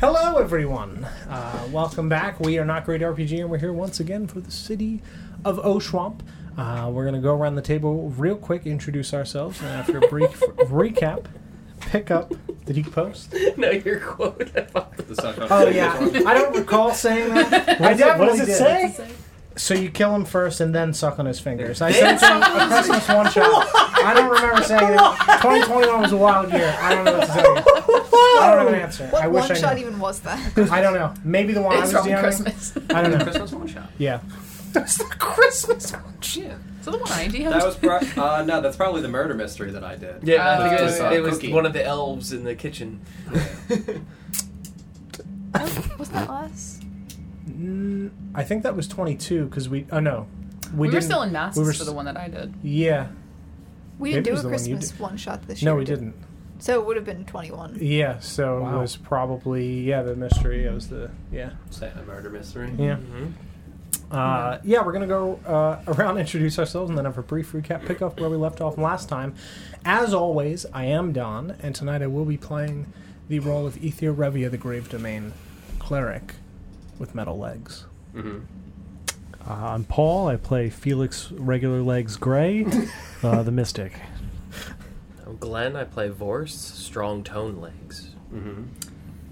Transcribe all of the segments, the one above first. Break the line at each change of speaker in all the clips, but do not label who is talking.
Hello, everyone. Uh, welcome back. We are Not Great RPG, and we're here once again for the city of Oshwamp. Uh, we're going to go around the table real quick, introduce ourselves, and after a brief recap, pick up the geek post.
No, your quote about the
Oh, yeah. I don't recall saying that. I did, what does it say?
It's like,
So you kill him first and then suck on his fingers. I said some a Christmas one shot. I don't remember saying that. 2021 was a wild year. I don't know what to tell you. I don't have an answer.
What
I wish
one
I
shot
knew.
even was that?
I don't know. Maybe the one I was
it's from
doing.
Christmas.
I don't know.
Christmas one shot.
Yeah. That's the Christmas one.
Yeah,
Is that the one I DM'd?
That was pro- uh, no, that's probably the murder mystery that I did.
yeah. I think it
Uh,
was,
uh,
it was
cookie.
one of the elves in the kitchen.
Oh, wasn't that last?
Mm, I think that was 22 because we. Oh no,
We,
we,
were
didn't.
still in masks
we were
for
s-
the one that I did.
yeah.
We
Maybe
didn't
it was
do a
the one you
Christmas one shot this year.
No, we
did we?
didn't. E-
So it would have been 21.
Yeah. So it
Wow.
was probably yeah the mystery. It was the yeah
Santa murder mystery.
yeah. Mm-hmm. Uh, yeah, we're gonna go uh, around introduce ourselves and then have a brief recap, pick up where we left off last time. As always, I am Don, and tonight I will be playing the role of Ether Revia, the Grave Domain cleric with metal legs.
hmm
Uh, I'm Paul. I play Felix Regular Legs Gray, uh, the Mystic.
I'm Oh, Glenn. I play Vorst, strong tone legs.
hmm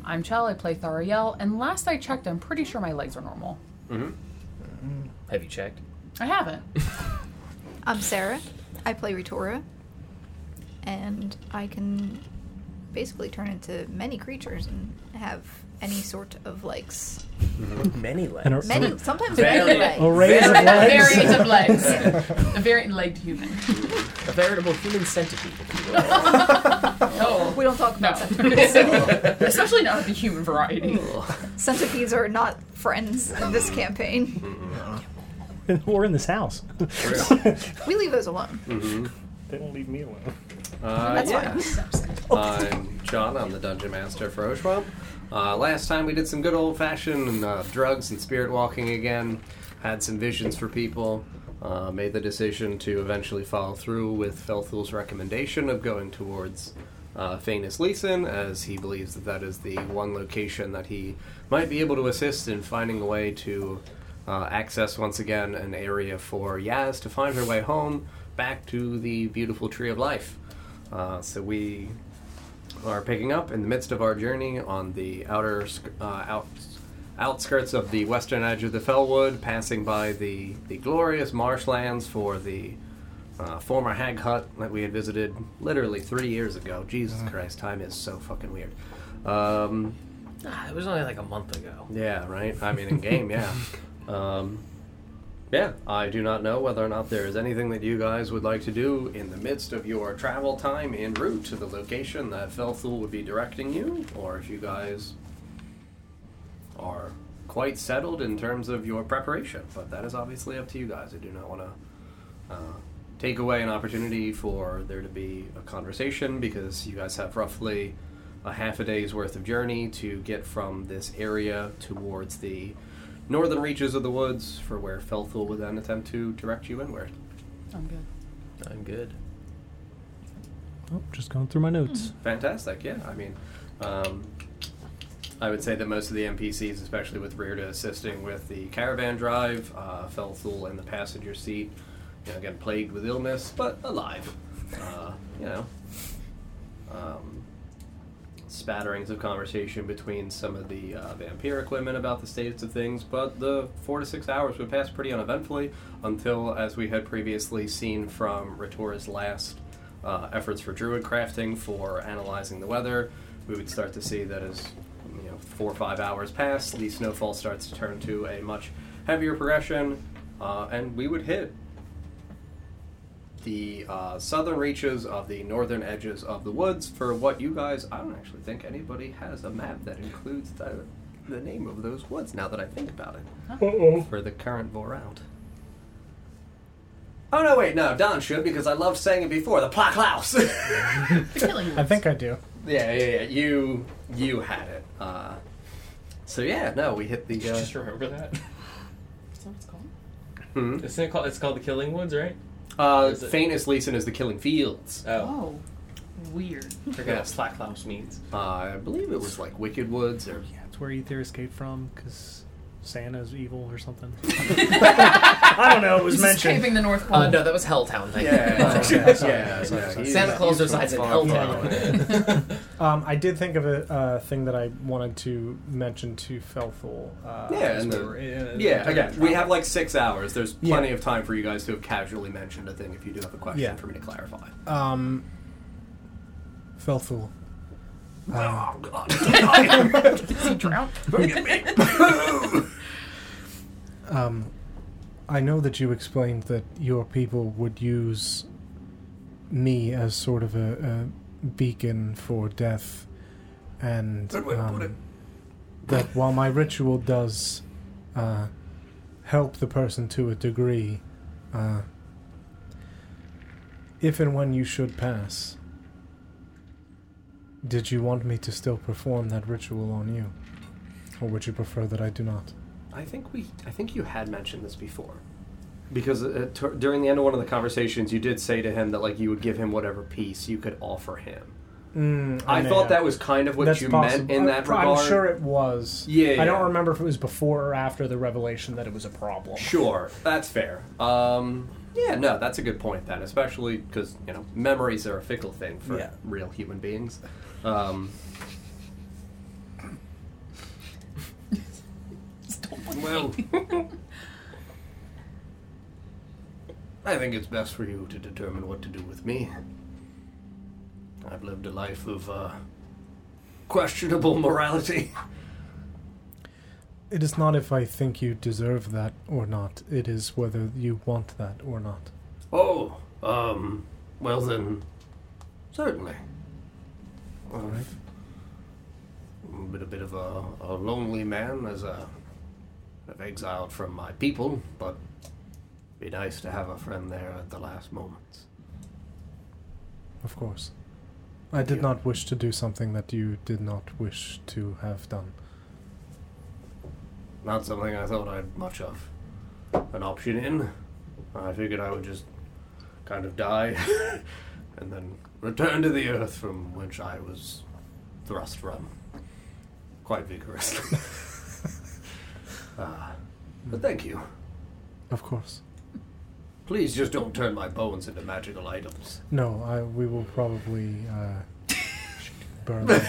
I'm Chell, I play Thariel, and last I checked, I'm pretty sure my legs are normal.
Mm-hmm.
hmm
Have you checked?
I haven't.
I'm Sarah. I play Retora. And I can basically turn into many creatures and have any sort of legs.
Many legs.
And are-
Many, sometimes
Very-
many
A
legs.
raise of
A
legs.
variant of legs. A variant legged human.
A veritable human centipede, if you will.
Oh.
We don't talk
No.
about
Especially not of the human variety.
centipedes are not friends in this campaign.
We're in this house.
We leave those alone.
They won't leave me alone.
Uh,
That's
yeah.
fine.
I'm John. I'm the dungeon master for Oshwamp. Uh, last time we did some good old fashioned uh, drugs and spirit walking again. Had some visions for people. Uh, made the decision to eventually follow through with Felthul's recommendation of going towards uh, Fainus Leeson, as he believes that that is the one location that he might be able to assist in finding a way to uh, access once again an area for Yaz to find her way home back to the beautiful Tree of Life. Uh, so we are picking up in the midst of our journey on the outer sc- uh, out, outskirts of the western edge of the Fellwood, passing by the, the glorious marshlands for the uh, former hag hut that we had visited literally three years ago. Jesus Christ, time is so fucking weird. Um,
Ah, it was only like a month ago.
yeah, right? I mean, in game, yeah. Um, yeah, I do not know whether or not there is anything that you guys would like to do in the midst of your travel time en route to the location that Felthul would be directing you, or if you guys are quite settled in terms of your preparation. But that is obviously up to you guys. I do not want to uh, take away an opportunity for there to be a conversation because you guys have roughly a half a day's worth of journey to get from this area towards the northern reaches of the woods for where Felthul would then attempt to direct you inward.
I'm good.
I'm good.
Oh, just going through my notes.
Hmm.
Fantastic, yeah. I mean, um, I would say that most of the NPCs, especially with Rearda assisting with the caravan drive, uh, Felthul in the passenger seat, you know, again, plagued with illness, but alive. Uh, you know, um, spatterings of conversation between some of the uh, vampiric women about the states of things, but the four to six hours would pass pretty uneventfully until, as we had previously seen from Retora's last uh, efforts for druid crafting, for analyzing the weather, we would start to see that as you know four or five hours pass, the snowfall starts to turn to a much heavier progression, uh, and we would hit the uh, southern reaches of the northern edges of the woods for what you guys i don't actually think anybody has a map that includes the, the name of those woods now that i think about it for the current voreld oh no wait no don should because i loved saying it before the plaque house
The killing
I think I do.
yeah yeah yeah you you had it uh, so yeah no we hit the uh,
Just remember that.
That's what it's called.
hmm?
Isn't it called? It's called the Killing Woods, right?
uh
Is it-
Fainus Leeson is the killing fields
Oh,
Oh. weird.
Forget what slack lounge means.
Uh, I believe it was like Wicked Woods or
Yeah, it's where Ether escaped from because Santa's evil or something. I don't know. It was
He's
mentioned.
escaping the North Pole.
Uh, no, that was Helltown. Thank
yeah,
you. Uh,
yeah, yeah, yeah. He's-
Santa Claus
he's
resides in
from
Helltown.
Um, I did think of a uh, thing that I wanted to mention to Felthul. Uh,
Yeah,
as
and
we
the-
were in-
Yeah,
during
again,
the
we
travel.
have like six hours. There's
Yeah.
plenty of time for you guys to have casually mentioned a thing if you do have a question
Yeah.
for me to clarify.
Um, Felthul.
oh, God.
Is he drowned?
Um, I know that you explained that your people would use me as sort of a, a beacon for death, and
Good way to put it.
um, that while my ritual does uh, help the person to a degree, uh, if and when you should pass, did you want me to still perform that ritual on you, or would you prefer that I do not?
I think we. I think you had mentioned this before, because uh, t- during the end of one of the conversations, you did say to him that like you would give him whatever piece you could offer him.
Mm,
I,
may
thought
have.
that was kind of what
That's
you
possible.
meant in
I'm-
that
I'm
regard.
sure it was.
Yeah,
I don't
yeah.
remember if it was before or after the revelation that it was a problem.
Sure, that's fair. Um, yeah, no, that's a good point then, especially because you know memories are a fickle thing for
Yeah.
real human beings. Um, well, I think it's best for you to determine what to do with me. I've lived a life of uh, questionable morality.
It is not if I think you deserve that or not. It is whether you want that or not.
Oh, um, well then, certainly. I've been a bit of a, a lonely man as a, I've exiled from my people, but it'd be nice to have a friend there at the last moments.
Of course. I did
Yeah.
not wish to do something that you did not wish to have done.
Not something I thought I'd much of an option in. I figured I would just kind of die and then return to the earth from which I was thrust from quite vigorously. Ah, but thank you.
Of course.
Please just don't turn my bones into magical items.
No, I, we will probably uh, burn them.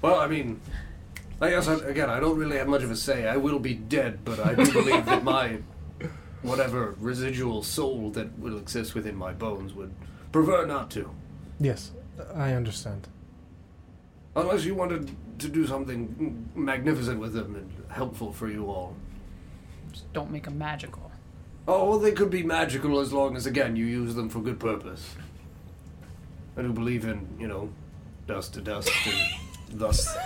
Well, I mean, I guess I, again, I don't really have much of a say. I will be dead, but I do believe that my whatever residual soul that will exist within my bones would prefer not to.
yes, I understand.
Unless you wanted to do something magnificent with them and helpful for you all.
Just don't make him magical.
Oh, well, they could be magical as long as, again, you use them for good purpose. I do believe in, you know, dust to dust and thus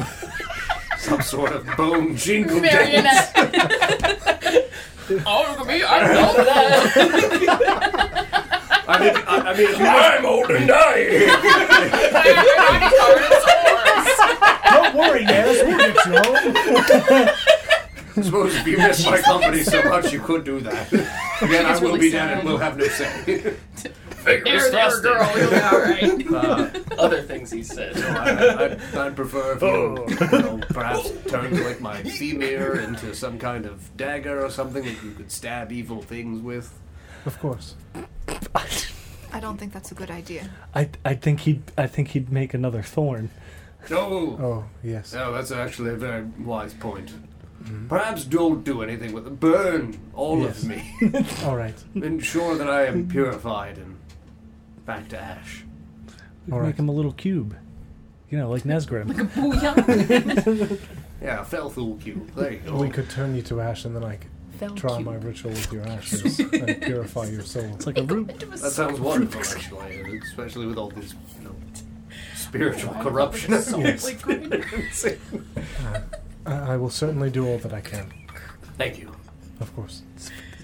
some sort of bone jingle dance.
oh, look at me! I know that.
I mean, I, I mean, I'm old and dying.
Don't worry, yes, we'll get you home.
Suppose if you miss my company so much, you could do that. Again, I
It's
will
really
be dead
sad.
and will have no say.
There, there, girl. You'll be all right.
Uh,
Other things he said.
I, I, I'd prefer if you, you know, perhaps turned like my femur into some kind of dagger or something that you could stab evil things with.
Of course.
I don't think that's a good idea.
I I think he'd I think he'd make another thorn.
Oh,
Oh, yes.
oh that's actually a very wise point. Perhaps don't do anything with it. Burn all
Yes.
of me.
All right.
Ensure that I am purified and back to ash.
We
All
can
right.
make him a little cube. You know, like Nesgrim.
Booyah.
Yeah, Felthul cube. There you go.
We could turn you to ash, and then I could
Felt
try
you.
my ritual with your ashes and purify your soul.
It's like a root.
It was
That sounds wonderful, actually, especially with all this you know, spiritual corruption.
so liquid.
I, I will certainly do all that I can,
Thank you.
of course.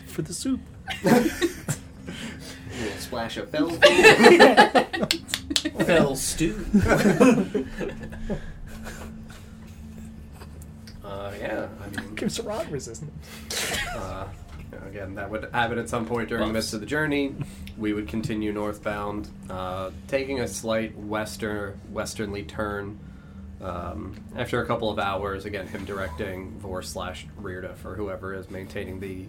for the soup.
splash of Felthul.
Fell stew.
Uh, yeah, I mean,
Gives a rod resistance.
uh, uh, again, that would happen at some point during the midst of the journey. We would continue northbound, uh, taking a slight western westernly turn. Um, after a couple of hours, again, him directing Vor slash Rearda for whoever is maintaining the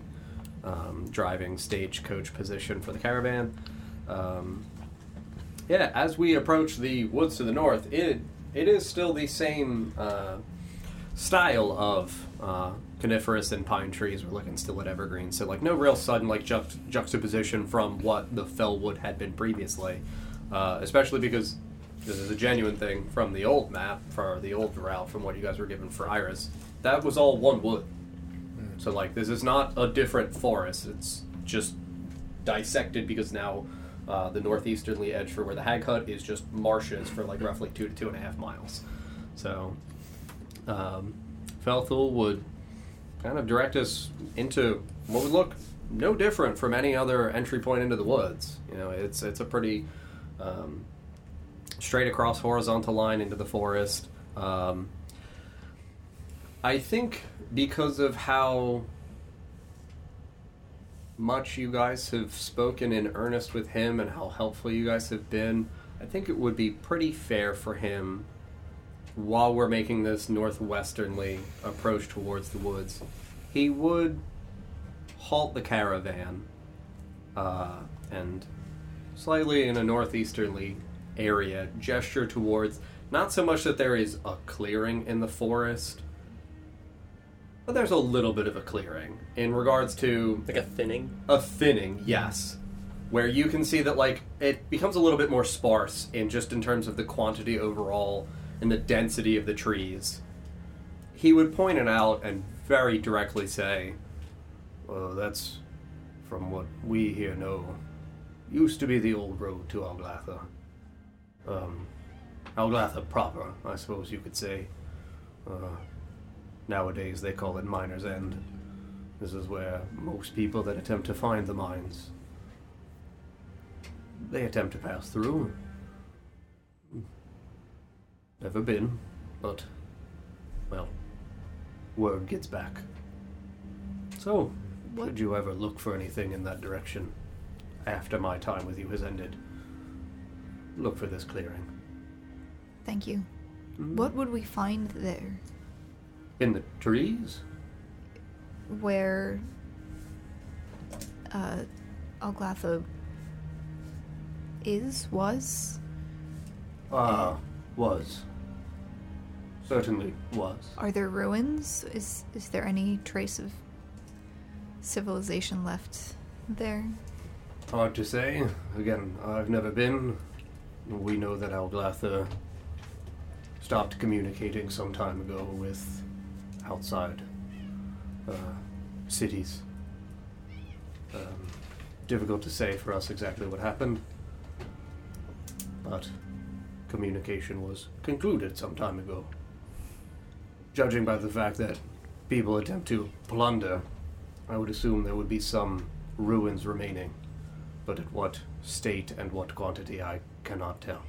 um, driving stagecoach position for the caravan. Um, yeah, as we approach the woods to the north, it it is still the same uh, style of uh, coniferous and pine trees. We're looking still at evergreens, so like no real sudden like juxt- juxtaposition from what the fellwood had been previously, uh, especially because this is a genuine thing from the old map for the old route from what you guys were given for Iris. That was all one wood. So like this is not a different forest. It's just dissected because now uh, the northeasterly edge for where the hag hut is just marshes for like roughly two to two and a half miles. So um, Felthul would kind of direct us into what would look no different from any other entry point into the woods. You know, it's it's a pretty um, straight across horizontal line into the forest. Um, I think because of how much you guys have spoken in earnest with him and how helpful you guys have been, I think it would be pretty fair for him, while we're making this northwesternly approach towards the woods, he would halt the caravan uh, and slightly in a northeasterly area gesture towards not so much that there is a clearing in the forest but there's a little bit of a clearing in regards to
Like a thinning.
a thinning, yes. Where you can see that like it becomes a little bit more sparse in just in terms of the quantity overall and the density of the trees. He would point it out and very directly say, "Well, that's from what we here know. Used to be the old road to Alglatha. Um, Alglatha proper, I suppose you could say. Uh, nowadays they call it Miner's End." This is where most people that attempt to find the mines they attempt to pass through. Never been, but well, word gets back. So,
What-
should you ever look for anything in that direction after my time with you has ended, look for this clearing.
Thank you. What would we find there?
In the trees?
Where uh, Alglatha is, was?
Ah, was. Certainly was.
Are there ruins? Is is there any trace of civilization left there?
Hard to say. Again, I've never been. We know that Alglatha stopped communicating some time ago with outside uh, cities. Um, difficult to say for us exactly what happened, but communication was concluded some time ago. Judging by the fact that people attempt to plunder, I would assume there would be some ruins remaining but at what state and what quantity I cannot tell.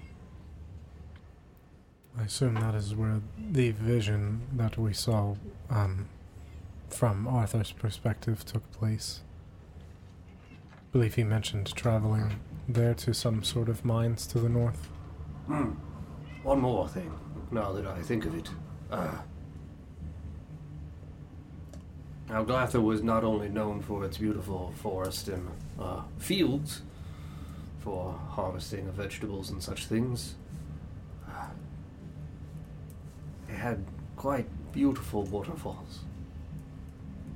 I assume that is where the vision that we saw um, from Arthur's perspective took place. I believe he mentioned traveling there to some sort of mines to the north.
One more thing, now that I think of it. Uh, Alglatha was not only known for its beautiful forest and uh, fields for harvesting of vegetables and such things, uh, it had quite beautiful waterfalls.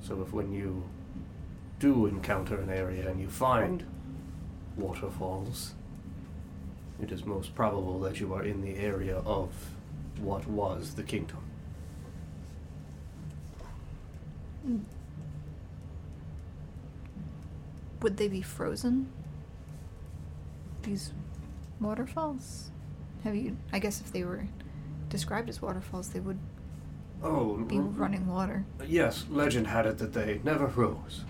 So if when you do encounter an area and you find waterfalls, it is most probable that you are in the area of what was the kingdom.
Would they be frozen? These waterfalls? Have you? I guess if they were described as waterfalls, they would
Oh,
be
r-
running water.
yes, legend had it that they never rose.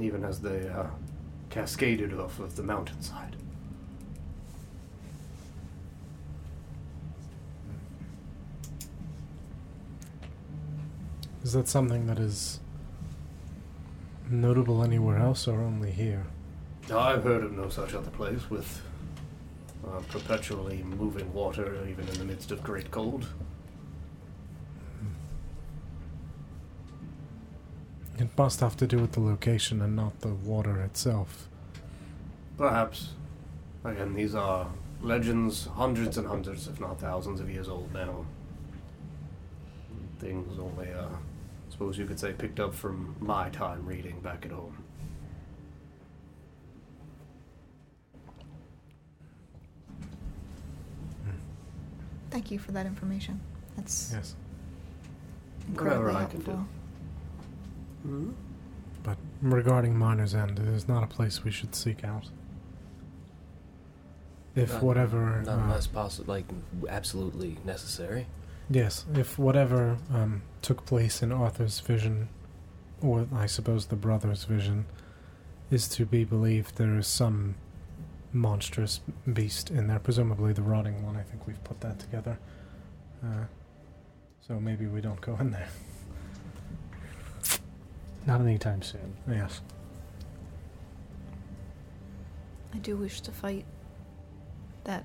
Even as they uh, cascaded off of the mountainside.
Is that something that is notable anywhere else or only here?
I've heard of no such other place with uh, perpetually moving water, even in the midst of great cold.
It must have to do with the location and not the water itself.
Perhaps. Again, these are legends, hundreds and hundreds, if not thousands of years old now. Things only, uh, suppose you could say, picked up from my time reading back at home.
Thank you for that information. That's
Yes.
incredibly
Whatever I can
helpful.
do.
But regarding Miner's End, it is not a place we should seek out. If
Not-
whatever.
Not
uh,
unless possible, like absolutely necessary.
Yes, if whatever um, took place in Arthur's vision, or I suppose the brother's vision, is to be believed, there is some monstrous beast in there, presumably the rotting one. I think we've put that together. Uh, so maybe we don't go in there.
Not anytime soon.
Yes.
I do wish to fight that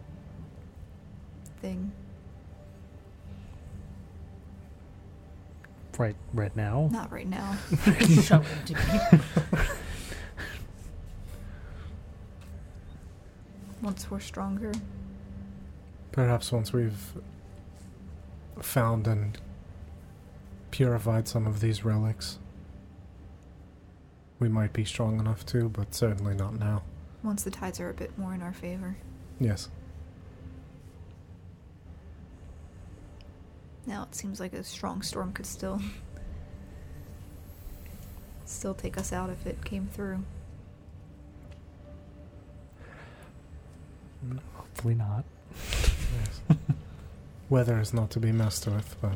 thing.
Right, right now.
Not right now.
Show it to me.
Once we're stronger,
Perhaps once we've found and purified some of these relics, we might be strong enough to, but certainly not now.
once the tides are a bit more in our favor.
Yes.
Now it seems like a strong storm could still still take us out if it came through.
Hopefully not.
Yes. Weather is not to be messed with, but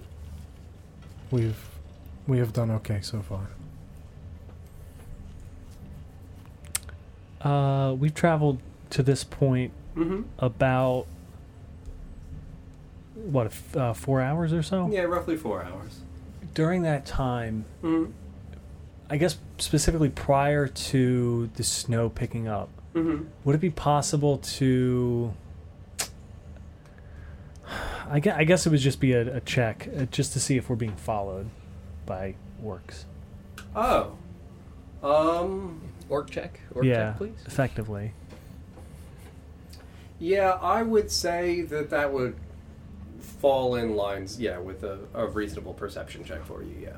we've we have done okay so far.
Uh, we've traveled to this point
Mm-hmm.
about what f- uh, four hours or so.
Yeah, roughly four hours.
During that time,
Mm-hmm.
I guess specifically prior to the snow picking up,
Mm-hmm.
would it be possible to? I guess, I guess it would just be a, a check, uh, just to see if we're being followed by orcs.
Oh. Um.
Orc check. Orc
yeah,
check, please.
effectively.
Yeah, I would say that that would fall in lines, yeah, with a, a reasonable perception check for you, yeah.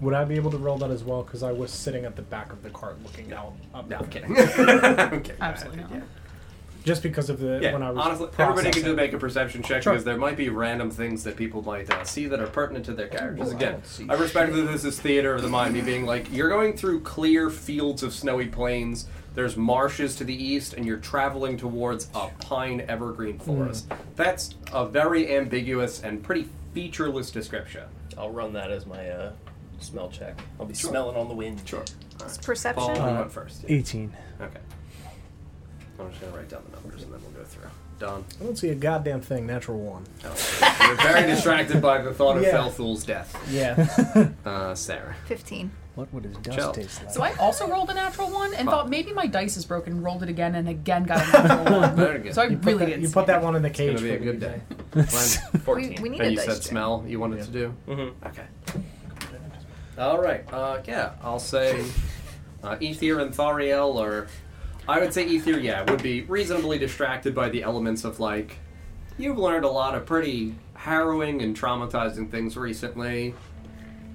Would I be able to roll that as well? Because I was sitting at the back of the cart looking out. Up there.
No, I'm kidding. I'm kidding.
Absolutely
Yeah.
not.
Just because of the
Yeah,
when I was
honestly, everybody can
processing.
do make a perception check
Sure.
because there might be random things that people might uh, see that are pertinent to their characters.
Well, I
Again,
don't see
I respect that this is theater of the mind, me being like, you're going through clear fields of snowy plains, there's marshes to the east, and you're traveling towards a pine evergreen
Hmm.
forest. That's a very ambiguous and pretty featureless description.
I'll run that as my uh, smell check. I'll be smelling on the wind.
Sure. Paul,
It's perception.
you
Uh,
went first.
E.
yeah.
Eighteen.
Okay. I'm just going to write down the numbers and then we'll go through. Done.
I don't see a goddamn thing. Natural one.
Oh, you're very distracted by the thought of
Yeah.
Felthul's death.
Yeah.
Uh, Sarah.
Fifteen.
What would his dust
Chill.
taste like?
So I also rolled a natural one and
Fuck.
thought maybe my dice is broken, rolled it again, and again got a natural one.
Very good.
So I
You put,
really
that,
didn't.
you put that one in the cage.
It's gonna be a
for
good
the
day.
evening.
We, we
and
need a
Oh, you
dice
said
check.
smell you wanted to do?
Mm-hmm.
Okay. All right. Uh, yeah, I'll say uh, Ether and Thariel, or I would say Ether, yeah, would be reasonably distracted by the elements of like, you've learned a lot of pretty harrowing and traumatizing things recently.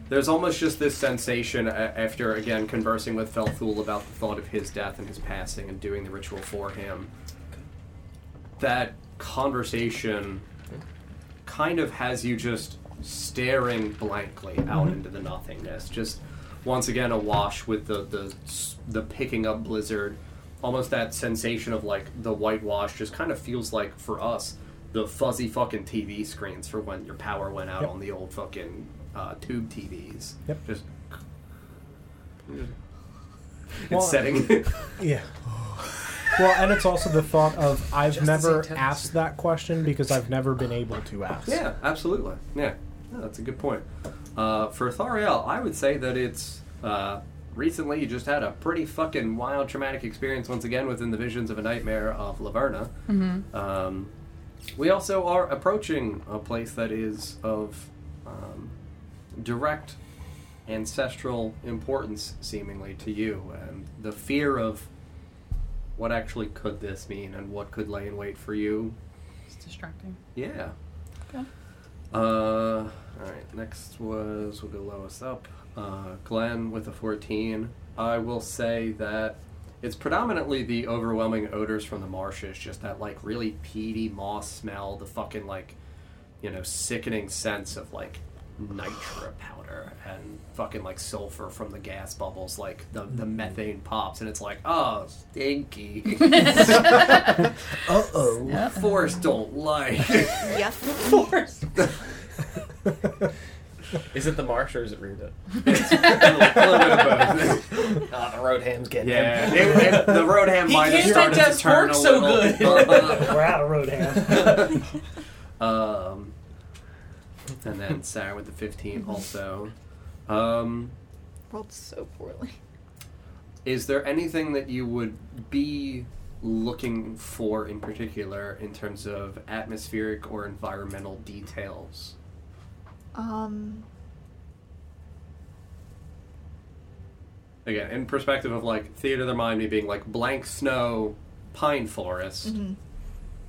There's almost just this sensation a- after, again, conversing with Felthul about the thought of his death and his passing and doing the ritual for him. That conversation kind of has you just staring blankly out
Mm-hmm.
into the nothingness. Just once again awash with the the s- the picking up blizzard. Almost that sensation of like the whitewash just kind of feels like for us the fuzzy fucking TV screens for when your power went out
Yep.
on the old fucking uh, tube TVs.
Yep.
Just it's
Well,
setting.
Yeah. Well, and it's also the thought of I've
Just as
never
intense.
asked that question because I've never been able to ask.
Yeah, absolutely. Yeah, No, that's a good point. Uh, for Thariel, I would say that it's uh, recently you just had a pretty fucking wild traumatic experience once again within the visions of a nightmare of Laverna.
Mm-hmm.
Um, we also are approaching a place that is of um, direct ancestral importance, seemingly, to you, and the fear of what actually could this mean and what could lay in wait for you.
It's distracting.
Yeah.
Okay.
Uh, all right. Next was we'll go lowest up. Uh, Glenn with a fourteen. I will say that it's predominantly the overwhelming odors from the marshes, just that like really peaty moss smell, the fucking like, you know, sickening sense of like nitro powder and fucking like sulfur from the gas bubbles, like the, the methane pops, and it's like, oh, stinky.
Uh oh.
Forest don't like.
Yuck.
Is it the marsh or is it Rita? Ah, the road ham's getting
Yeah, it- it- the road ham might have started to turn a little.
We're out of road hand.
um, and then Sarah with the fifteen also. Um,
Rolled so poorly.
is there anything that you would be looking for in particular in terms of atmospheric or environmental details?
Um,
Again, in perspective of like theater of the mind, me being like blank snow, pine forest,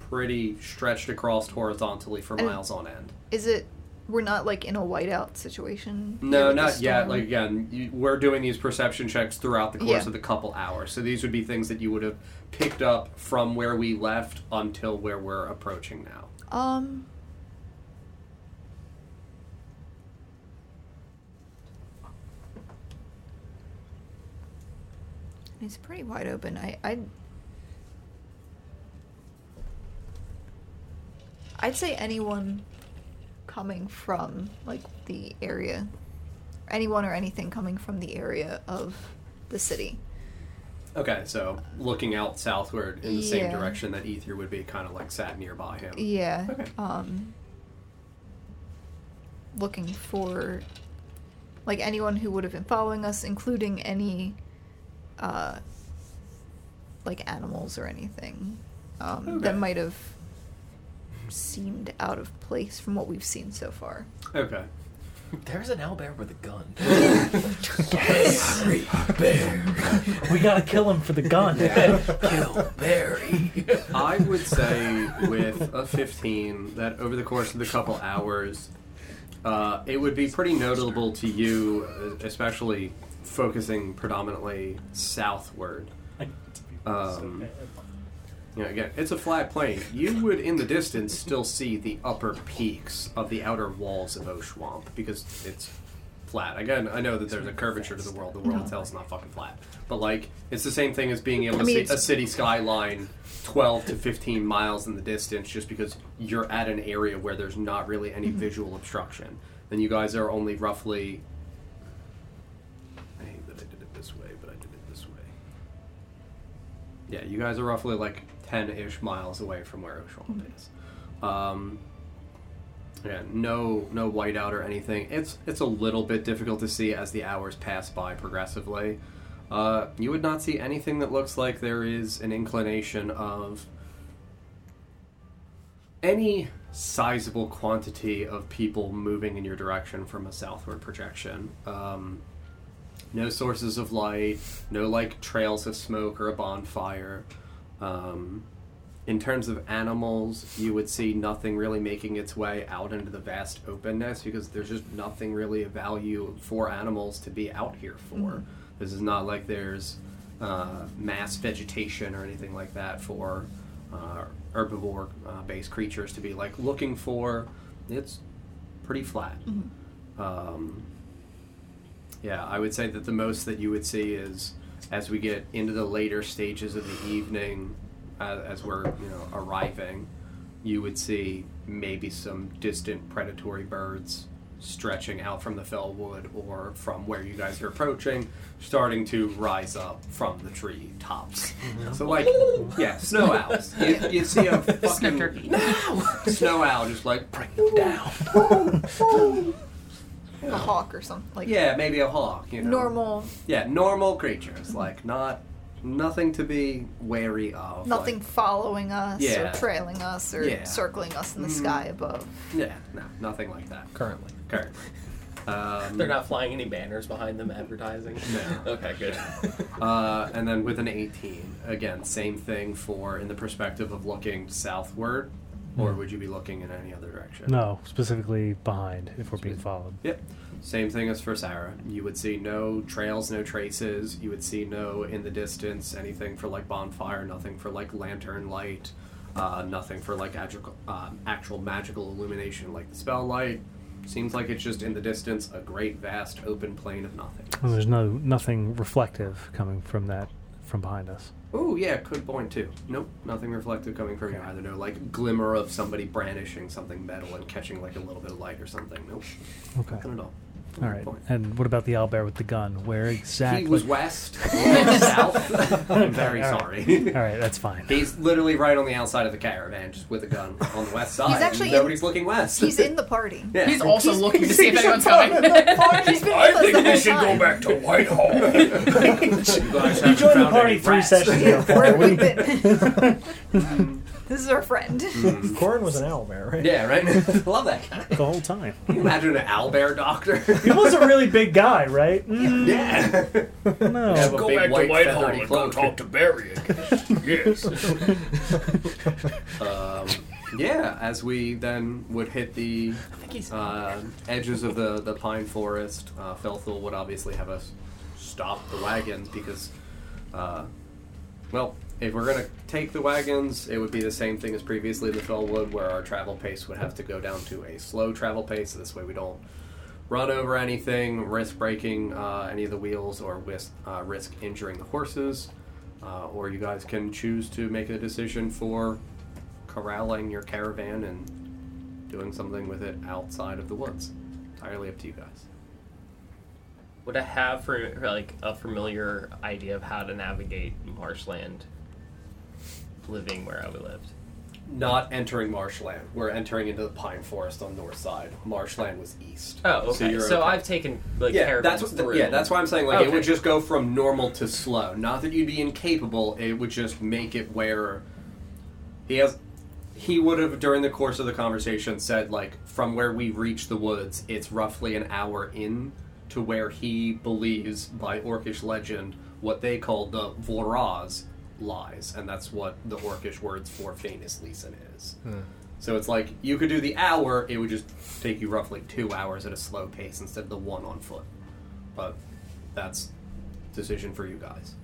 pretty stretched across horizontally for
And-
miles on end.
is it? We're not like in a whiteout situation. here
No,
with the
not yet.
storm?
Like again, you, we're doing these perception checks throughout the course
Yeah.
of the couple hours. So these would be things that you would have picked up from where we left until where we're approaching now.
Um. It's pretty wide open. I, I'd. I'd say anyone coming from, like, the area. Anyone or anything coming from the area of the city.
Okay, so looking out southward in the same
Yeah.
direction that Ether would be, kind of like sat nearby him.
Yeah.
Okay.
Um, looking for like anyone who would have been following us, including any uh, like animals or anything um, that
Okay.
might have seemed out of place from what we've seen so far.
Okay.
There's an owlbear with a gun.
We gotta kill him for the gun.
Kill Barry.
I would say with a 15 that over the course of the couple hours, uh, it would be pretty notable to you, uh, especially focusing predominantly southward. Um, you know, again, it's a flat plain. You would, in the distance, still see the upper peaks of the outer walls of O Swamp because it's flat. Again, I know that there's a curvature to the world. The world itself is not fucking flat. But, like, it's the same thing as being able to
I mean,
see
it's-
a city skyline 12 to 15 miles in the distance just because you're at an area where there's not really any
Mm-hmm.
visual obstruction. Then you guys are only roughly. I hate that I did it this way, but I did it this way. Yeah, you guys are roughly like 10 ish miles away from where Oshwamp is. Um, yeah, no, no whiteout or anything. It's it's a little bit difficult to see as the hours pass by progressively. Uh, you would not see anything that looks like there is an inclination of any sizable quantity of people moving in your direction from a southward projection. Um, no sources of light, no like trails of smoke or a bonfire. Um, in terms of animals, you would see nothing really making its way out into the vast openness because there's just nothing really of value for animals to be out here for. This is not like there's uh, mass vegetation or anything like that for uh, herbivore uh, based creatures to be like looking for. It's pretty flat. Um, yeah, I would say that the most that you would see is as we get into the later stages of the evening, uh, as we're you know arriving, you would see maybe some distant predatory birds stretching out from the fell wood or from where you guys are approaching, starting to rise up from the tree tops. so like, yeah, snow owls. You, you see a fucking
Snow turkey.
snow owl just like break them down.
a hawk or something. Like
Yeah, maybe a hawk. You know.
normal,
Yeah, normal creatures. Like not nothing to be wary of.
nothing following us
Yeah.
or trailing us or
Yeah. Mm-hmm.
circling us in the sky above.
Like, yeah, no, nothing like that.
currently.
Currently. Um,
They're not flying any banners behind them advertising.
No.
Okay, good.
Uh, and then with an 18, again, same thing for in the perspective of looking southward, or would you be looking in any other direction?
No, specifically behind if we're being followed.
Yep. Same thing as for Sarah. You would see no trails, no traces. You would see no in the distance anything for like bonfire, nothing for like lantern light, uh, nothing for like actual, um, actual magical illumination like the spell light. Seems like it's just in the distance a great vast open plain of nothing.
And there's no nothing reflective coming from that from behind us.
Oh yeah, good point too. Nope, nothing reflective coming from you either. No like glimmer of somebody brandishing something metal and catching like a little bit of light or something. Nope,
Okay.
nothing at all.
All right.
Point.
And what about the owlbear with the gun? Where exactly?
He was west, or south. I'm very
All right.
sorry.
All right, that's fine.
He's literally right on the outside of the caravan, just with a gun on the west side.
actually in-
nobody's looking west.
He's in the party.
yeah.
He's also looking to see if anyone's coming.
He's been with us the whole time.
back to Whitehall. you guys haven't
Join the
found
party
any
three
rats.
sessions ago.
Where have we been? this is our friend.
Mm-hmm.
Corin was an owl bear, right?
Yeah, right. I love that guy.
the whole time.
Can you imagine an owlbear doctor?
He was a really big guy, right? Mm,
yeah.
No.
Go back to Whitehall and go talk to Barry. yes. um, yeah, as we then would hit the uh, edges of the, the pine forest, uh, Felthul would obviously have us stop the wagons because, uh, well, if we're going to take the wagons, it would be the same thing as previously the Felwood, where our travel pace would have to go down to a slow travel pace. This way we don't run over anything, risk breaking uh, any of the wheels, or risk, uh, risk injuring the horses. Uh, or you guys can choose to make a decision for corralling your caravan and doing something with it outside of the woods. Entirely up to you guys.
Would I have for, for, like a familiar idea of how to navigate marshland, living where I lived?
Not entering marshland. We're entering into the pine forest on north side. Marshland was east.
Oh, okay. So,
you're
I've taken like
yeah,
caravans
that's what,
through.
yeah, that's why I'm saying like it
Okay.
would just go from normal to slow. Not that you'd be incapable, it would just make it where he has he would have during the course of the conversation said like from where we reach the woods, it's roughly an hour in to where he believes by orcish legend what they call the Voraz lies, and that's what the orcish words for famous Leeson is. So it's like you could do the hour; it would just take you roughly two hours at a slow pace instead of the one on foot. But that's decision for you guys.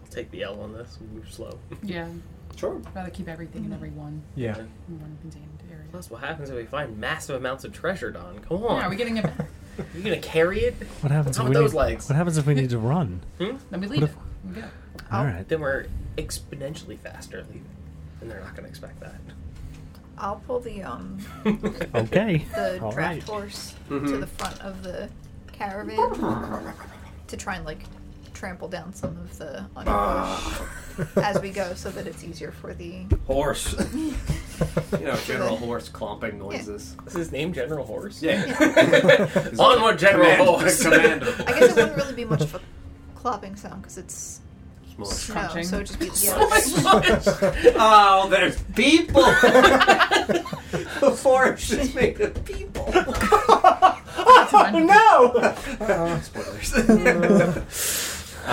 I'll take the L on this. Move slow.
yeah.
Sure.
Rather keep everything in every one,
Yeah.
in one contained area.
Plus, what happens if we find massive amounts of treasure, Don? Come
Yeah,
on.
are we getting it back?
you gonna carry it?
What happens
What's up
if we
with those
need,
legs?
What happens if we need to run?
Then we leave it. We go.
All right.
Then we're exponentially faster leaving, and they're not gonna expect that.
I'll pull the um
Okay.
the
All
draft
right.
horse to the front of the caravan to try and like trample down some of the
Ah.
underbrush as we go, so that it's easier for the
Horse. you know, general horse clomping noises.
Is his name General Horse?
Yeah.
Onward, General Horse.
Commando.
I guess it wouldn't really be much of a clopping sound because it's
Smush.
snow,
Crunching.
so it just be yeah.
Oh, there's people. the forest is made of people. Oh,
No!
Spoilers. Uh,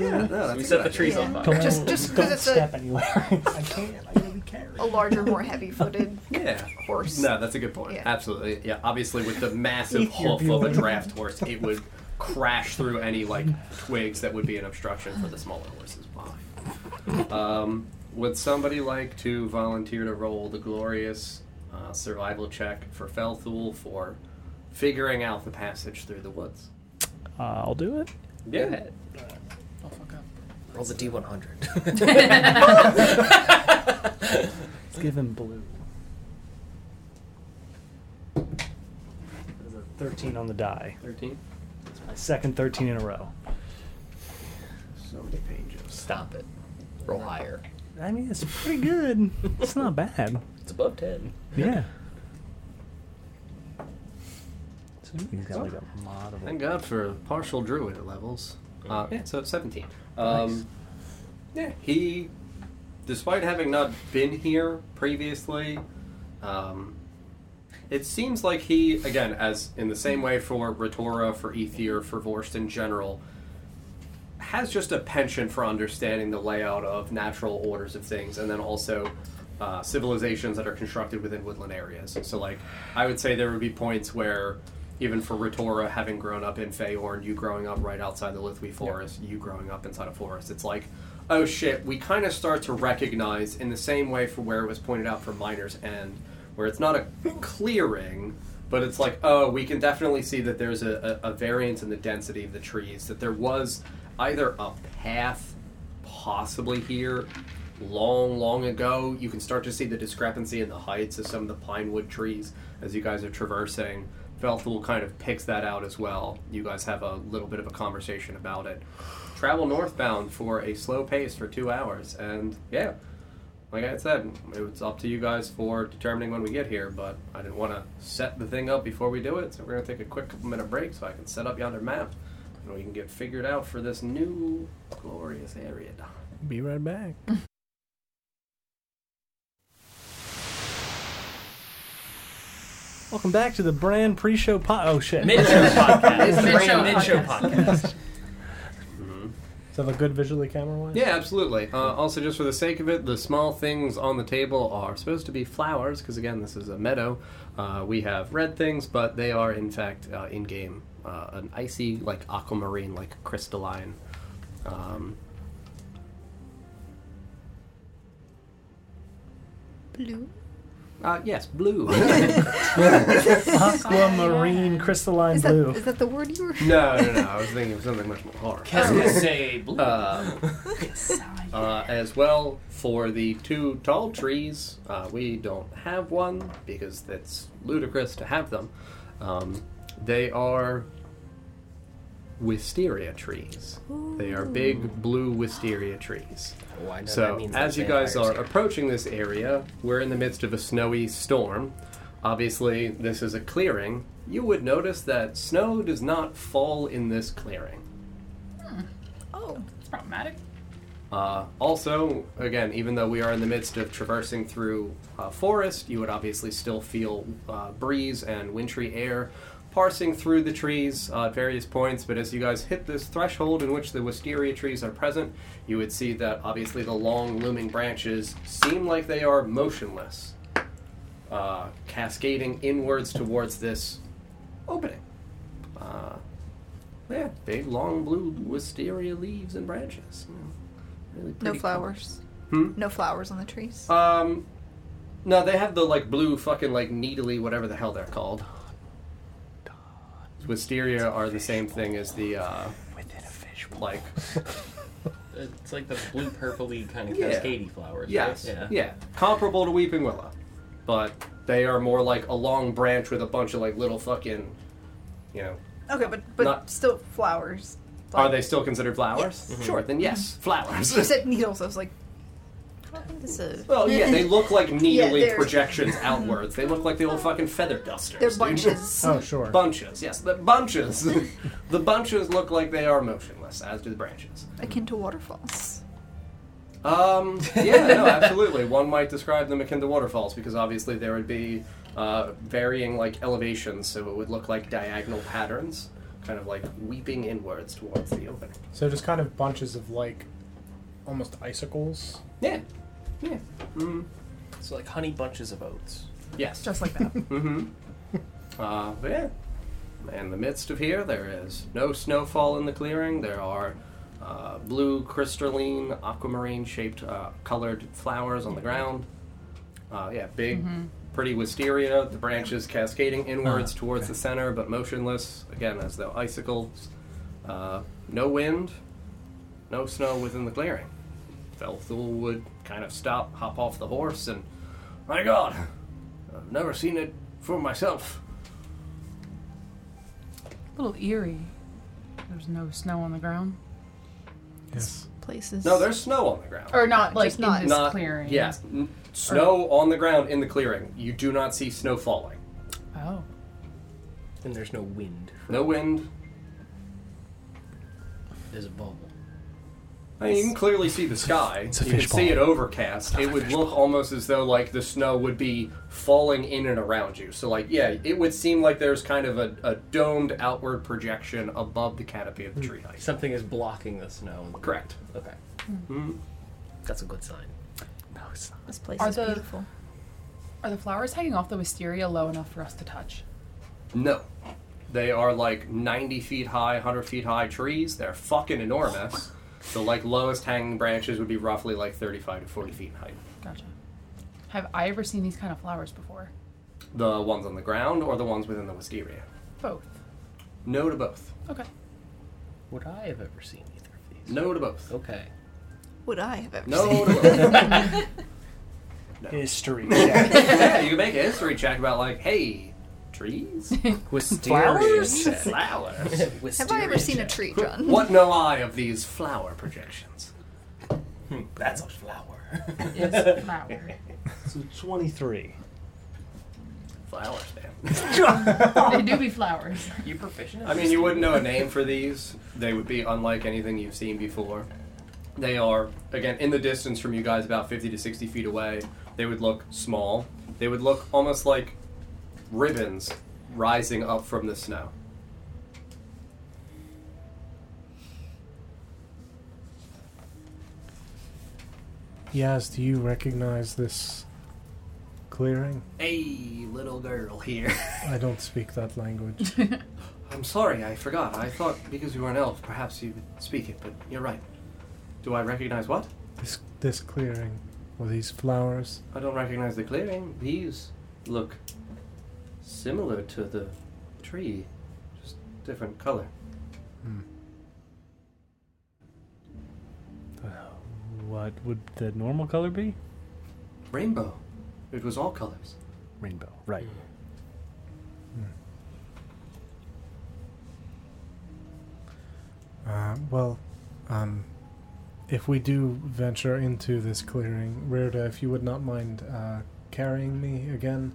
yeah, no, that's
We set
a good
the
idea.
trees on
Yeah.
fire.
Just- just 'cause
don't
it's a-
step anywhere. I can't. I really can't.
a larger, more heavy-footed
Yeah.
horse.
No, that's a good point.
Yeah.
Absolutely. Yeah, obviously with the massive
If you're
hoof of a
viewing.
draft horse, it would crash through any like twigs that would be an obstruction for the smaller horse's behind. Um, would somebody like to volunteer to roll the glorious uh, survival check for Felthul for figuring out the passage through the woods?
Uh, I'll do it.
Yeah.
I'll fuck up.
Rolls a D100.
Let's give him blue. There's a 13 on the die.
13?
My second 13 in a row.
So many pages.
Stop it. Roll higher.
I mean, it's pretty good. It's not bad.
It's above 10.
Yeah. He's got like a lot of.
Thank God for partial druid levels. Uh, yeah, so 17. Um, Yeah, he, despite having not been here previously, um, it seems like he, again, as in the same way for Retora, for Ethier, for Vorst in general, has just a penchant for understanding the layout of natural orders of things and then also uh, civilizations that are constructed within woodland areas. So, like, I would say there would be points where, even for Retora, having grown up in Feyorn, you growing up right outside the Lithwe Forest, you growing up inside a forest, it's like, oh shit, we kind of start to recognize in the same way for where it was pointed out for Miner's End, where it's not a clearing. But it's like, oh, we can definitely see that there's a, a, a variance in the density of the trees. That there was either a path possibly here long long ago you can start to see the discrepancy in the heights of some of the pine wood trees as you guys are traversing Velthul kind of picks that out as well you guys have a little bit of a conversation about it travel northbound for a slow pace for two hours and yeah like I said, it was up to you guys for determining when we get here, but I didn't want to set the thing up before we do it, so we're going to take a quick couple minute break so I can set up yonder map and we can get figured out for this new glorious area.
Be right back.
Welcome back to the brand pre-show pot. Oh shit!
Mid show podcast. Mid-show
Mid-show
mid-show podcast.
Does it have a good visually camera one?
Yeah, absolutely. Uh, also, just for the sake of it, the small things on the table are supposed to be flowers, because again, this is a meadow. Uh, we have red things, but they are in fact uh, in game uh, an icy, like aquamarine, like crystalline. Um,
Blue.
uh, yes, blue.
Aquamarine crystalline
Is that,
blue.
is that the word you were?
no, no, no. I was thinking of something much more horrible.
say blue. Um,
Uh, uh, as well for the two tall trees. Uh, we don't have one because that's ludicrous to have them. Um, they are wisteria trees. They are big blue wisteria trees.
Oh,
So, as you guys are approaching this area, we're in the midst of a snowy storm. Obviously, this is a clearing. You would notice that snow does not fall in this clearing.
Oh,
It's problematic.
Uh, also, again, even though we are in the midst of traversing through uh, forest, you would obviously still feel uh, breeze and wintry air parsing through the trees uh, at various points. But as you guys hit this threshold in which the wisteria trees are present, you would see that obviously the long looming branches seem like they are motionless, uh, cascading inwards towards this opening. Uh, yeah, big long blue wisteria leaves and branches. you know, really
no
pretty
flowers.
Hmm?
No flowers on the trees.
Um, no, they have the like blue fucking like needly whatever the hell they're called. Wisteria are the same thing as the uh,
Within a fish.
like
It's like the blue purpley kind of
Yeah.
cascadey flowers.
yes,
Right?
yeah. comparable to weeping willow, but they are more like a long branch with a bunch of like little fucking, you know.
Okay, but but
Not-
still flowers.
Are they still considered flowers? Mm-hmm. Sure, then yes,
You
flowers.
said needles. I was like, I don't think this is.
well, yeah, they look like needly
they're-
projections outwards. They look like the old fucking feather dusters.
They're
dude.
bunches.
Oh, sure.
Bunches, yes, the bunches. the bunches look like they are motionless, as do the branches.
akin to waterfalls.
Um, yeah, no, absolutely. One might describe them akin to waterfalls because obviously there would be uh, varying like elevations, so it would look like diagonal patterns, kind of like weeping inwards towards the opening.
So just kind of bunches of like almost icicles.
Yeah, yeah, mm,
So like honey bunches of oats.
yes.
Just like that.
Mm-hmm. Uh, but yeah, in the midst of here, there is no snowfall in the clearing. There are uh, blue, crystalline, aquamarine-shaped, uh, colored flowers on the ground. Uh, yeah, big, pretty wisteria. The branches cascading inwards towards the center, but motionless. Again, as though icicles. Uh, no wind, no snow within the clearing. Felthul would kind of stop, hop off the horse, and my God, I've never seen it for myself.
A little eerie. There's no snow on the ground.
Yes.
Places.
No, there's snow on the ground.
Or not like
Just not-
in this
Not-
clearing.
Yes, n- snow on the ground in the clearing. You do not see snow falling.
Oh.
And there's no wind.
No wind.
There's a bubble.
I mean, you can clearly see the sky.
It's a
you can
fishbowl.
see it overcast. It would look almost as though like the snow would be falling in and around you. So like yeah, it would seem like there's kind of a, a domed outward projection above the canopy of
Hmm.
the tree height.
Something is blocking the snow.
Correct.
Okay. That's a good sign. No, it's not.
This place
Are
is
the-
beautiful.
Are the flowers hanging off the wisteria low enough for us to touch?
No. They are like 90 feet high, 100 feet high trees. They're fucking enormous. The like lowest hanging branches would be roughly like 35 to 40 feet in height.
Gotcha. Have I ever seen these kind of flowers before?
The ones on the ground or the ones within the wisteria?
Both.
No to both.
Okay.
Would I have ever seen either of these?
No to both.
Okay.
Would I have ever seen?
No to both.
History check.
yeah, you can make a history check about like, hey, trees?
Flowers?
Flowers?
Have I ever seen a tree, John?
what know I of these flower projections?
That's a flower.
It's flower.
So 23.
Flowers, man.
they do be flowers.
You proficient? at
I mean,
this?
you wouldn't know a name for these. They would be unlike anything you've seen before. They are, again, in the distance from you guys, about 50 to 60 feet away. They would look small. They would look almost like ribbons rising up from the snow.
Yaz, do you recognize this clearing?
Hey, little girl here.
I don't speak that language.
I'm sorry, I forgot. I thought because you were an elf, perhaps you would speak it, but you're right. Do I recognize what?
this this clearing, or these flowers.
I don't recognize the clearing. These look similar to the tree, just different color.
What would the normal color be?
Rainbow. It was all colors.
Rainbow. Right.
Uh, well, um, if we do venture into this clearing, Rirda, if you would not mind uh, carrying me again,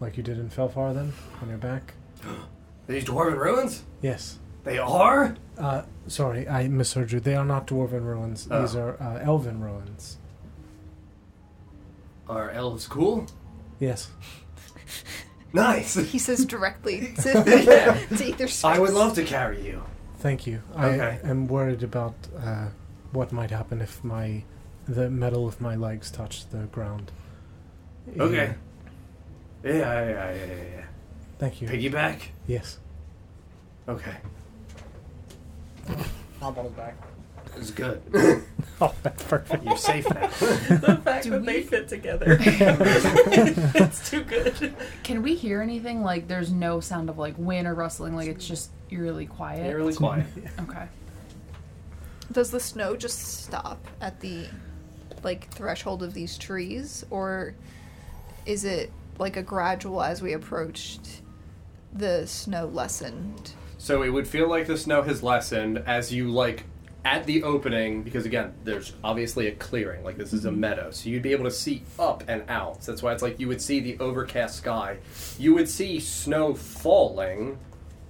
like you did in Felfar then, on your back.
These dwarven ruins?
Yes.
They are?
Uh, sorry, I misheard you. They are not dwarven ruins. These
Oh.
are uh, elven ruins.
Are elves cool?
Yes.
Nice!
He says directly to, to either side.
I would love to carry you.
Thank you.
Okay.
I am worried about uh, what might happen if my the metal of my legs touched the ground.
Okay.
Yeah.
Yeah, yeah, yeah, yeah, yeah,
Thank you.
yeah. Piggyback?
Yes.
Okay.
Hop on his back.
It's good.
Oh, that's perfect.
You're safe now.
the fact that they fit together. it's too good.
Can we hear anything? Like, there's no sound of like wind or rustling. Like, it's just eerily quiet.
You're really quiet.
Okay.
Does the snow just stop at the like threshold of these trees, or is it like a gradual as we approached the snow lessened?
So it would feel like the snow has lessened as you like at the opening because again, there's obviously a clearing. Like this is a meadow, so you'd be able to see up and out. So that's why it's like you would see the overcast sky. You would see snow falling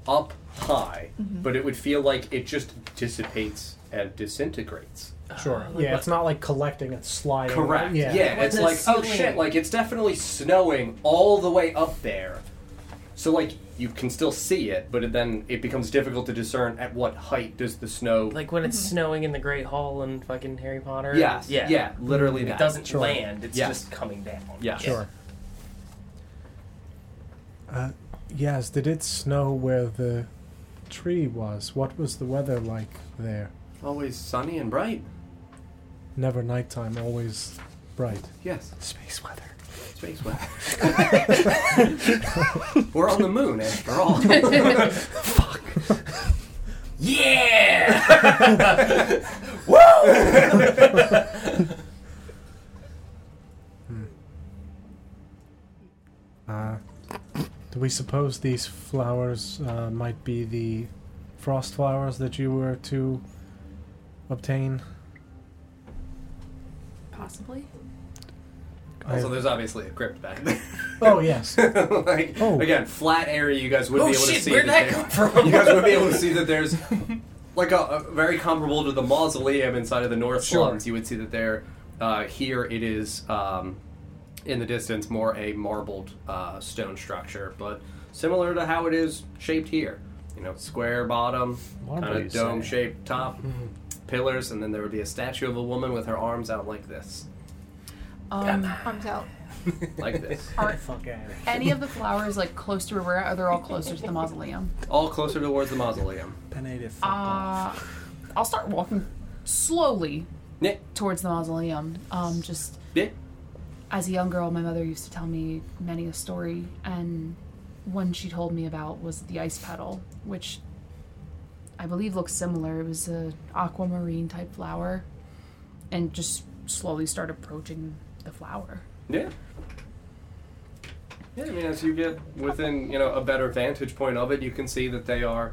up high, but it would feel like it just dissipates and disintegrates.
Sure. Yeah, it's not like collecting, it's sliding.
Correct. Yeah,
Yeah.
it's
the
like, oh
ceiling.
shit, like it's definitely snowing all the way up there. So like you can still see it, but it, then it becomes difficult to discern at what height does the snow.
Like when it's snowing in the Great Hall and fucking Harry Potter.
yes,
Yeah.
yeah, yeah, literally
It
that.
doesn't land. It's
Yeah.
just coming down.
Yeah.
Sure. Uh, yes, did it snow where the tree was? What was the weather like there?
Always sunny and bright.
Never nighttime, always bright.
Yes,
Space weather.
space weather. We're on the moon after all.
Yeah.
Uh, do we suppose these flowers uh, might be the frost flowers that you were to obtain?
Possibly.
also, there's obviously a crypt back there.
Oh yes.
like
Oh.
again, flat area. You guys wouldn't
Oh,
be able to
shit,
see.
where'd that
there-
come from?
You guys would be able to see that there's like a, a very comparable to the mausoleum inside of the north
Sure.
slums. You would see that there. Uh, here it is um, in the distance, more a marbled uh, stone structure, but similar to how it is shaped here. You know, square bottom,
Marble,
kind
you
of
say?
dome shaped top, pillars, and then there would be a statue of a woman with her arms out like this,
Um,
Arms out.
like this,
are
Fuck out of
any of the flowers like close to where we're at, or they're all closer to the mausoleum?
all closer towards the mausoleum.
Pineda, fuck off.
Uh, I'll start walking slowly
Yeah,
towards the mausoleum. Um, just
yeah.
as a young girl, my mother used to tell me many a story, and one she told me about was the ice petal, which I believe looks similar. It was a aquamarine type flower, and just slowly start approaching the flower.
Yeah. Yeah, I mean, as you get within, you know, a better vantage point of it, you can see that they are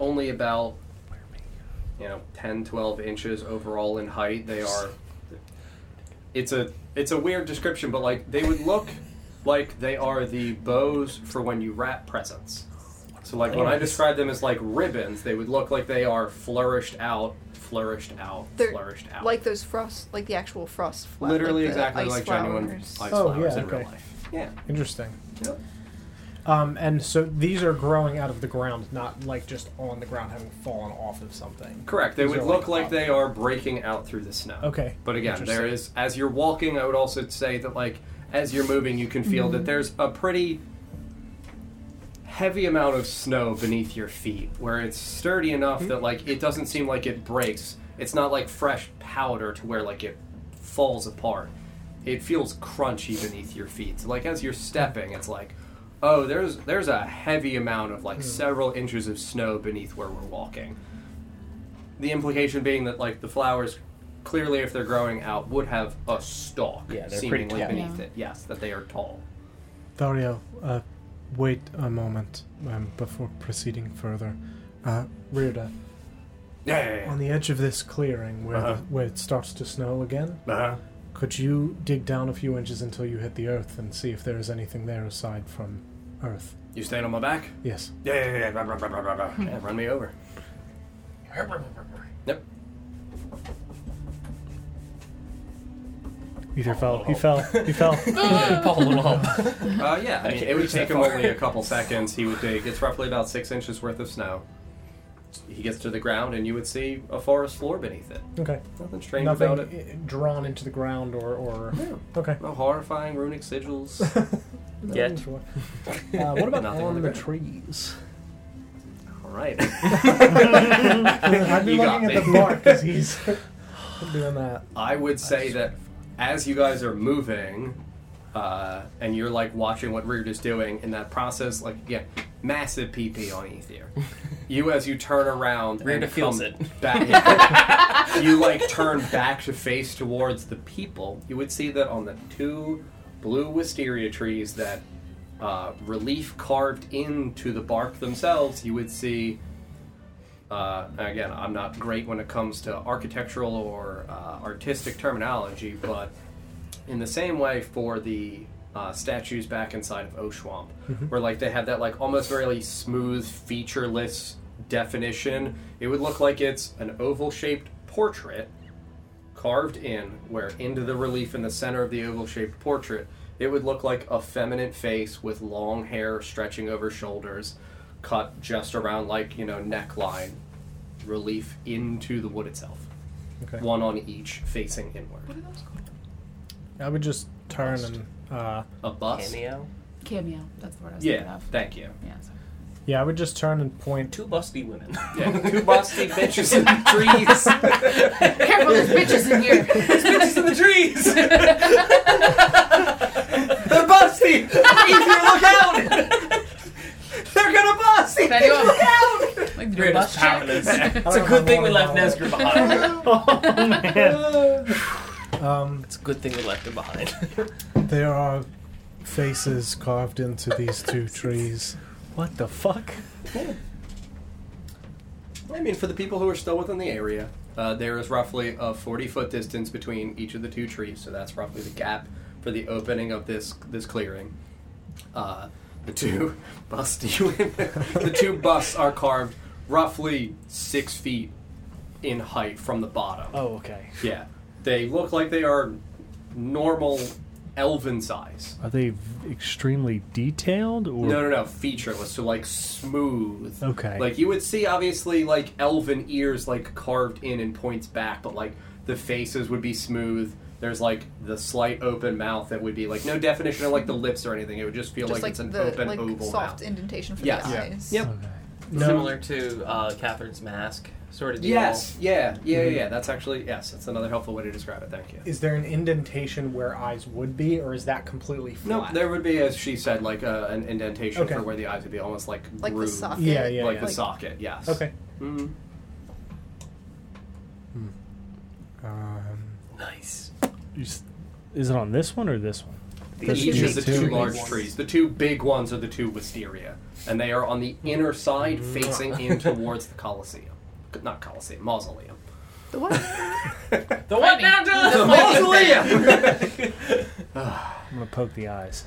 only about, you know, 10, 12 inches overall in height. They are. It's a it's a weird description, but like they would look like they are the bows for when you wrap presents. So like when I describe them as like ribbons, they would look like they are flourished out, flourished out,
They're
flourished out.
Like those frost, like the actual frost flowers.
literally
like the
exactly
ice
like genuine ice
flowers.
Oh,
flowers
yeah,
in real
okay.
life. Yeah.
Interesting.
Yep.
Um, and so these are growing out of the ground, not like just on the ground having fallen off of something.
Correct. They
These
would
are
look like
up.
they are breaking out through the snow.
Okay.
But again, there
Interesting.
is as you're walking, I would also say that like as you're moving, you can feel that there's a pretty heavy amount of snow beneath your feet where it's sturdy enough that like it doesn't seem like it breaks. It's not like fresh powder to where like it falls apart. It feels crunchy beneath your feet. So like as you're stepping, it's like Oh, there's there's a heavy amount of like several inches of snow beneath where we're walking. The implication being that like the flowers, clearly, if they're growing out, would have a stalk.
Yeah, they're pretty
seemingly
tall.
beneath
Yeah.
it. Yes, that they are tall.
Dario, uh, wait a moment um, before proceeding further. Uh, Rearda,
Yeah.
on the edge of this clearing where,
Uh-huh.
the, where it starts to snow again,
Uh-huh.
could you dig down a few inches until you hit the earth and see if there is anything there aside from earth?
You stand on my back.
Yes.
Yeah, yeah, yeah. Rah, rah, rah, rah, rah, rah. yeah run me over. Yep.
Either fell. He fell. He fell.
Uh, yeah, I mean, it would take him only a couple seconds. He would dig. It's roughly about six inches worth of snow. He gets to the ground, and you would see a forest floor beneath it.
Okay.
Nothing strange
Nothing
about it.
i- drawn into the ground or or. Okay.
No horrifying runic sigils.
Yet.
Sure. Uh, what about
Nothing on
on
the
the
ground.
trees?
All right.
I'd be
You got
looking at the
me.
bark because he's doing that.
I would say that as you guys are moving, uh, and you're like watching what Reard is doing in that process, like yeah, massive PP on Ethier. You as you turn around,
Reard
and
feels
come
it.
Back, you like turn back to face towards the people. You would see that on the two blue wisteria trees that uh, relief carved into the bark themselves, you would see. Uh, again, I'm not great when it comes to architectural or uh, artistic terminology, but in the same way for the uh, statues back inside of Oshwamp, where like they have that like almost very smooth, featureless definition, it would look like it's an oval-shaped portrait carved in, where into the relief in the center of the oval shaped portrait, it would look like a feminine face with long hair stretching over shoulders, cut just around like, you know, neckline, relief into the wood itself.
Okay.
One on each facing inward.
I would just turn and uh,
A bust?
Cameo.
Cameo. That's the word I was thinking
Yeah,
of.
thank you.
Yeah. Sorry.
yeah, I would just turn and point.
Two busty women.
Yeah, two busty bitches in the trees.
Careful, there's bitches in here. There's bitches in the trees.
They're busty! Ether, look out! They're gonna bust! Ethan,
anyone-
look out!
like
You're
the bus
just
check.
powerless. It's a good thing we left Nesgar behind.
Oh,
Um,
It's a good thing we left him behind.
there are faces carved into these two trees.
what the fuck?
I mean, for the people who are still within the area, uh, there is roughly a 40 foot distance between each of the two trees, so that's roughly the gap for the opening of this this clearing. Uh, the two busty the two busts are carved roughly six feet in height from the bottom.
Oh, okay.
Yeah, they look like they are normal elven size.
Are they v- extremely detailed or
No, no, no, featureless. So like smooth.
Okay.
Like you would see, obviously, like elven ears like carved in and points back, but like the faces would be smooth. There's like the slight open mouth that would be like no definition of like the lips or anything. It would just feel
Just
like,
like,
it's an
the
open
like
oval
soft
mouth.
indentation for
Yes.
the
Yeah.
eyes.
Yep.
Okay.
Similar to uh, Catherine's mask, sort of deal.
Yes. Yeah. Yeah. Yeah. yeah. That's actually yes. That's another helpful way to describe it. Thank you.
Mm-hmm. Is there an indentation where eyes would be, or is that completely
No,
flat?
there would be, as she said, like uh, an indentation
Okay.
for where the eyes would be, almost like
Like the
grooved,
socket.
Yeah, yeah,
like
yeah.
the
Like-
socket. Yes.
Okay.
Mhm.
Um,
Nice.
You s- Is it on this one or this one?
The
Those
each
two
of the
big
two
ones.
large trees. The two big ones are the two wisteria, and they are on the inner side, facing in towards the Colosseum. Not Colosseum, Mausoleum.
The what?
The what now,
The
John?
Mausoleum!
I'm gonna poke the eyes.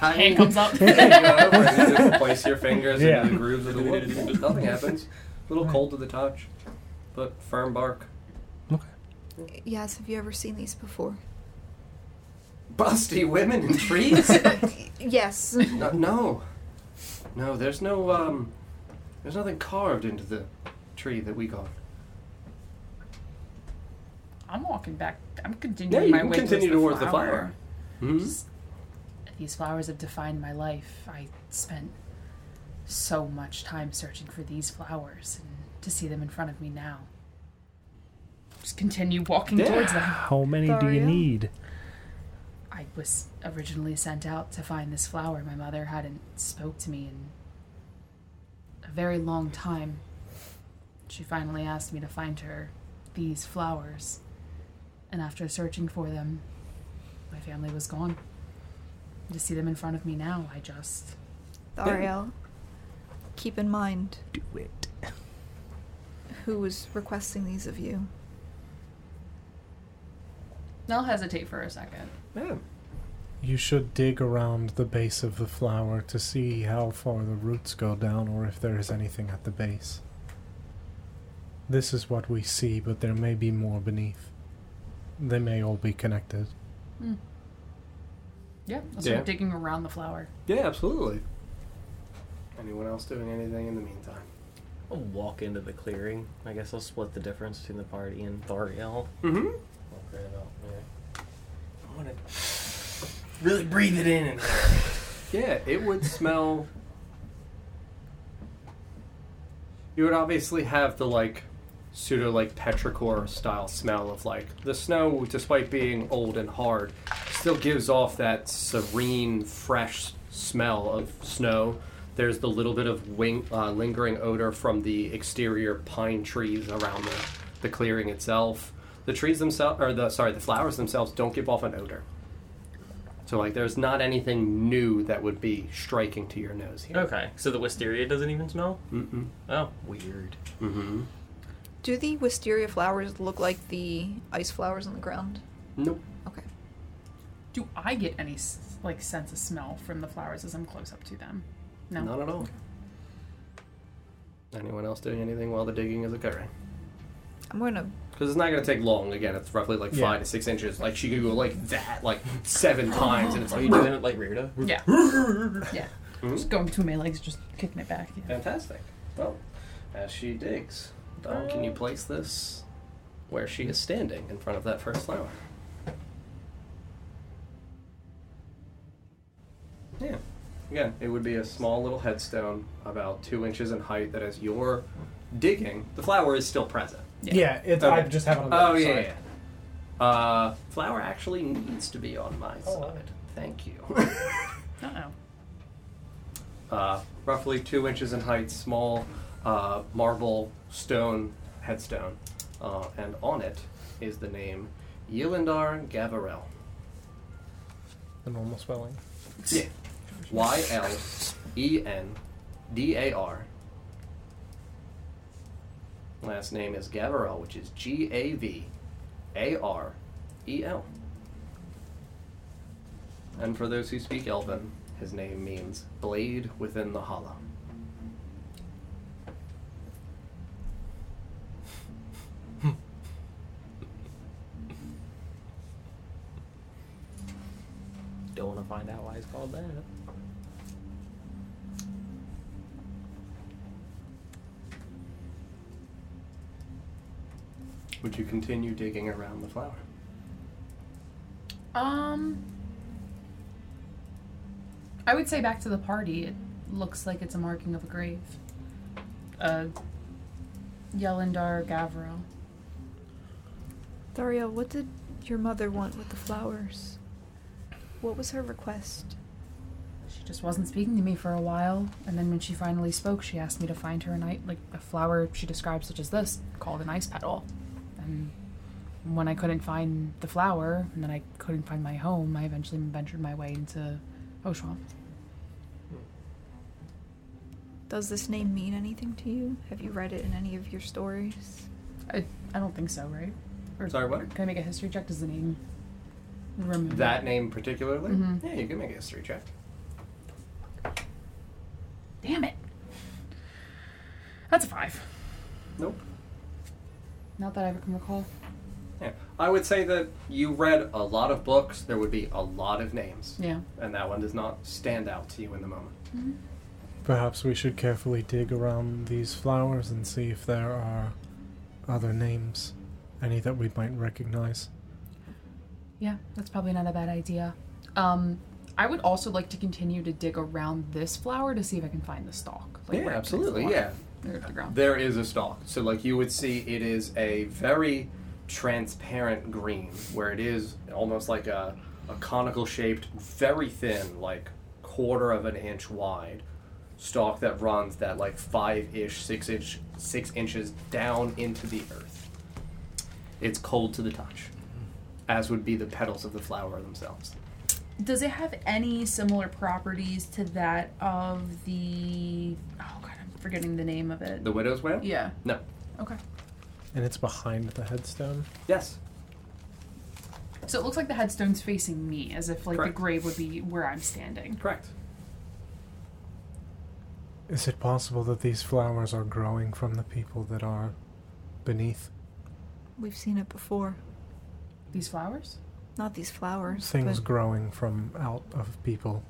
Hand comes up.
There you go, and you just place your fingers
Yeah.
into the grooves of the wood. Nothing happens. A little cold to the touch, but firm bark.
Yes, have you ever seen these before?
Busty women in trees?
yes.
no, no. No, there's no, um, there's nothing carved into the tree that we got.
I'm walking back. I'm
Yeah,
continuing
you
my
can
way
continue
towards,
towards the flower. Hmm?
These flowers have defined my life. I spent so much time searching for these flowers, and to see them in front of me now. Just continue walking
Yeah.
towards them.
How many do you
Daria?
need?
I was originally sent out to find this flower. My mother hadn't spoke to me in a very long time. She finally asked me to find her these flowers. And after searching for them, my family was gone. To see them in front of me now, I just
Ariel, keep in mind. Do it. Who was requesting these of you?
I'll hesitate for a second.
Yeah.
you should dig around the base of the flower to see how far the roots go down or if there is anything at the base. This is what we see, but there may be more beneath. They may all be connected.
Yeah, I'll
start
start
Yeah.
digging around the flower.
Yeah, absolutely. Anyone else doing anything in the meantime?
I'll walk into the clearing. I guess I'll split the difference between the party and Thariel.
Mm-hmm.
Walk right out there. I want to really breathe it in. And
Yeah, it would smell. You would obviously have the like pseudo like petrichor style smell of like the snow, despite being old and hard, still gives off that serene, fresh smell of snow. There's the little bit of wing, uh, lingering odor from the exterior pine trees around the, the clearing itself. The trees themselves, or the sorry, the flowers themselves don't give off an odor. So like, there's not anything new that would be striking to your nose here.
okay, so the wisteria doesn't even smell.
Mm-mm.
Oh, weird.
Mm-hmm.
Do the wisteria flowers look like the ice flowers on the ground?
Nope.
Okay.
Do I get any s- like sense of smell from the flowers as I'm close up to them? No.
Not at all. Anyone else doing anything while the digging is occurring?
I'm gonna.
Because it's not going to take long. Again, it's roughly like
Yeah.
five to six inches. Like she could go like that, like seven times, and it's
Are
like
you doing it like Rita?
Yeah. yeah. Just going between my legs, just kicking it back. Yeah.
fantastic. Well, as she digs, Don, can you place this where she is standing in front of that first flower? Yeah. Again, it would be a small little headstone, about two inches in height. That as you're digging, the flower is still present.
Yeah, it's, I
Okay.
just have it on the
Oh
other
yeah.
side.
yeah. Uh, flower actually needs to be on my
Oh.
side. Thank you.
Uh oh.
uh, roughly two inches in height, small uh, marble stone headstone, uh, and on it is the name Yelindar Gavarel.
The normal spelling.
Yeah. Y L E N D A R. Last name is Gavarel, which is G A V A R E L. And for those who speak Elven, his name means blade within the hollow.
Don't want to find out why it's called that.
Would you continue digging around the flower?
Um, I would say back to the party. It looks like it's a marking of a grave. Uh, Yelendar Gavril.
Daria, what did your mother want with the flowers? What was her request?
She just wasn't speaking to me for a while, and then when she finally spoke, she asked me to find her an ice, like a flower she describes, such as this, called an ice petal. And when I couldn't find the flower, and then I couldn't find my home, I eventually ventured my way into Oshwamp.
Does this name mean anything to you? Have you read it in any of your stories?
I, I don't think so, right? Or
Sorry, what?
Can I make a history check? Does the name remember
That name particularly?
Mhm.
Yeah, you can make a history check.
Damn it! That's a five.
Nope.
Not that I can recall.
Yeah. I would say that you read a lot of books, there would be a lot of names.
Yeah.
And that one does not stand out to you in the moment.
Perhaps we should carefully dig around these flowers and see if there are other names, any that we might recognize.
Yeah, that's probably not a bad idea. Um, I would also like to continue to dig around this flower to see if I can find the stalk. like,
yeah,
where it takes the
absolutely.
water.
Yeah.
Or the ground.
There is a stalk. So, like, you would see it is a very transparent green, where it is almost like a, a conical shaped, very thin, like quarter of an inch wide stalk that runs that, like, five ish, six inch, six inches down into the earth. It's cold to the touch, as would be the petals of the flower themselves.
Does it have any similar properties to that of the? Oh god, I'm forgetting the name of it.
The widow's whale?
yeah.
No.
Okay.
And it's behind the headstone.
Yes.
So it looks like the headstone's facing me, as if like
Correct.
the grave would be where I'm standing.
Correct.
Is it possible that these flowers are growing from the people that are beneath
We've seen it before.
These flowers.
Not these flowers.
things
but
growing from out of people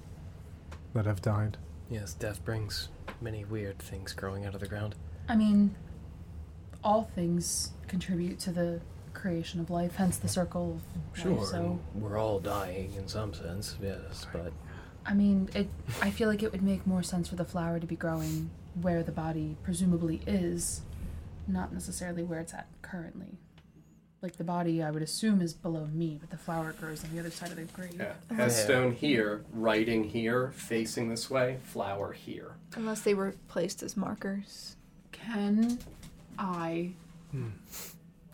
that have died?
Yes, death brings many weird things growing out of the ground.
I mean, all things contribute to the creation of life, hence the circle of life,
Sure,
so
and we're all dying in some sense, yes, but
I mean, it. I feel like it would make more sense for the flower to be growing where the body presumably is, not necessarily where it's at currently. Like the body, I would assume is below me, but the flower grows on the other side of the grave.
Yeah. Headstone here, writing here, facing this way, flower here.
unless they were placed as markers.
Can I?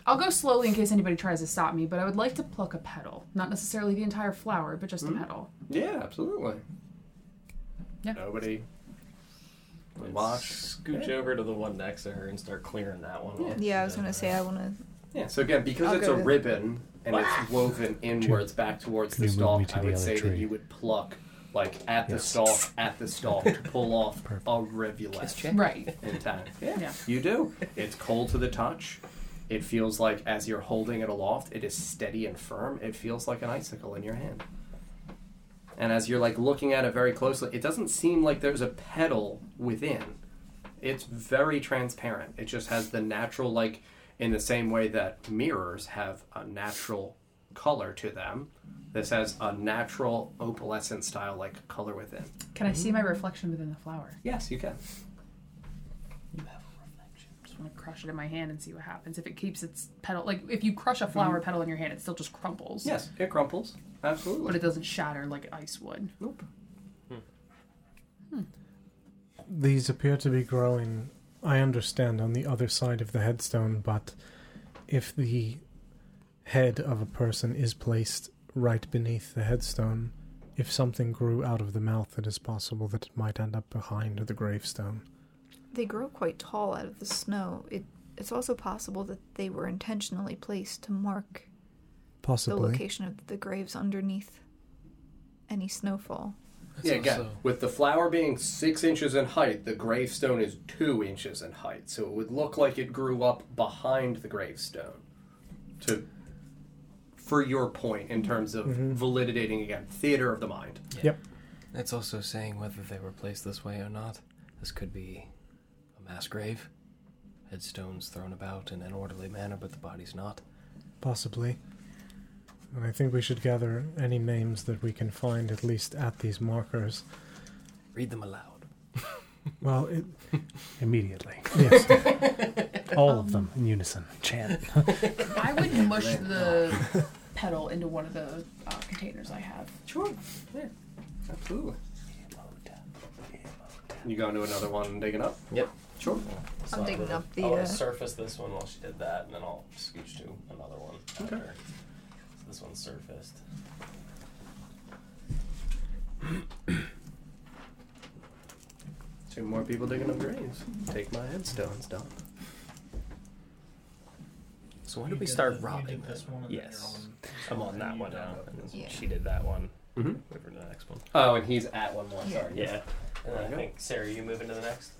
I'll go slowly in case anybody tries to stop me, but I would like to pluck a petal, not necessarily the entire flower, but just a petal.
Yeah, absolutely.
Yeah.
Nobody.
Let's
Watch.
Scooch over to the one next to her and start clearing that one off.
Yeah, I was gonna say I wanna.
Yeah. So again, because
I'll
it's
go
a
with-
ribbon and it's woven inwards back towards
Can
the
you move me
stalk,
to
I
the
would
other
say that
tree?
you would pluck like at the
Yes.
stalk, at the stalk to pull off a rivulet.
Right.
in time.
Yeah.
You do. It's cold to the touch. It feels like as you're holding it aloft, it is steady and firm. It feels like an icicle in your hand. And as you're like looking at it very closely, it doesn't seem like there's a petal within. It's very transparent. It just has the natural like in the same way that mirrors have a natural color to them. This has a natural opalescent style like color within.
Can I see my reflection within the flower?
Yes, you can.
just want to crush it in my hand and see what happens. If it keeps its petal, like if you crush a flower petal in your hand, it still just crumples.
Yes, it crumples. Absolutely.
But it doesn't shatter like ice would.
nope.
These appear to be growing, I understand, on the other side of the headstone, but if the head of a person is placed right beneath the headstone, if something grew out of the mouth, it is possible that it might end up behind the gravestone.
They grow quite tall out of the snow. It. It's also possible that they were intentionally placed to mark the
Possibly.
location of the graves underneath. any snowfall.
yeah,
That's
got,
also-
with the flower being six inches in height, the gravestone is two inches in height, so it would look like it grew up behind the gravestone. To for your point in terms of validating again, theater of the mind.
It's also saying whether they were placed this way or not. This could be a mass grave, headstones thrown about in an orderly manner, but the body's not.
Possibly. And I think we should gather any names that we can find, at least at these markers.
Read them aloud.
Well, it,
Immediately.
yes,
All of them in unison. Chant.
I would mush the petal into one of the uh, containers I have.
Sure. Yeah. Absolutely. You go into another one and dig it up?
Yep.
Sure.
So
I'm
I
digging
will-
up the,
I'll
uh,
surface this one while she did that, and then I'll scooch to another one. Okay. After. So this one's surfaced.
Two more people digging up graves. Take my headstones, Don.
So when did we start robbing
this
this?
one?
Yes. I'm on that one now. and
Yeah.
She did that one.
Mm-hmm.
Mhm.
Move her to the next one.
Oh, and he's at one more.
Yeah.
Sorry.
Yeah. And then I
Okay.
think Sarah, you move into the next.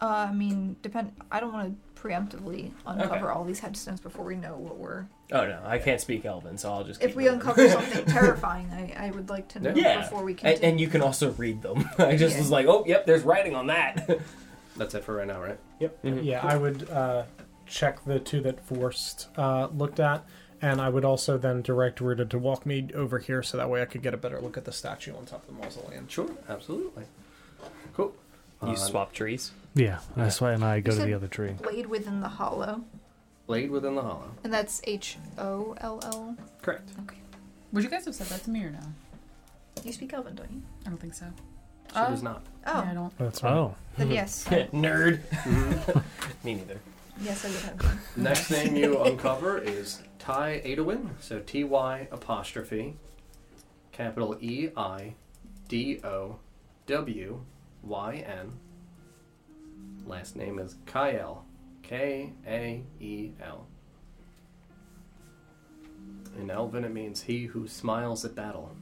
Uh, I mean, depend. I don't want to preemptively uncover
Okay.
all these headstones before we know what we're.
Oh no, I can't speak Elven, so I'll just.
If
keep
we
moving.
uncover something terrifying, I, I would like to know
Yeah.
before we continue.
And, and you can also read them. I just
Yeah.
was like, oh, yep, there's writing on that.
That's it for right now, right?
Yep.
Mm-hmm.
Yeah, I would uh, check the two that Forst uh, looked at, and I would also then direct Rita to walk me over here so that way I could get a better look at the statue on top of the mausoleum.
Sure. Absolutely. Cool. Uh,
you swap trees.
Yeah, that's why and I go
You
to the
said-
other tree.
Blade within the hollow,
Blade within the hollow.
and that's H O L L.
Correct.
Okay.
Would you guys have said that to me or no?
You speak Elven, don't you?
I don't think so.
She
Oh.
does not.
Oh,
Yeah, I don't.
that's right.
Oh,
Mm-hmm.
then yes,
Nerd. Me neither.
yes, I would have. Done.
Next name you uncover is Ty Adewin. So T Y apostrophe, capital E I D O W Y N. Last name is Kael. K A E L. In Elven, it means he who smiles at battle.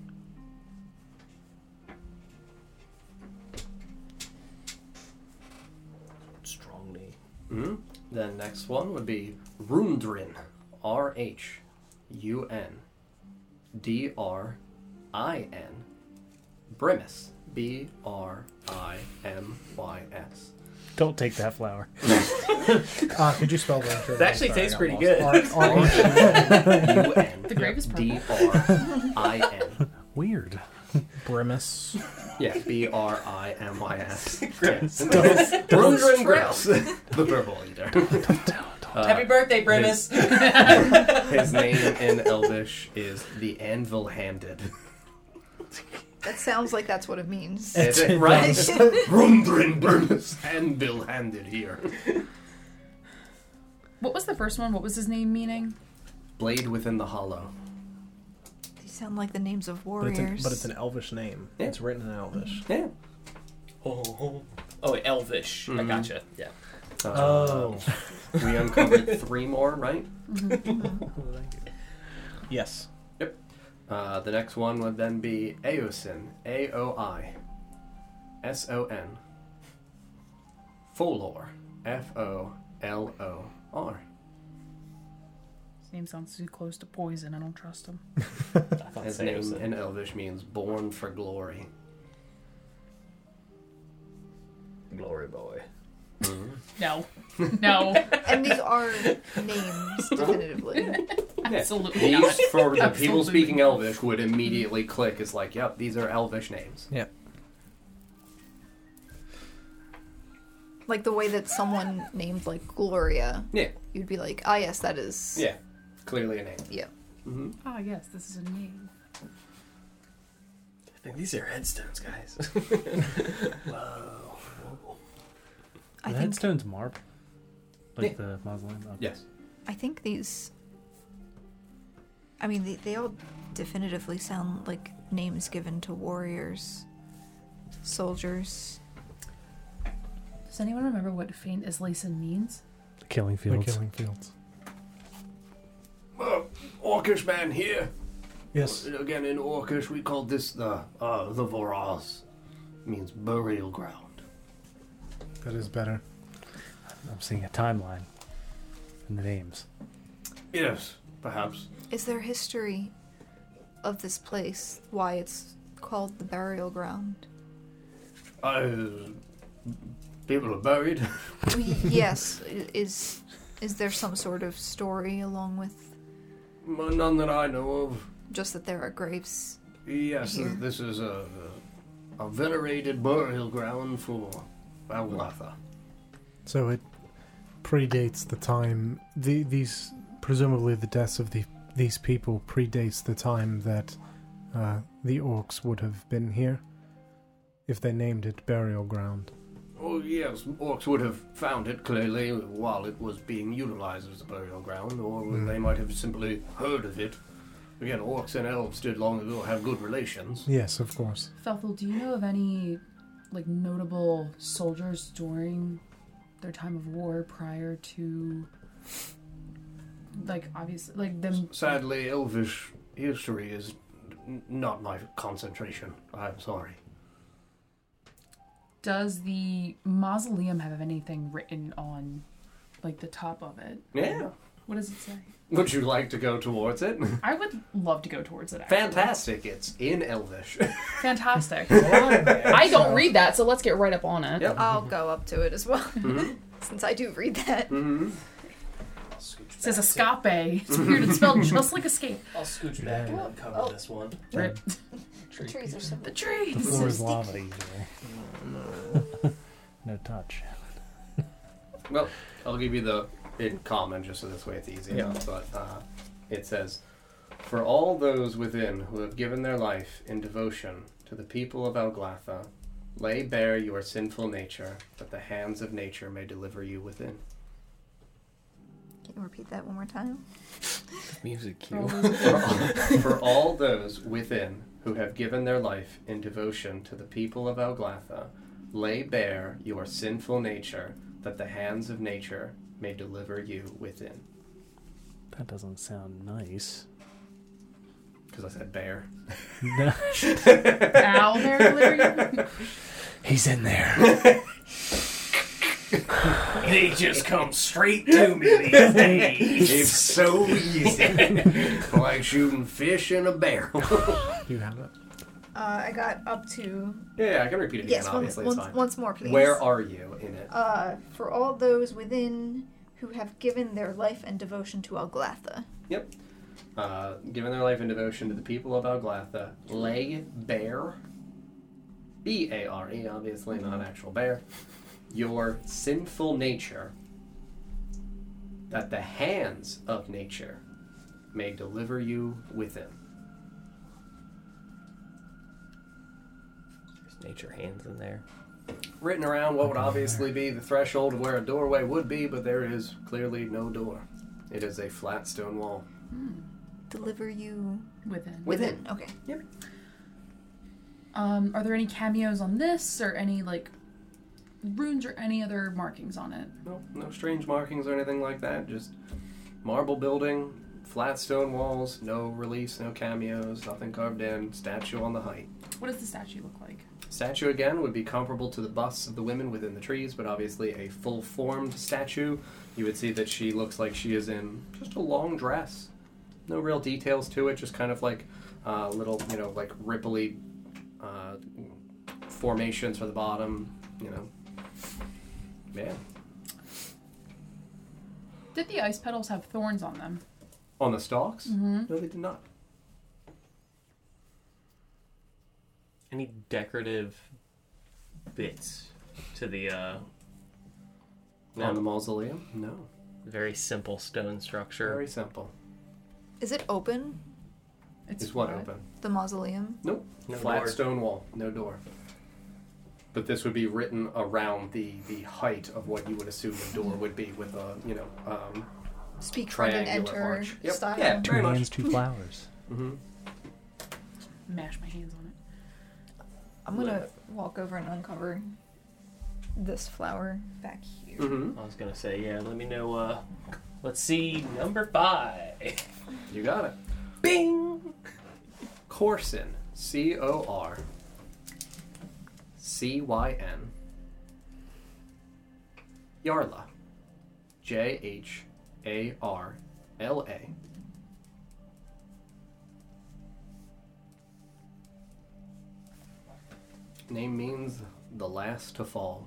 Strong knee.
hmm The next one would be Rundrin. R H U N D R I N. Brimus. B R I M Y S.
don't take that flower.
Uh, could you spell that?
That actually tastes pretty good.
U N
The grave is purple.
D R I N.
Weird.
Grimace.
Yeah, B R I M Y S.
Grimace.
Rundrin Grimace. The purple eater. Uh,
Happy birthday, Brimis.
His name in Elvish is the Anvil Handed.
That sounds like that's what it means.
Eh.
Is it right? Rundrin Brimus Anvil Handed here.
What was the first one? What was his name meaning?
Blade within the hollow.
They sound like the names of
But
warriors.
it's, an, but it's an Elvish name.
Yeah.
It's written in Elvish.
Yeah.
Oh, oh, oh, Elvish. I gotcha. Yeah.
Oh.
Um, We uncovered three more, right?
Mm-hmm.
Yes.
Yep. Uh, the next one would then be Aosin. A O I S O N. Folor. F O L O R.
His name sounds too close to poison. I don't trust him.
I thought
His
Sarah
name
said-
in Elvish means born for glory.
Glory boy.
No. No.
and these are names definitively.
Absolutely not.
These, for the people
Absolutely.
speaking Elvish, would immediately click as like, yep, these are Elvish names.
Yep.
like the way that someone named like Gloria,
Yeah.
you'd be like, ah, yes, that is.
Yeah. Clearly a name.
Yeah.
Ah, yes, this is a name.
I think these are headstones, guys.
I
the
think
headstone's marble. Like
Yeah.
the mausoleum. Okay.
Yes.
I think these. I mean, they, they all definitively sound like names given to warriors, soldiers.
Does anyone remember what faint as Lason means?
The killing
The
fields.
killing fields.
Orcish man here.
Yes.
Again, in Orcish, we called this the uh, the Voraz. means burial ground.
That is better.
I'm seeing a timeline and the names.
Yes, perhaps.
Is there history of this place? Why it's called the burial ground?
Uh, people are buried.
Oh, yes. i- Is is there some sort of story along with
None that I know of.
just that there are graves?
Yes,
Here.
this is a, a venerated burial ground for Algatha.
So it predates the time. The, these presumably the deaths of the these people predates the time that uh, the orcs would have been here, if they named it burial ground.
Oh yes, orcs would have found it clearly while it was being utilized as a burial ground, or
Hmm.
they might have simply heard of it. Again, orcs and elves did long ago have good relations.
Yes, of course.
Fethel, do you know of any like notable soldiers during their time of war prior to like obviously like them
Sadly, elvish history is n- not my concentration. I'm sorry.
does the mausoleum have anything written on like the top of it?
Yeah.
What does it say?
Would you like to go towards it?
I would love to go towards it. Actually.
Fantastic! It's in Elvish.
Fantastic.
I
I don't read that, so let's get right up on it.
Yep.
I'll go up to it as well,
Mhm.
since I do read that.
hmm
It says escape. It's weird. It's spelled just like escape.
I'll scooch back and uncover
Oh.
this one.
Rip.
The trees are so.
The trees.
The floor is
Sticky.
lava usually. no touch.
Well, I'll give you the in common just so this way it's easy
Yeah.
enough. But uh, it says, "For all those within who have given their life in devotion to the people of Alglatha, lay bare your sinful nature, that the hands of nature may deliver you within."
Can you repeat that one more time?
Music
For all
cue.
those-
For all, for all those within who have given their life in devotion to the people of Alglatha, lay bare your sinful nature, that the hands of nature may deliver you within.
That doesn't sound nice.
Because I said bare.
No.
Ow, Mary Glary.
He's in there.
They just come straight to me these days.
It's so easy. like shooting fish in a barrel.
Do you have it?
Uh, I got up to
Yeah, I can repeat it again,
yes, one,
obviously.
once,
it's fine.
once more, please.
Where are you in it?
Uh, for all those within who have given their life and devotion to Alglatha.
Uh, given their life and devotion to the people of Alglatha, lay bare, B A R E, obviously, not actual bear, your sinful nature, that the hands of nature may deliver you within.
There's nature hands in there.
Written around what would obviously be the threshold of where a doorway would be, but there is clearly no door. It is a flat stone wall.
Deliver you
Within.
Within.
within. Okay.
Um, are there any cameos on this or any like runes or any other markings on it?
No, no strange markings or anything like that. Just marble building, flat stone walls, no release, no cameos, nothing carved in, statue on the height.
What does the statue look like?
Statue again would be comparable to the busts of the women within the trees, but obviously a full formed statue. You would see that she looks like she is in just a long dress. No real details to it, just kind of like uh, little, you know, like ripply uh, formations for the bottom, you know. Yeah.
Did the ice petals have thorns on them?
On the stalks?
Mm-hmm.
No, they did not.
Any decorative bits to the uh no,
On the mausoleum? No.
very simple stone structure.
Very simple.
Is it open?
It's,
It's what
flat.
open?
The mausoleum.
Nope.
No
Flat
door.
stone wall, no door. But this would be written around the, the height of what you would assume a door would be with a, you know, um,
Speak from and
Triangular
enter
arch. Yep.
style.
Yeah.
Two
Very much.
hands, two flowers.
mhm.
Mash my hands on it.
I'm gonna walk over and uncover this flower back here.
Mhm.
I was gonna say, yeah, let me know uh let's see number five.
You got it.
Bing
Corson. C O R C Y N. Yarla. J H A R L A. Name means the last to fall.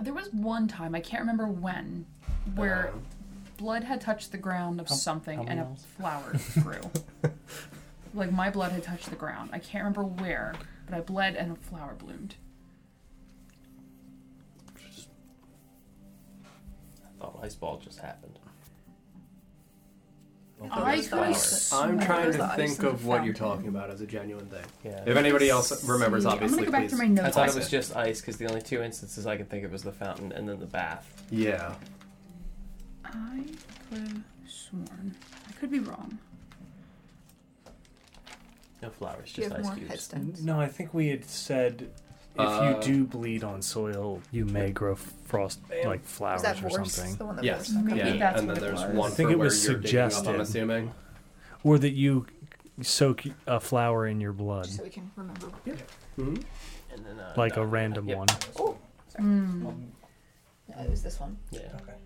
There was one time I can't remember when, where
Um,
blood had touched the ground of something
how
and a
many miles?
flower grew. like my blood had touched the ground. I can't remember where, but I bled and a flower bloomed.
I thought Oh, ice ball just happened.
I
was the
could
ice.
have
I'm
sworn it
trying
was
to
the ice
think
in the
of what you're
fountain.
talking about as a genuine thing.
Yeah.
If anybody else remembers,
See,
obviously,
I'm gonna go back
please.
to my notes.
I thought it
Ice
was
it.
just ice because the only two instances I can think of was the fountain and then the bath.
Yeah.
I could have sworn. I could be wrong.
No flowers,
Do you
just ice
have more
cubes.
headstones?
No, I think we had said if
Uh,
you do bleed on soil, you may grow frost like flowers
Is that
or
Vorst?
something,
The one that
Yes.
Vorst
Maybe
yeah.
that's
and then
what it
there's
was.
one
I think
for
it was
where you're digging up, I'm
suggested.
assuming.
or that you soak a flower in your blood,
Just so we can remember.
Hmm?
And then, uh,
like
no,
a random
yep.
one.
Oh, no, Oh, it was this one.
Yeah.
Okay.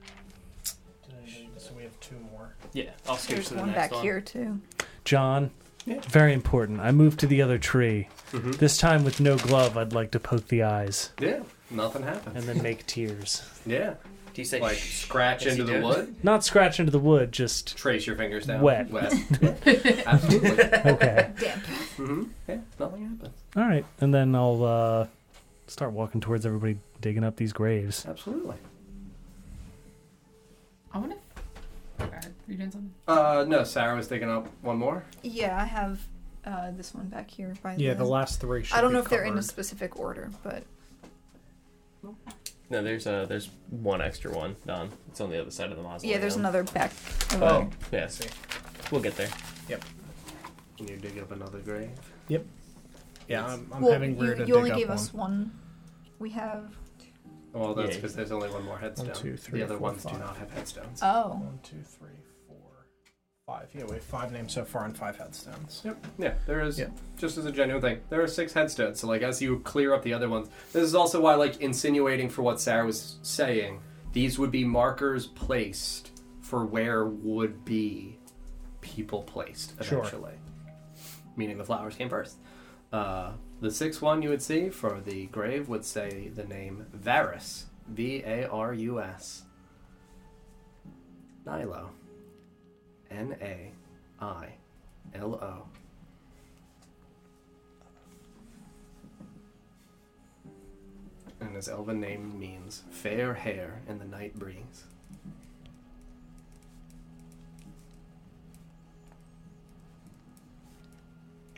So we have two more.
Yeah. I'll scoot
There's
to the
one
next
back
one.
here too.
John,
Yeah.
very important. I moved to the other tree. This time with no glove, I'd like to poke the eyes
Yeah. Nothing happened.
and then make tears.
Yeah.
Do you say
Like
"Shh"?
scratch
Yes,
into
you
the
do.
wood,
Not scratch into the wood, just
trace your fingers down.
Wet.
Wet. Yeah, Absolutely.
okay.
hmm Yeah. Nothing happened.
All right, and then I'll uh, start walking towards everybody digging up these graves.
Absolutely.
I want to. Are you doing something?
Uh, no. Sarah was taking up one more.
Yeah, I have uh, this one back here. By
Yeah, the last three. Should
I don't
be
know if they're in a
covered.
specific order, but
No, there's uh, there's one extra one done. It's on the other side of the mausoleum.
yeah, there's another back. over
Oh,
there.
yes. We'll get there.
Can you dig up another grave?
Yeah, I'm, I'm
well,
having
you,
Rear to
you only
dig
gave
up
us one. We have
Well, that's
Yeah.
because there's only one more headstone.
two, three,
the other
four,
ones do
five.
not have headstones.
oh
one. One, two, three, four, five. Yeah, we have five names so far and five headstones.
Yep. Yeah, there is.
Yeah.
Just as a genuine thing, there are six headstones. So, like, as you clear up the other ones, this is also why, like, insinuating for what Sarah was saying, these would be markers placed for where would be people placed
Sure.
eventually. Meaning the flowers came first. Uh, the sixth one you would see for the grave would say the name Varus, V A R U S. Nilo, N A I L O. And his elven name means fair hair in the night breeze.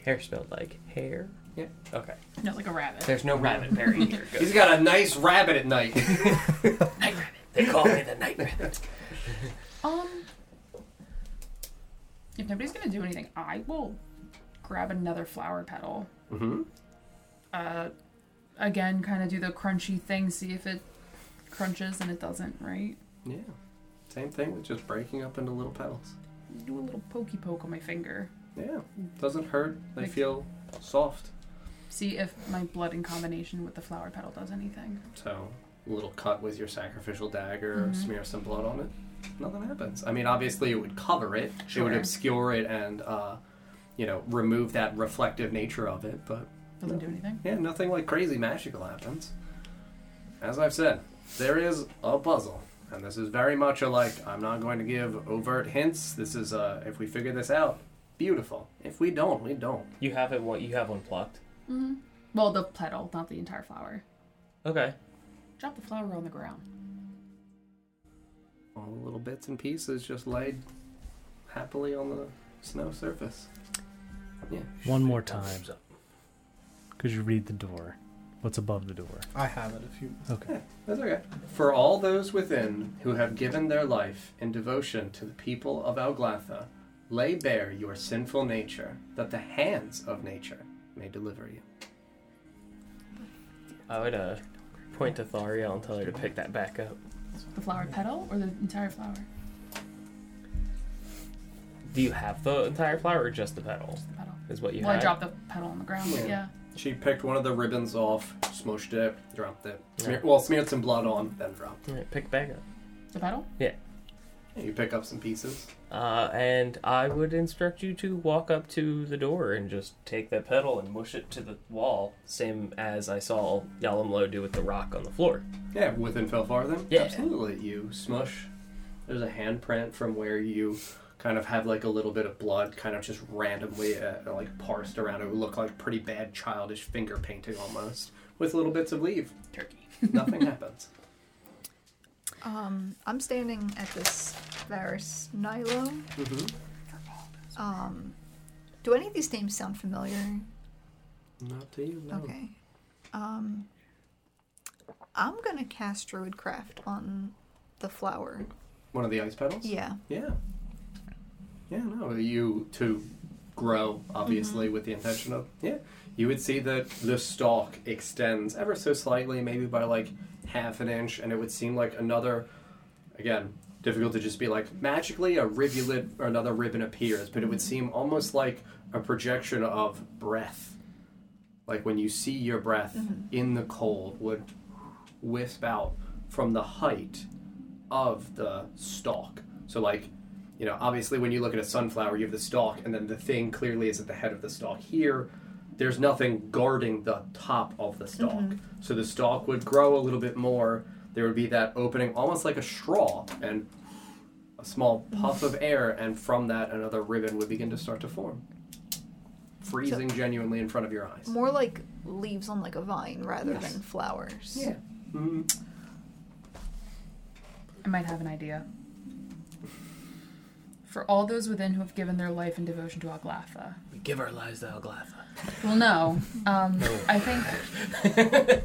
Hair spelled like hair.
Yeah.
Okay.
No, like a rabbit.
There's no rabbit buried here.
He's
Good.
got a nice rabbit at night.
they call me the night rabbit.
Um, if nobody's gonna do anything, I will grab another flower petal.
mm-hmm.
Uh, again, kind of do the crunchy thing, see if it crunches, and it doesn't, right?
Yeah. Same thing with just breaking up into little petals.
Do a little pokey poke on my finger,
Yeah. Doesn't hurt. They feel soft.
see if my blood in combination with the flower petal does anything.
So, a little cut with your sacrificial dagger,
Mm-hmm.
Mhm.
smear some blood on it. Nothing happens. I mean, obviously, it would cover it, it
Sure.
would obscure it, and, uh, you know, remove that reflective nature of it, but
Doesn't do anything.
Yeah, nothing like crazy magical happens. As I've said, there is a puzzle, and this is very much a like. I'm not going to give overt hints. This is uh, if we figure this out, beautiful. If we don't, we don't.
You have it. What you have one plucked.
Mm-hmm. Well, the petal, not the entire flower.
Okay.
Drop the flower on the ground.
All the little bits and pieces just laid happily on the snow surface.
One more time. Could you read the door? What's above the door?
I have it. If you
Okay.
That's okay. For all those within who have given their life in devotion to the people of Alglatha, lay bare your sinful nature, that the hands of nature may deliver you.
I would uh point to Tharia and tell her to pick that back up.
The flower petal or the entire flower?
Do you have the entire flower or just the petals?
The petal.
Is what you
Well, I
had?
dropped the petal on the ground. but Yeah.
She picked one of the ribbons off, smushed it, dropped it. Smear,
Yeah.
well, smeared some blood on, then dropped
All right, pick back up.
The petal?
it. You pick up some pieces.
Uh, and I would instruct you to walk up to the door and just take that pedal and mush it to the wall, same as I saw Yalamlo do with the rock on the floor.
Yeah, within Felfar then?
Yeah.
Absolutely. You smush. There's a handprint from where you kind of have like a little bit of blood kind of just randomly uh, like parsed around. It would look like pretty bad childish finger painting almost with little bits of leaf.
Turkey.
Nothing happens.
Um, I'm standing at this Varus Nilo.
Mm-hmm.
Um, do any of these names sound familiar?
Not to you, no.
Okay. Um, I'm gonna cast Druidcraft on the flower.
One of the ice petals?
Yeah.
Yeah. Yeah, no, you to grow, obviously, with the intention of, yeah. You would see that the stalk extends ever so slightly, maybe by like half an inch, and it would seem like another, again, difficult to just be like, magically a rivulet or another ribbon appears, but it would seem almost like a projection of breath. Like when you see your breath in the cold would wisp out from the height of the stalk. So, like, you know, obviously when you look at a sunflower, you have the stalk, and then the thing clearly is at the head of the stalk. Here, there's nothing guarding the top of the stalk. So the stalk would grow a little bit more. There would be that opening, almost like a straw, and a small puff of air, and from that, another ribbon would begin to start to form. Freezing genuinely in front of your eyes.
More like leaves on like a vine rather
Yes.
than flowers.
Yeah. Mhm.
Mm-hmm. I might have an idea. For all those within who have given their life and devotion to Aglatha.
We give our lives to Alglatha.
Well, no. Um, I think.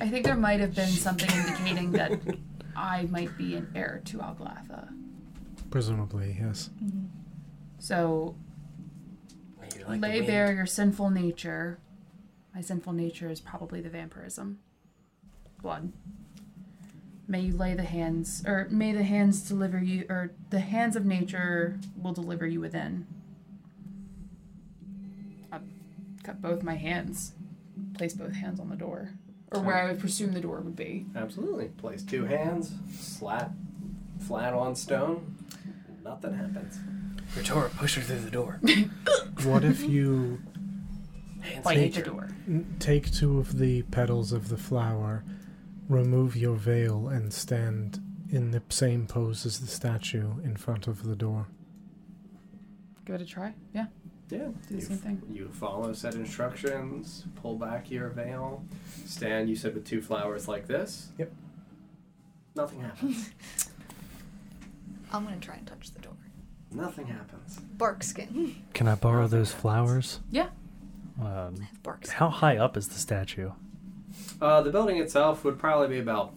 I think there might have been something indicating that I might be an heir to Alglatha.
Presumably, yes.
So
Wait, you're like the
lay
wind.
bare your sinful nature. My sinful nature is probably the vampirism. Blood. May you lay the hands, or may the hands deliver you, or the hands of nature will deliver you within. I cut both my hands, place both hands on the door, or where I would presume the door would be.
Absolutely. Place two hands, slap, flat on stone. Nothing happens.
Retora, push her through the door.
What if you
Hands
Fight
nature.
the door.
n- take two of the petals of the flower, remove your veil, and stand in the same pose as the statue in front of the door?
Give it a try. Yeah,
Yeah.
do the
you-
same thing.
You follow set instructions, pull back your veil, stand, you said, with two flowers like this.
Yep.
Nothing happens.
I'm gonna try and touch the door.
Nothing happens.
Bark skin.
Can I borrow those flowers?
Yeah.
Um,
Bark skin.
how high up is the statue?
Uh, the building itself would probably be about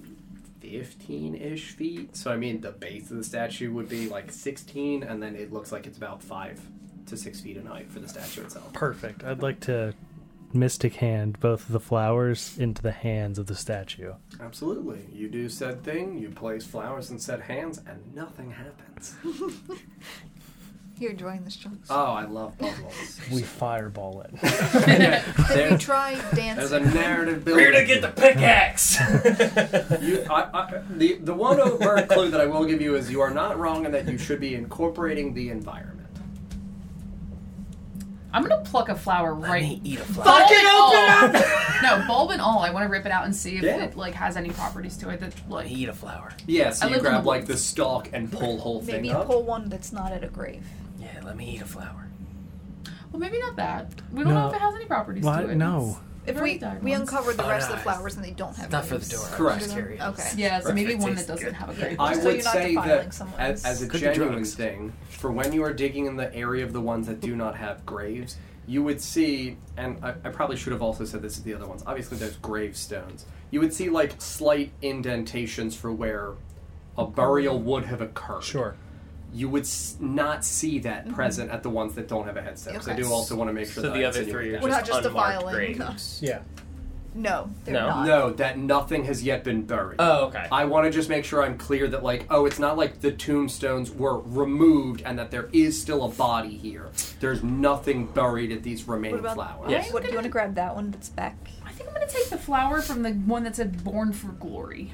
15 ish feet. So, I mean, the base of the statue would be like 16, and then it looks like it's about 5 to 6 feet in height for the statue itself.
Perfect. I'd like to mystic hand both of the flowers into the hands of the statue.
Absolutely. You do said thing, you place flowers in said hands, and nothing happens.
You're enjoying this, John.
Oh, I love bubbles.
We fireball it.
Have you
There-
tried
There's a
dancing?
narrative building.
Where to get the pickaxe?
You, I, I, the, the one overt clue that I will give you is you are not wrong in that you should be incorporating the environment.
I'm gonna pluck a flower right
Hey, eat a flower.
Bulb and all. no, bulb and all. I want to rip it out and see if
Yeah.
it like has any properties to it that like.
Eat a flower.
Yeah,
I
so
live
you
in the
grab like the
woods.
stalk and pull whole
Maybe
thing up.
pull one that's not at a grave.
Yeah, let me eat a flower.
Well, maybe not that. We don't know
No.
if it has any properties
Why-
to it.
no.
It's-
If
I've already
we
died
we
once.
uncovered the
Oh,
rest
no,
of the
it's-
flowers and they don't have
Not for the
graves.
door.
Correct.
Just curious.
Okay.
Yeah, so maybe
Perfect.
one that
Tastes
doesn't
good.
have a great.
I
So
would
you're not
say
defiling
that
someone
as,
else.
as a
Could be
genuine
drugs.
thing, for when you are digging in the area of the ones that do not have graves, you would see, and I, I probably should have also said this to the other ones. Obviously, there's gravestones. You would see like slight indentations for where a burial
Mm-hmm.
would have occurred. You would s- not see that present at the ones that don't have a headstone. So I
Mm-hmm. Okay.
do also want to make sure
So
that
the
I
other
insinuate
three are
that.
We're not
just
just
unmarked
defiling.
graves.
Yeah.
No, they're
No.
not.
No, that nothing has yet been buried.
Oh, okay.
I want to just make sure I'm clear that, like, oh, it's not like the tombstones were removed and that there is still a body here. There's nothing buried at these remaining
What about
flowers.
Yes.
What, do you want to grab that one that's back?
I think I'm gonna take the flower from the one that said "Born for Glory."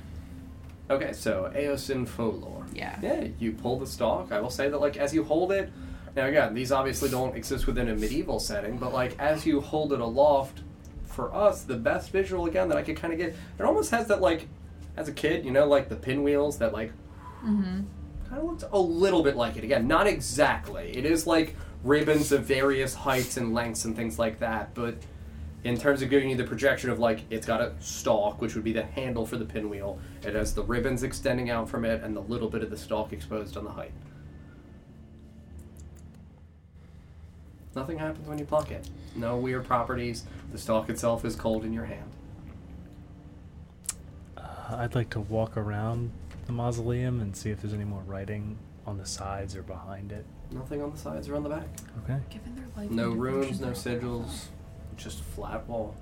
Okay, so Eosin Folor.
Yeah.
Yeah, you pull the stalk. I will say that, like, as you hold it, now again, these obviously don't exist within a medieval setting, but, like, as you hold it aloft, for us, the best visual, again, that I could kind of get, it almost has that, like, as a kid, you know, like the pinwheels that, like, kind of looks a little bit like it. Again, not exactly. It is like ribbons of various heights and lengths and things like that, but in terms of giving you the projection of like it's got a stalk, which would be the handle for the pinwheel, it has the ribbons extending out from it and the little bit of the stalk exposed on the height. Nothing happens when you pluck it. No weird properties. The stalk itself is cold in your hand.
Uh, I'd like to walk around the mausoleum and see if there's any more writing on the sides or behind it.
Nothing on the sides or on the back.
Okay.
Given their life.
No
and
runes,
devotion-
no sigils, just flat wall.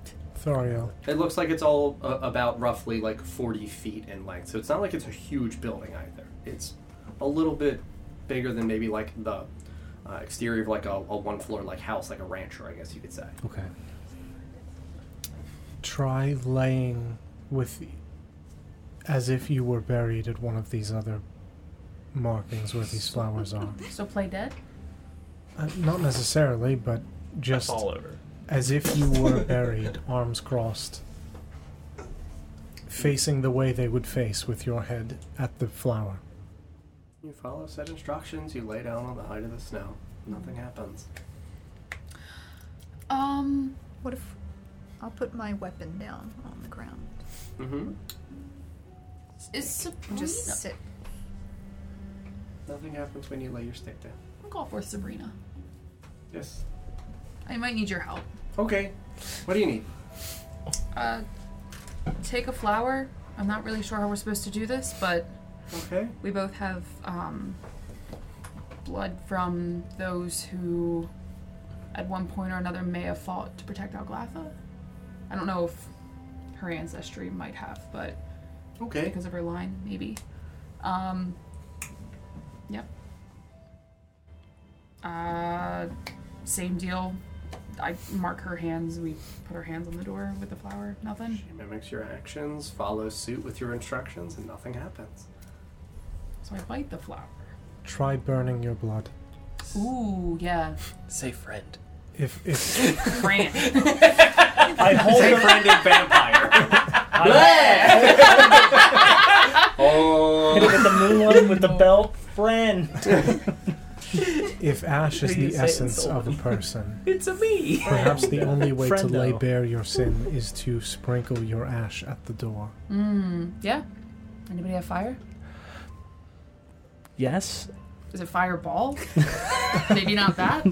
Thoriel.
It looks like it's all uh, about roughly like 40 feet in length, so it's not like it's a huge building either. It's a little bit bigger than maybe like the uh, exterior of like a, a one floor like house, like a rancher, I guess you could say.
Okay.
Try laying with as if you were buried at one of these other markings where these flowers are.
So play dead.
Uh, not necessarily, but just
Fall over.
as if you were buried, arms crossed, facing the way they would face with your head at the flower.
You follow set instructions, you lay down on the height of the snow. Nothing happens.
Um,
What if I'll put my weapon down on the ground?
Mm-hmm.
is Sabrina?
Just sit.
Nothing happens when you lay your stick down.
I'll call for Sabrina.
Yes.
I might need your help.
Okay. What do you need?
Uh, take a flower. I'm not really sure how we're supposed to do this, but
Okay.
we both have um, blood from those who, at one point or another, may have fought to protect Alglatha. I don't know if her ancestry might have, but
Okay.
because of her line, maybe. Um, yep. Uh, same deal. I mark her hands. We put her hands on the door with the flower. Nothing.
She mimics your actions, follows suit with your instructions, and nothing happens.
So I bite the flower.
Try burning your blood.
Ooh, yeah.
Say friend.
If if
Fran.
I hold
Say
her,
friended vampire.
hit
oh.
her with the moonlight with the belt. Friend.
if ash is
Who you
the
say
essence of
insulted?
a person,
It's a me.
perhaps the only way to lay
Friendo.
bare your sin is to sprinkle your ash at the door.
Mmm. Yeah. Anybody have fire?
Yes.
Is it fireball? Maybe not that.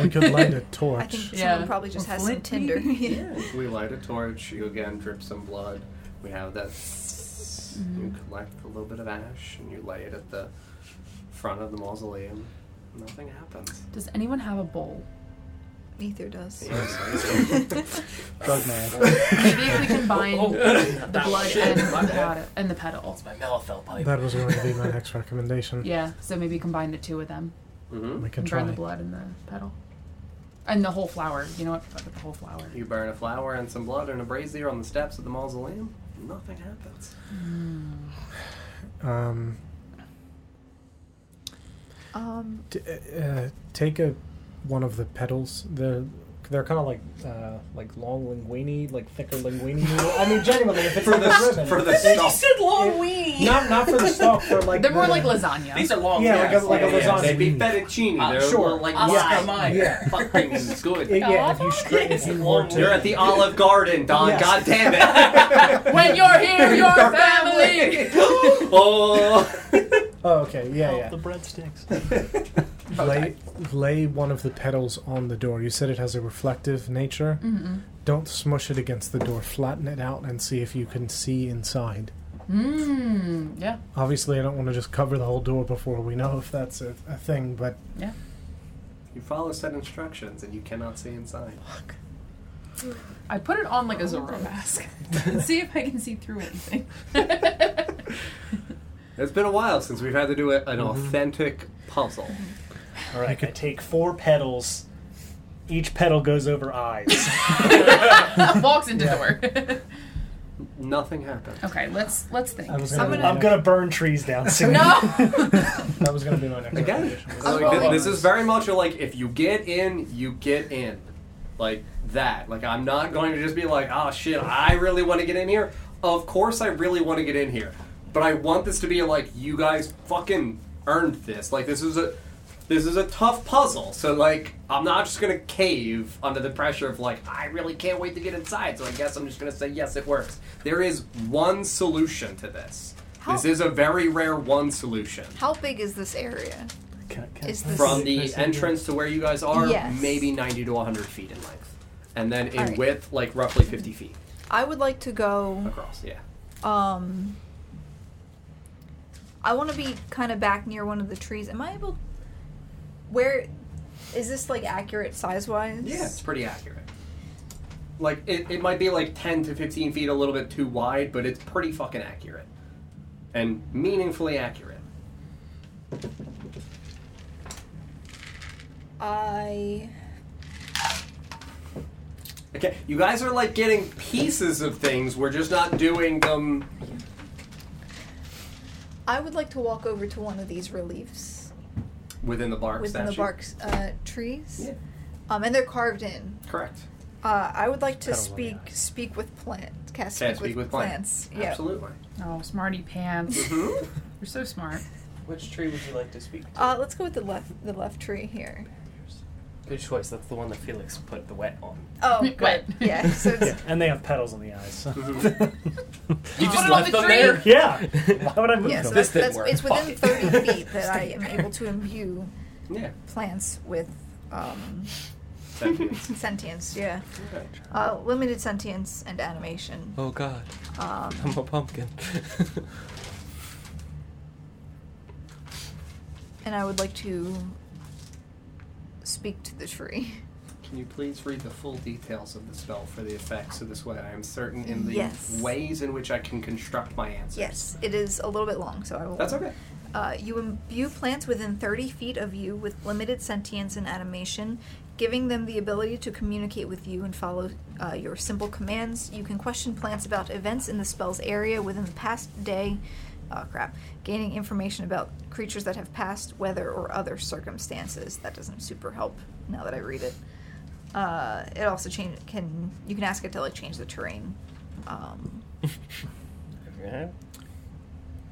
We could light a
I think
torch.
Yeah.
someone probably just
Or
has some
flint,
tinder.
Yeah, we light a torch. You again drip some blood. We have that. You collect a little bit of ash and you lay it at the front of the mausoleum. Nothing happens.
Does anyone have a bowl?
Ether does.
Drug man.
Maybe if we combine the
that
blood
shit,
and
my
the,
bad.
pot- and the petal.
My malafel pipe.
That was going to be my next recommendation.
Yeah. So maybe combine the two of them.
Mm-hmm.
We can
and burn the
try.
blood and the petal. And the whole flower. You know what? Fuck it, the whole flower.
You burn a flower and some blood and a brazier on the steps of the mausoleum. Nothing happens.
Um,
Um,
t- uh, take a one of the petals.
They're they're kind of like uh, like long linguini, like thicker linguini. noodle. I mean, genuinely, if it's for the ribbon,
For the stuff.
long weed.
not not for the stalk, for like
They're more
the-
like lasagna.
These are long.
Yeah, like a- like a
yeah.
lasagna.
They'd be fettuccine.
Uh,
They're
sure.
little, like
Uh,
yeah.
yeah.
mine.
Yeah.
Fuck things. It's
Yeah,
good.
yeah,
Oh,
if you straight, if you were to
You're at the Olive Garden, Don.
Yes.
God damn it.
when you're here, your family.
oh.
Oh, okay, yeah, yeah.
The breadsticks.
Lay, lay one of the petals on the door. You said it has a reflective nature.
Mm-mm.
Don't smush it against the door. Flatten it out and see if you can see inside.
Mmm. Yeah.
Obviously, I don't want to just cover the whole door before we know if that's a, a thing, but
You follow set instructions and you cannot see inside.
I put it on like a Zorro mask. see if I can see through anything.
It's been a while since we've had to do a, an authentic puzzle.
All right, I take four petals. Each petal goes over eyes.
Walks into door.
Nothing happened.
okay, let's let's think.
I was
So-
gonna-
I'm, gonna,
gonna-
burn trees down soon.
no.
That was going to be my next
Again,
recommendation.
like,
rolling.
thi- this is very much a, like if you get in, you get in, like that. Like I'm not going to just be like, oh shit, I really want to get in here. Of course, I really want to get in here, but I want this to be like you guys fucking earned this. Like this is a this is a tough puzzle. So like I'm not just gonna cave under the pressure of like I really can't wait to get inside. So I guess I'm just gonna say yes, it works. There is one solution to this.
How-
This is a very rare one solution
How big is this area?
Can, can,
Is this
from the entrance to where you guys are,
Yes.
maybe 90 to 100 feet in length. And then in
Alright.
width, like roughly 50 feet
I would like to go
across, yeah.
um I want to be kind of back near one of the trees. Am I able Where is this like accurate size-wise?
Yeah, it's pretty accurate. Like, it, it might be like 10 to 15 feet a little bit too wide, but it's pretty fucking accurate. And meaningfully accurate.
I
Okay, you guys are like getting pieces of things, we're just not doing them.
I would like to walk over to one of these reliefs
Within the bark
within the
statue.
bark uh, trees.
Yeah.
Um, and they're carved in.
Correct.
Uh, I would like to
Petal on the
speak
eyes.
speak with plant cast
Can I speak with
plants.
plants?
Yeah. Mm-hmm.
Absolutely.
Oh, smarty pants.
Mhm.
You're so smart.
Which tree would you like to speak to?
Uh, let's go with the left the left tree here.
Good choice. That's the one that Felix put the wet on.
Oh,
Wait.
good. yeah. So it's,
Yeah, and they have petals on the eyes. so-
You just
Put it on
left
the
them
tree!
there.
yeah. Why would I move
yeah, so
them?
This
that's,
didn't
that's,
work.
it's within
Fuck it.
30 feet that I am able to imbue
Yeah.
plants with um,
Sentience.
sentience. Yeah.
Okay.
Uh, limited sentience and animation.
Oh god,
Um,
I'm a pumpkin.
and I would like to speak to the tree.
Can you please read the full details of the spell for the effect so this way I am certain in the
Yes.
ways in which I can construct my answers?
Yes, it is a little bit long, so I will.
That's okay.
Uh, you imbue plants within 30 feet of you with limited sentience and animation, giving them the ability to communicate with you and follow uh, your simple commands. You can question plants about events in the spell's area within the past day. Oh, crap. Gaining information about creatures that have passed, weather, or other circumstances. That doesn't super help now that I read it. Uh, it also change can you can ask it to like change the terrain. Um,
Yeah.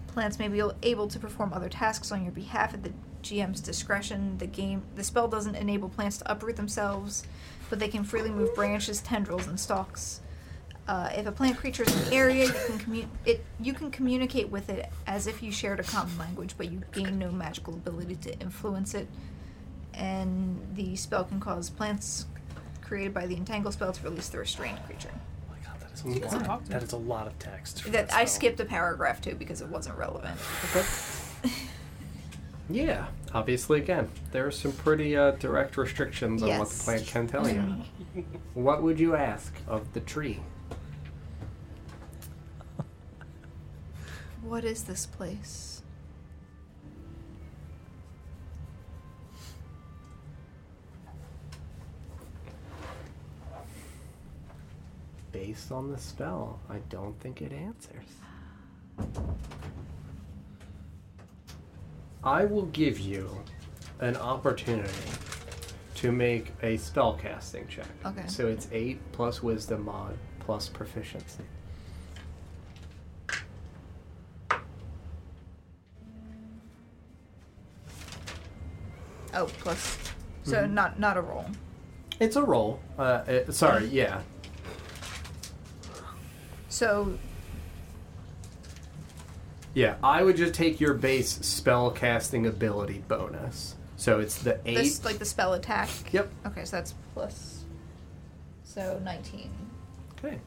Plants may be able to perform other tasks on your behalf at the GM's discretion. The game, the spell doesn't enable plants to uproot themselves, but they can freely move branches, tendrils, and stalks. Uh, if a plant creature is in the area, you can commu- it you can communicate with it as if you shared a common language, but you gain no magical ability to influence it. And the spell can cause plants created by the entangle spell to release the restrained creature.
Oh my god, that is a
doesn't
lot.
talk to
That
me.
is a lot of text. for
That
that
I
spell.
skipped a paragraph too because it wasn't relevant.
Yeah. Obviously, again, there are some pretty uh, direct restrictions on what the
Yes.
plant can tell you. what would you ask of the tree?
What is this place?
Based on the spell, I don't think it answers. I will give you an opportunity to make a spell casting check.
Okay.
So it's 8 plus wisdom mod plus proficiency.
Oh, plus. So
Mm-hmm.
not not a roll.
It's a roll. Uh, it- sorry, yeah.
So
Yeah, I would just take your base spell casting ability bonus. So it's the 8.
this like the spell attack.
Yep.
Okay, so that's plus. So nineteen.
Okay.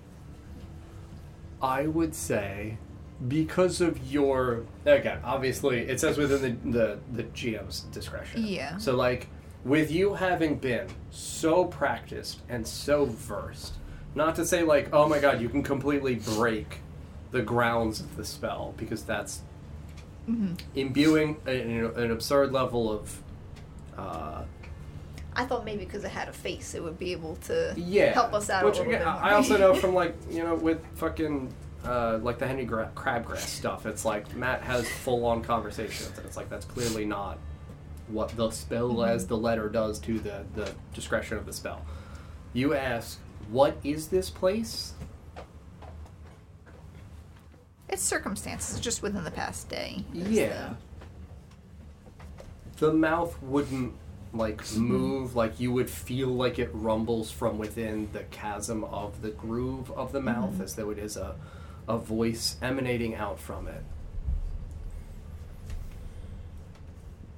I would say because of your again, obviously it says within the, the, the GM's discretion.
Yeah.
So like with you having been so practiced and so versed Not to say like, oh my god, you can completely break the grounds of the spell because that's
Mhm.
imbuing an, an absurd level of uh,
I thought maybe because it had a face, it would be able to
yeah.
help us out
Which
a little
again,
bit. More.
I I also know from like you know with fucking. Uh, like the Henry Gra- Crabgrass stuff, it's like Matt has full-on conversations, and it's like that's clearly not what the spell
Mm-hmm.
as the letter does to the, the discretion of the spell. You ask, "What is this place?"
It's circumstances, just within the past day. is
Yeah. The mouth wouldn't like move like you would feel like it rumbles from within the chasm of the groove of the mouth
Mhm.
as though it is a a voice emanating out from it.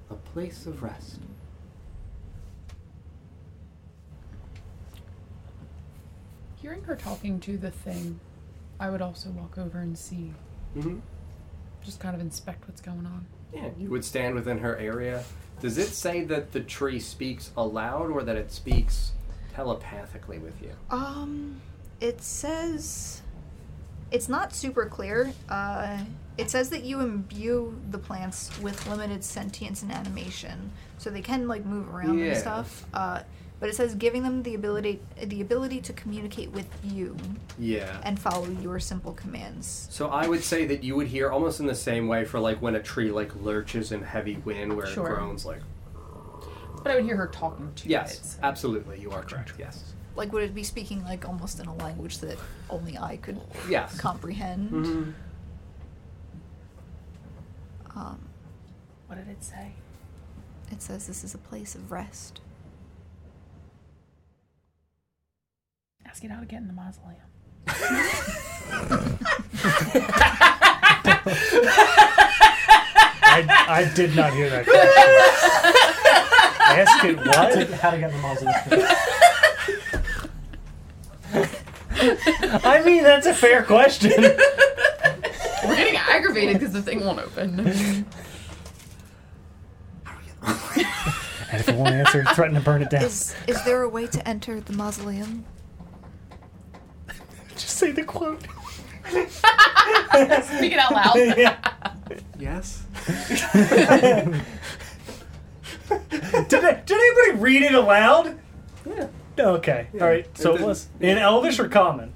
A place of rest.
Hearing her talking to the thing, I would also walk over and see,
Mm-hmm.
Mhm.
just kind of inspect what's going on.
Yeah, you would stand within her area. Does it say that the tree speaks aloud or that it speaks telepathically with you?
the- Um, it says it's not super clear. Uh, it says that you imbue the plants with limited sentience and animation, so they can like move around and
Yeah.
stuff. Uh, but it says giving them the ability the ability to communicate with you
Yeah.
and follow your simple commands.
So I would say that you would hear almost in the same way for like when a tree like lurches in heavy wind where
Sure.
it groans like
But I would hear her talking to it.
Yes, absolutely, you are correct. Yes.
Like would it be speaking like almost in a language that only I could
Yes.
comprehend?
Mhm.
Um,
What did it say?
It says this is a place of rest.
Ask it how to get in the mausoleum.
I, I did not hear that question. Ask it what? How to get the I mean, that's a fair question.
We're getting aggravated because the thing won't open.
And if it won't answer, threaten to burn it down.
Is is there a way to enter the mausoleum?
Just say the quote.
Speak it out loud.
Yes.
Did, I- did anybody read it aloud?
Yeah.
Okay. All right. So it,
didn't-
was in Elvish or Common.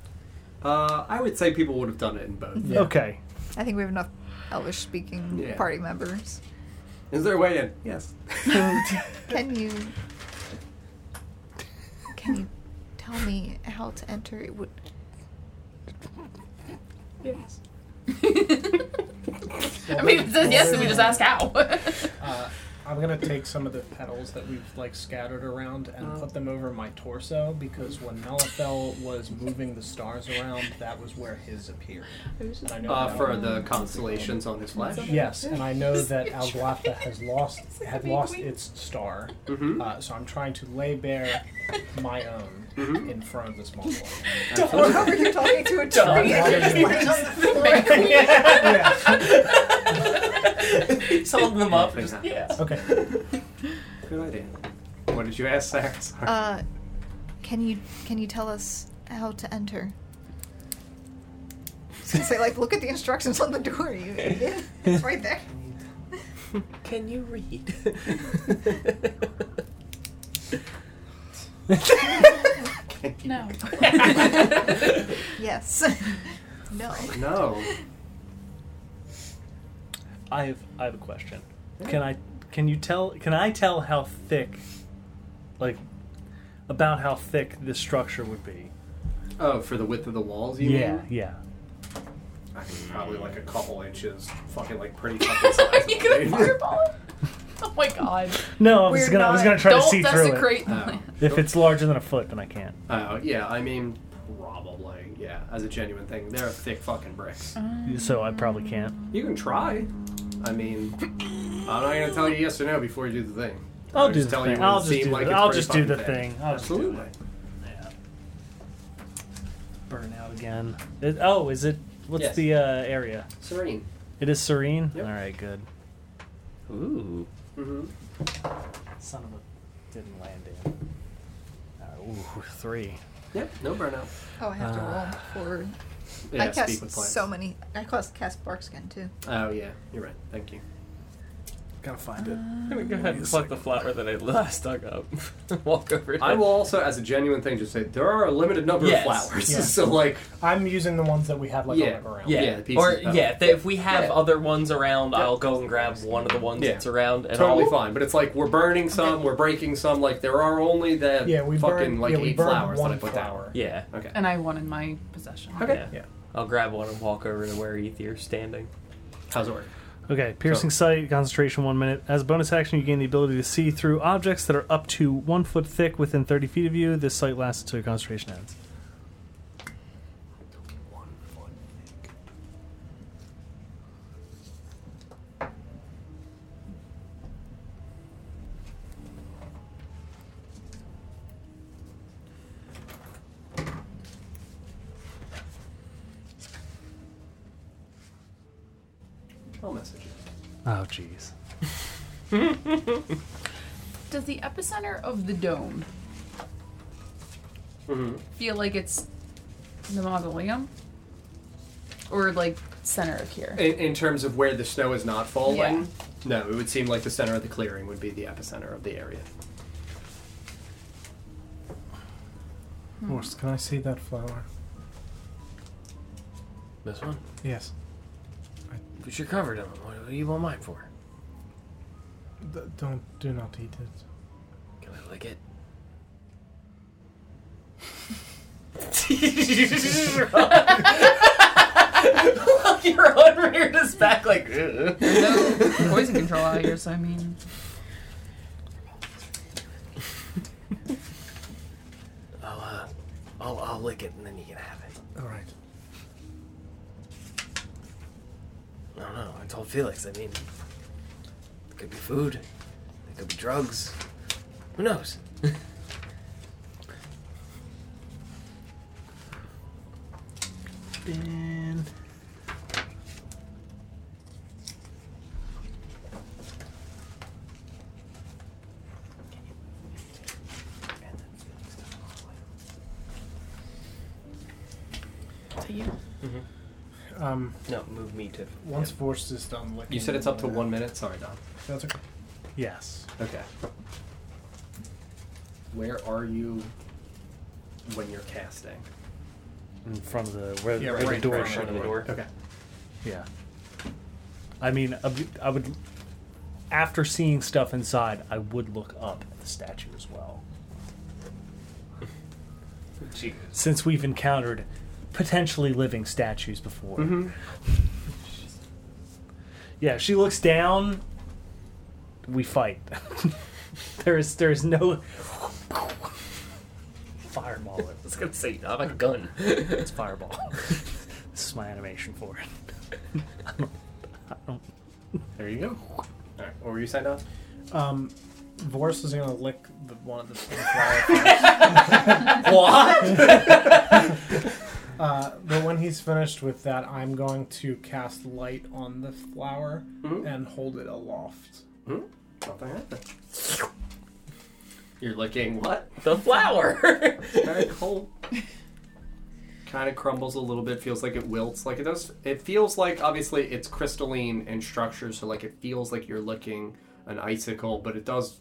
Uh, I would say people would have done it in both.
Okay.
I think we have enough Elvish speaking
Yeah.
party members.
Is there a way in? Yes.
Can you Can you tell me how to enter it would
I mean, it says yes, and we just ask how.
Uh, I'm gonna take some of the petals that we've like scattered around and
Oh.
put them over my torso because when Malafel was moving the stars around, that was where his appeared. And I know
Uh,
that-
for the constellations on his flesh.
yes, and I know that Alglatha has lost had lost its star,
Mm-hmm.
uh, so I'm trying to lay bare my own
Mhm.
in front of this mausoleum.
Are you talking to a
Don't worry. yeah.
It's holding them up. Just,
Yeah.
Okay.
Good idea. What did you ask, Zach? Sorry.
Uh can you can you tell us how to enter? I was gonna say, like, look at the instructions on the door. You, idiot. it's right there.
Can you read?
No.
Yes. no.
no.
I have I have a question. Can I can you tell can I tell how thick like about how thick this structure would be?
Oh, for the width of the walls, you mean?
yeah.
I think probably like a couple inches. Fucking like pretty fucking size.
you gonna fireball it? Oh my god.
No, I was
We're
gonna I was
not-
gonna try to
Don't
see through it.
desecrate the
Oh.
land.
If it's larger than a foot, then I can't.
Oh, yeah, I mean, probably, yeah, as a genuine thing. They're thick fucking bricks.
Uh-huh. So I probably can't.
You can try. I mean, I'm not going to tell you yes or no before you do the thing.
I'll
I'm
do
just
the
telling
thing.
you what it
I'll just
seemed
do
like
the,
it's
I'll
pretty
just do the
fucking thick.
thing. I'll just do
Absolutely.
it. Yeah. Burn out again. It- oh, is it? What's
Yes.
the uh, area?
Serene.
It is serene.
Yep.
All right, good.
Ooh.
Mm-hmm.
Son of a didn't land in. Uh, ooh, three.
Yep, no burnout.
Oh, I have to roll
Uh,
forward.
yeah,
I
speak
cast
with plants.
so many. I cast cast Barkskin too.
Oh yeah, you're right. Thank you.
Gotta find it.
I'm gonna go ahead and pluck the flower that I last dug up. Walk over. to
I
it.
will also, as a genuine thing, just say there are a limited number
Yes.
of flowers.
Yeah.
so like,
I'm using the ones that we have like
Yeah,
all around.
Yeah,
Yeah,
the pieces
or
of-
yeah, if, they, if we have
Yeah.
other ones around, I'll go and grab one of the ones
Yeah.
that's around, and
totally
I'll,
fine. But it's like we're burning some, we're breaking some. Like there are only the
Yeah, we
fucking
burned-
like
yeah, we
eight
burned
flowers that I
one
put
flower.
Yeah,
down. Okay.
And I have one in my possession.
Okay.
Yeah.
Yeah.
I'll grab one and walk over to where Ethier's standing.
How's it work?
Okay, piercing sight, concentration one minute. As a bonus action, you gain the ability to see through objects that are up to one foot thick within 30 feet of you. This sight lasts until your concentration ends.
I'll message you.
Oh, jeez.
Does the epicenter of the dome
Mm-hmm.
feel like it's the mausoleum? Or like center of here?
In, in terms of where the snow is not falling,
Yeah.
no, it would seem like the center of the clearing would be the epicenter of the area.
Horst, can I see that flower?
This one?
Yes.
But you're covered in them. What do you want mine for?
D- don't do not eat it.
Can I lick it?
You're on Reardon's back like. "Ugh."
no poison control out here, so I mean.
I'll, uh, I'll, I'll lick it and then you can have it.
All right.
I don't know. I told Felix, I mean, it could be food, it could be drugs. Who knows?
Spin.
Um,
No, move me to.
once Forst is done licking,
You said it's up to one minute. Sorry, Don.
That's okay.
Yes.
Okay. Where are you when you're casting?
In front of the where,
Yeah,
where
right
the door
in
is.
front
of the door.
Okay.
Yeah. I mean, I would- I would. After seeing stuff inside, I would look up at the statue as well.
She
Since we've encountered potentially living statues before. Yeah, she looks down. We fight. there is there is no fireball. It.
I was gonna say, I have a gun.
It's fireball. this is my animation for it. I don't, I don't
There you go. All right. What were you saying, Don?
Um, Vorst is gonna lick the one of the flower.
what?
uh, but when he's finished with that, I'm going to cast light on the flower and hold it aloft.
Something happened. You're licking what?
The flower.
Very cold. kind of crumbles a little bit. Feels like it wilts. Like it does. It feels like obviously it's crystalline in structure, so like it feels like you're licking an icicle, but it does.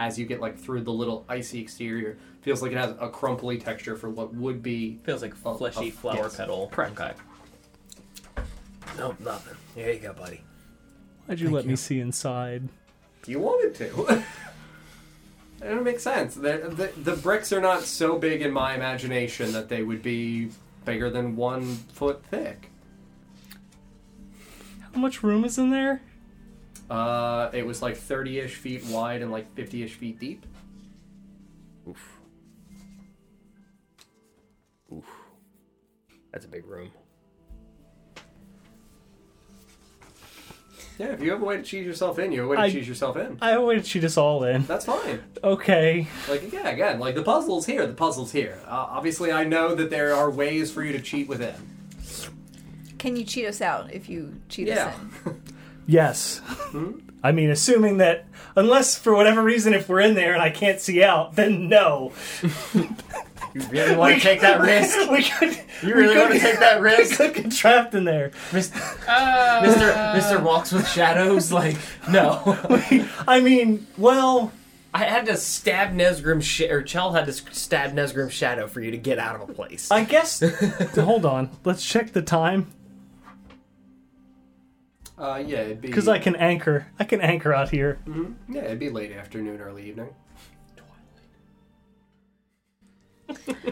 As you get like through the little icy exterior, feels like it has a crumply texture for what would be
Feels like
Oh,
fleshy
oh,
flower
yes.
petal.
Correct.
Okay.
Nope, nothing. Here you go, buddy.
Why'd you let me see inside?
You wanted to. it makes sense. The, the, the bricks are not so big in my imagination that they would be bigger than one foot thick.
How much room is in there?
Uh, it was like 30 ish feet wide and like 50 ish feet deep.
That's a big room.
Yeah, if you have a way to cheese yourself in, you have a way to
I-
cheese yourself in.
I waited shoot us all in.
That's fine.
Okay.
Like, yeah, again, like the puzzle's here, the puzzle's here. Uh, obviously, I know that there are ways for you to cheat within.
Can you cheat us out if you cheat
Yeah.
us in?
Yes. I mean, assuming that, unless for whatever reason, if we're in there and I can't see out, then no.
You really want to take that risk?
we could.
You really want to take that risk?
Could get trapped in there.
Mister Mister walks with shadows. Like no,
I mean, well,
I had to stab Nesgrim's sh- or Chell had to s- stab Nesgrim's shadow for you to get out of a place.
I guess. hold on. Let's check the time
Uh, yeah, it'd be
because I can anchor. I can anchor out here.
yeah, it'd be late afternoon, early evening.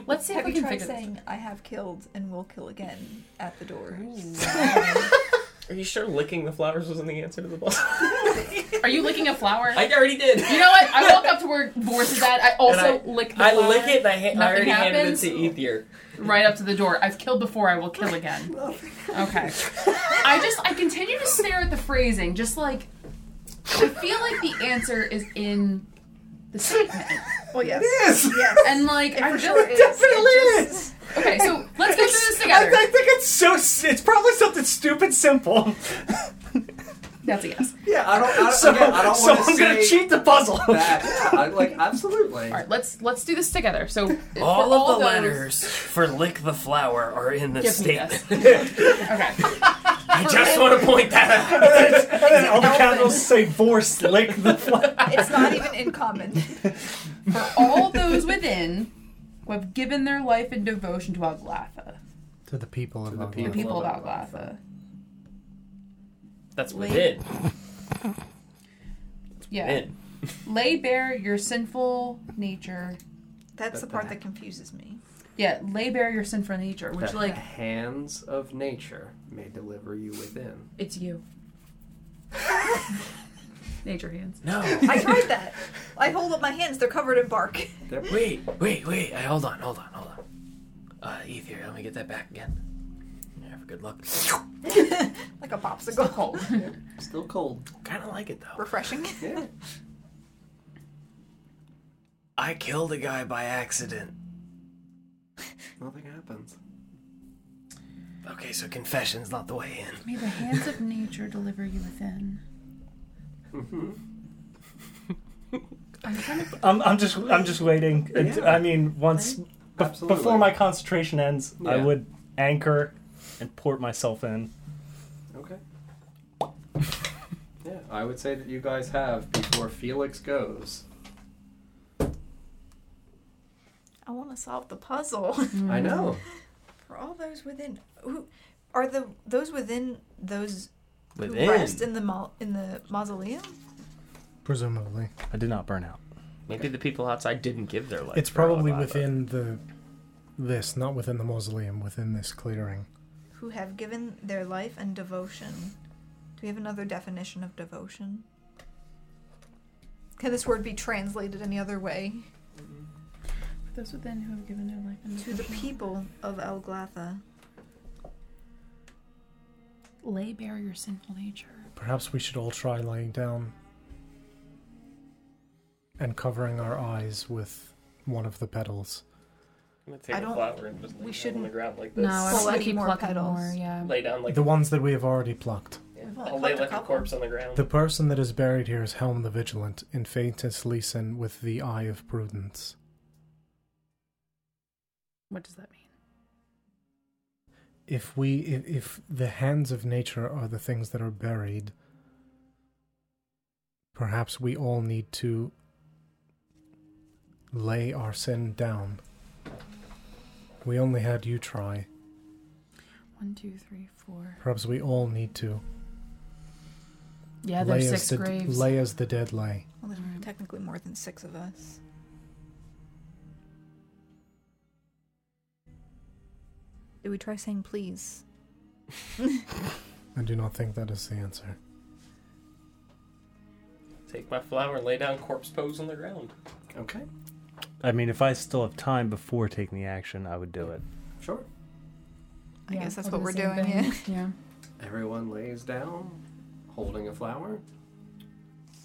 Let's see if
Have
we
you
can
tried
figure
saying I have killed and will kill again at the door?
Are you sure licking the flowers wasn't the answer to the boss?
this. Are you licking a flower?
I already did.
you know what? I walk up to where Boris is at. I also
And
lick the
I
flower
lick it and I, ha- I
Nothing
already handed it
happens?
to Ethier.
right up to the door. I've killed before. I will kill again. Okay. I just I continue to stare at the phrasing. Just like I feel like the answer is in the statement,
Well, yes.
and like I
For
feel
sure it is. It just-
okay. So let's go through this together.
think it's so. s- It's probably something stupid simple.
That's a yes.
Yeah, I don't. I don't,
So,
again, I don't
so
want to
I'm gonna cheat the puzzle.
That, yeah, I- like absolutely.
All right. Let's let's do this together. So for
All,
all
of the
those-
letters for lick the flower are in the
Give me
statement.
this. okay.
I just want to point that out.
All the capitals say "vorse lick the flag.
It's not even in common.
For all those within who have given their life and devotion to Aglatha,
To the people of
the
Ogloff.
the
people.
people of Aglatha.
That's
Lick.
within.
Yeah.
within.
lay bare your sinful nature.
That's the part that confuses me.
Yeah, lay bare your sinful nature, which
That
like
the hands of nature may deliver you within.
it's you. nature hands.
No.
I tried that. I hold up my hands; they're covered in bark.
They're-
Wait, wait, wait. I, hold on, hold on, hold on. Uh, Ether, let me get that back again. Yeah, for good luck.
Like a popsicle.
Cold.
Still cold.
kind of like it though.
Refreshing.
Yeah.
I killed a guy by accident.
Nothing happens.
Okay, so confession's not the way in.
May the hands of nature deliver you within. I'm trying to.
I'm, I'm just. I'm just waiting. It-
Yeah.
I mean, once bef-
Absolutely.
before my concentration ends, I
Yeah.
would anchor and port myself in.
Okay. Yeah, I would say that you guys have before Felix goes.
I want to solve the puzzle
I know.
for all those within. Who are the those within those who rest
Within.
in the mo- in the mausoleum?
Presumably.
I did not burn out.
Maybe the people outside didn't give their life.
It's
for
probably
Alibaba.
within the this, not within the mausoleum, within this clearing.
Who have given their life and devotion. Do we have another definition of devotion? Can this word be translated any other way?
Those within who have given their life and
To the people of Elglatha.
lay bare your sinful nature.
Perhaps we should all try lying down and covering our eyes with one of the petals.
I'm gonna take
I
a
don't-
flower and just lay down
we
on the
shouldn't-
ground like this.
No, I
Pull
want to
any
keep
more
plucking
petals.
more. Yeah.
Lay down like
The ones that we have already plucked.
yeah.
We've only
I'll lay
plucked a
like a
couple.
corpse on the ground.
The person that is buried here is Helm the Vigilant, in faintest leeson with the Eye of Prudence.
What does that mean?
if we if, if the hands of nature are the things that are buried perhaps we all need to lay our sin down we only had you try
One, two, three, four.
perhaps we all need to
Yeah,
lay,
there's six
as the,
graves.
lay as the dead lay
Well, there's
Alright.
technically more than six of us. Do we try saying please?
i do not think that is the answer
Take my flower and lay down corpse pose on the ground.
Okay.
I mean, if I still have time before taking the action, I would do it.
Sure.
I guess that's what
I'll do
we're
the same
doing,
thing. Yeah.
Everyone lays down, holding a flower.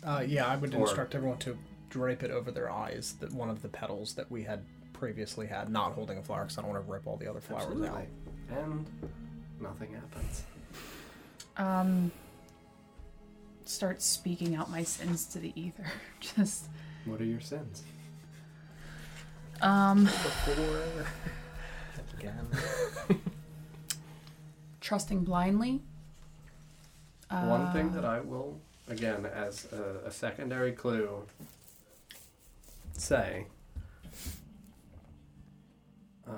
Uh, yeah, I would
Or-
instruct everyone to drape it over their eyes, that one of the petals that we had previously had, not holding a flower, because I don't want to rip all the other flowers out.
Absolutely. And nothing happens.
Um. Start speaking out my sins to the ether. Just
What are your sins?
Um,
Before. Again.
trusting blindly.
One
Uh,
thing that I will, again, as a, a secondary clue, say uh,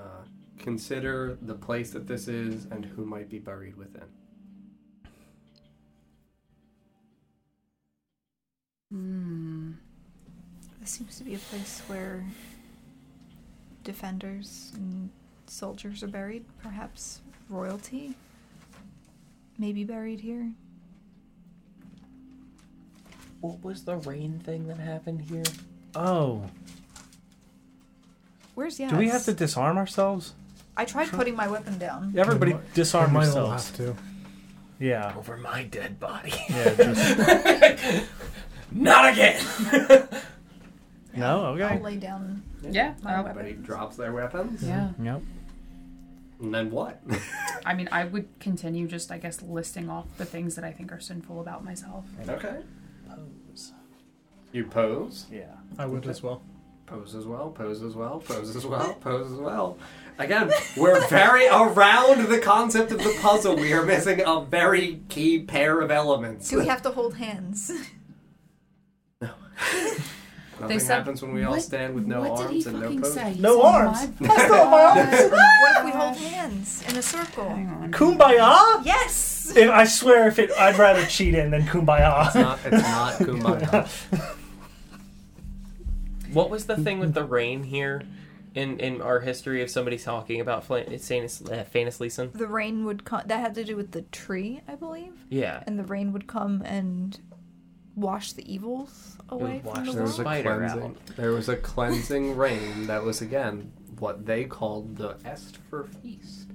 consider the place that this is and who might be buried within.
Hmm.
This seems to be a place where defenders and soldiers are buried. Perhaps royalty may be buried here.
What was the rain thing that happened here?
Oh,
Where's Yas?
do we have to disarm ourselves?
I tried putting my weapon down.
Everybody disarm
Mine will
yourselves.
have to.
Yeah.
Over my dead body.
Yeah. just-
Not again!
no.
I'll
Okay.
lay down.
Yeah. uh,
My
I'll-
Everybody drops their weapons.
yeah.
Yep.
And then what?
I mean, I would continue just, I guess, listing off the things that I think are sinful about myself.
okay. You pose.
Yeah.
I would as well.
Pose as well, pose as well, pose as well, pose as well. Again, we're very around the concept of the puzzle. We are missing a very key pair of elements.
Do we have to hold hands?
Nothing
said-
happens when we all
what-
stand with no
what did he
arms and no
fucking
pose.
say? He
No
said,
arms.
"My
I still have my arms.
God."
what if we hold hands in a circle?
Hang on.
Kumbaya?
Yes!
If I swear, if it, I'd rather cheat in than kumbaya.
It's not, it's not kumbaya.
What was the thing with the rain here? In, in our history of somebody talking about Flint, it's Sanus, uh, Fanus Leeson.
The rain would come. That had to do with the tree, I believe.
Yeah.
And the rain would come and wash the evils away
would wash
from the
There
world.
was a
Spider
cleansing. There was a cleansing rain that was again what they called the est for feast.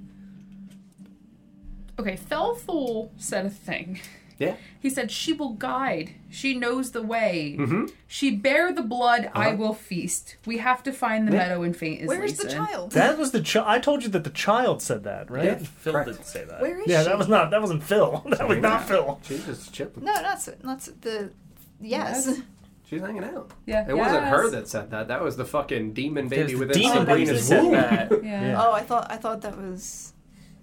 Okay, Felthul said a thing.
Yeah.
He said, She will guide. She knows the way.
Mm-hmm.
She bear the blood.
Uh-huh.
I will feast. We have to find the meadow and faint is
Where's the
Leeson."
child?
That was the. Chi- I told you that the child said that, right?
Yeah.
Phil
Correct.
didn't say that.
Where is
Yeah,
she?
that was not. That wasn't Phil. That was not Phil.
She's just chipping.
No, not so, not so, the. Yes.
Yes.
She's hanging out.
Yeah.
It wasn't her
Yes.
that said that. That was the fucking demon
There's
baby
the
within
demon baby that
Sabrina's
said
womb.
that.
Yeah.
Yeah.
Oh, I thought I thought that was.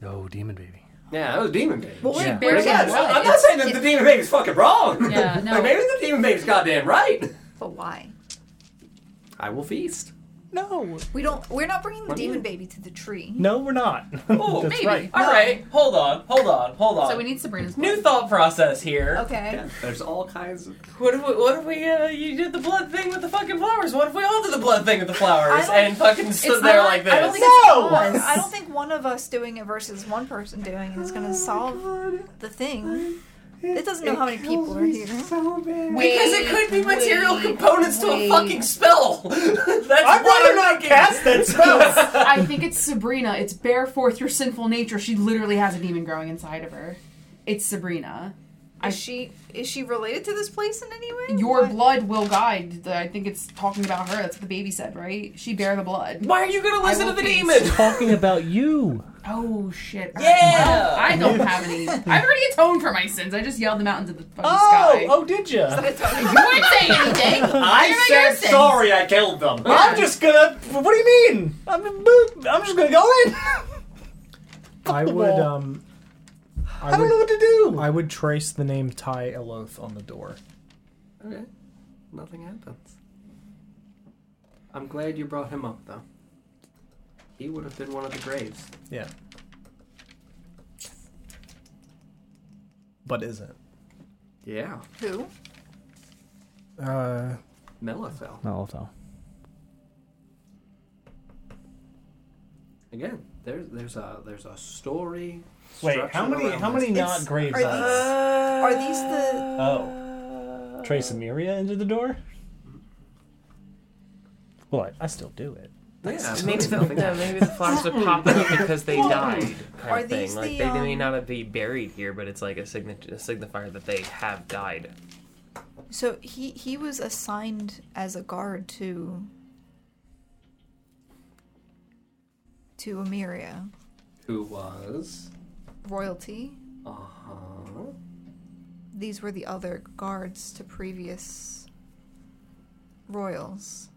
No, demon baby.
Yeah, that was demon baby.
Well, wait,
Yeah.
where's
Yeah,
the
it's
blood?
I'm not
It's-
saying that
it-
the demon baby's fucking wrong.
Yeah, no.
like, maybe the demon baby's goddamn right.
But why?
I will feast.
No.
We don't. We're not bringing the
What do you
demon baby to the tree.
No, we're not.
Oh,
That's
maybe.
right.
All right, hold on, hold on, hold on.
So we need Sabrina's blood.
New thought process here.
Okay.
Yeah, there's all kinds of.
What if we, what if we, uh, you did the blood thing with the fucking flowers? What if we all did the blood thing with the flowers
I don't-
and fucking stood there
not-
like this?
I don't think
No!
it's us. I don't think one of us doing it versus one person doing it is going to solve the thing. It doesn't know how many people are here.
because it could be material components to a
wait.
fucking spell. That's
I'd
what
rather
I'm
not
thinking.
cast that spell.
I think it's Sabrina. It's bear forth your sinful nature. She literally has a demon growing inside of her. It's Sabrina. I-
Is she is she related to this place in any way?
Your
What?
blood will guide. I think it's talking about her. That's what the baby said, right? She bear the blood.
Why are you gonna listen to
will
the
feast.
demon?
Talking about you.
Oh shit!
Yeah.
I don't have any. I've already atoned for my sins. I just yelled them out into the fucking
Oh,
sky.
oh, did you?
You weren't saying anything.
I
What about your
said
sins?
sorry. I killed them.
I'm just gonna. What do you mean? I'm, I'm just gonna go in.
I would. Um,
I
I
don't know what
would,
to do.
I would trace the name Ty Eloth on the door.
Okay. Nothing happens. I'm glad you brought him up, though. He would have been one of the graves.
Yeah. But isn't.
Yeah.
Who?
Uh,
Melifel.
No, though.
Again, there's there's a there's a story.
Wait, how
structured
many?
around
How many
this.
not
It's-
graves?
are
Are
these- Are these the?
Oh. Trace Emiria into the door? Well, I, I still do it.
Yeah,
Maybe the,
nothing
no, maybe the flowers are popping up because they died. Kind
Hmm. Are
of thing.
these
Like
the,
they, they may
um,
not be buried here, but it's like a, signi- a signifier that they have died.
So he he was assigned as a guard to to Emiria
Who was?
royalty.
Uh huh.
These were the other guards to previous royals.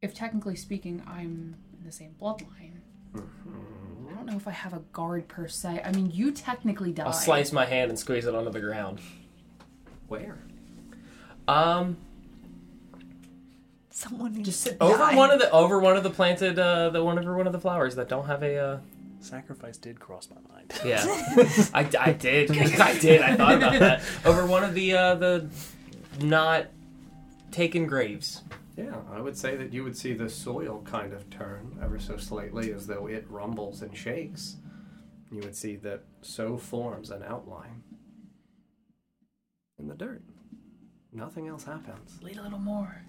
if technically speaking I'm in the same bloodline, I don't know if I have a guard per se. I mean, you technically died.
I'll slice my hand and squeeze it onto the ground.
Where?
Um,
Someone needs just to
over
die.
one of the over one of the planted uh, the one over one of the flowers that don't have a. Uh,
Sacrifice did cross my mind.
Yeah, I, I did. I did. I thought about that over one of the uh, the not taken graves.
Yeah, I would say that you would see the soil kind of turn ever so slightly as though it rumbles and shakes. You would see that so forms an outline in the dirt. Nothing else happens.
Bleed a little more.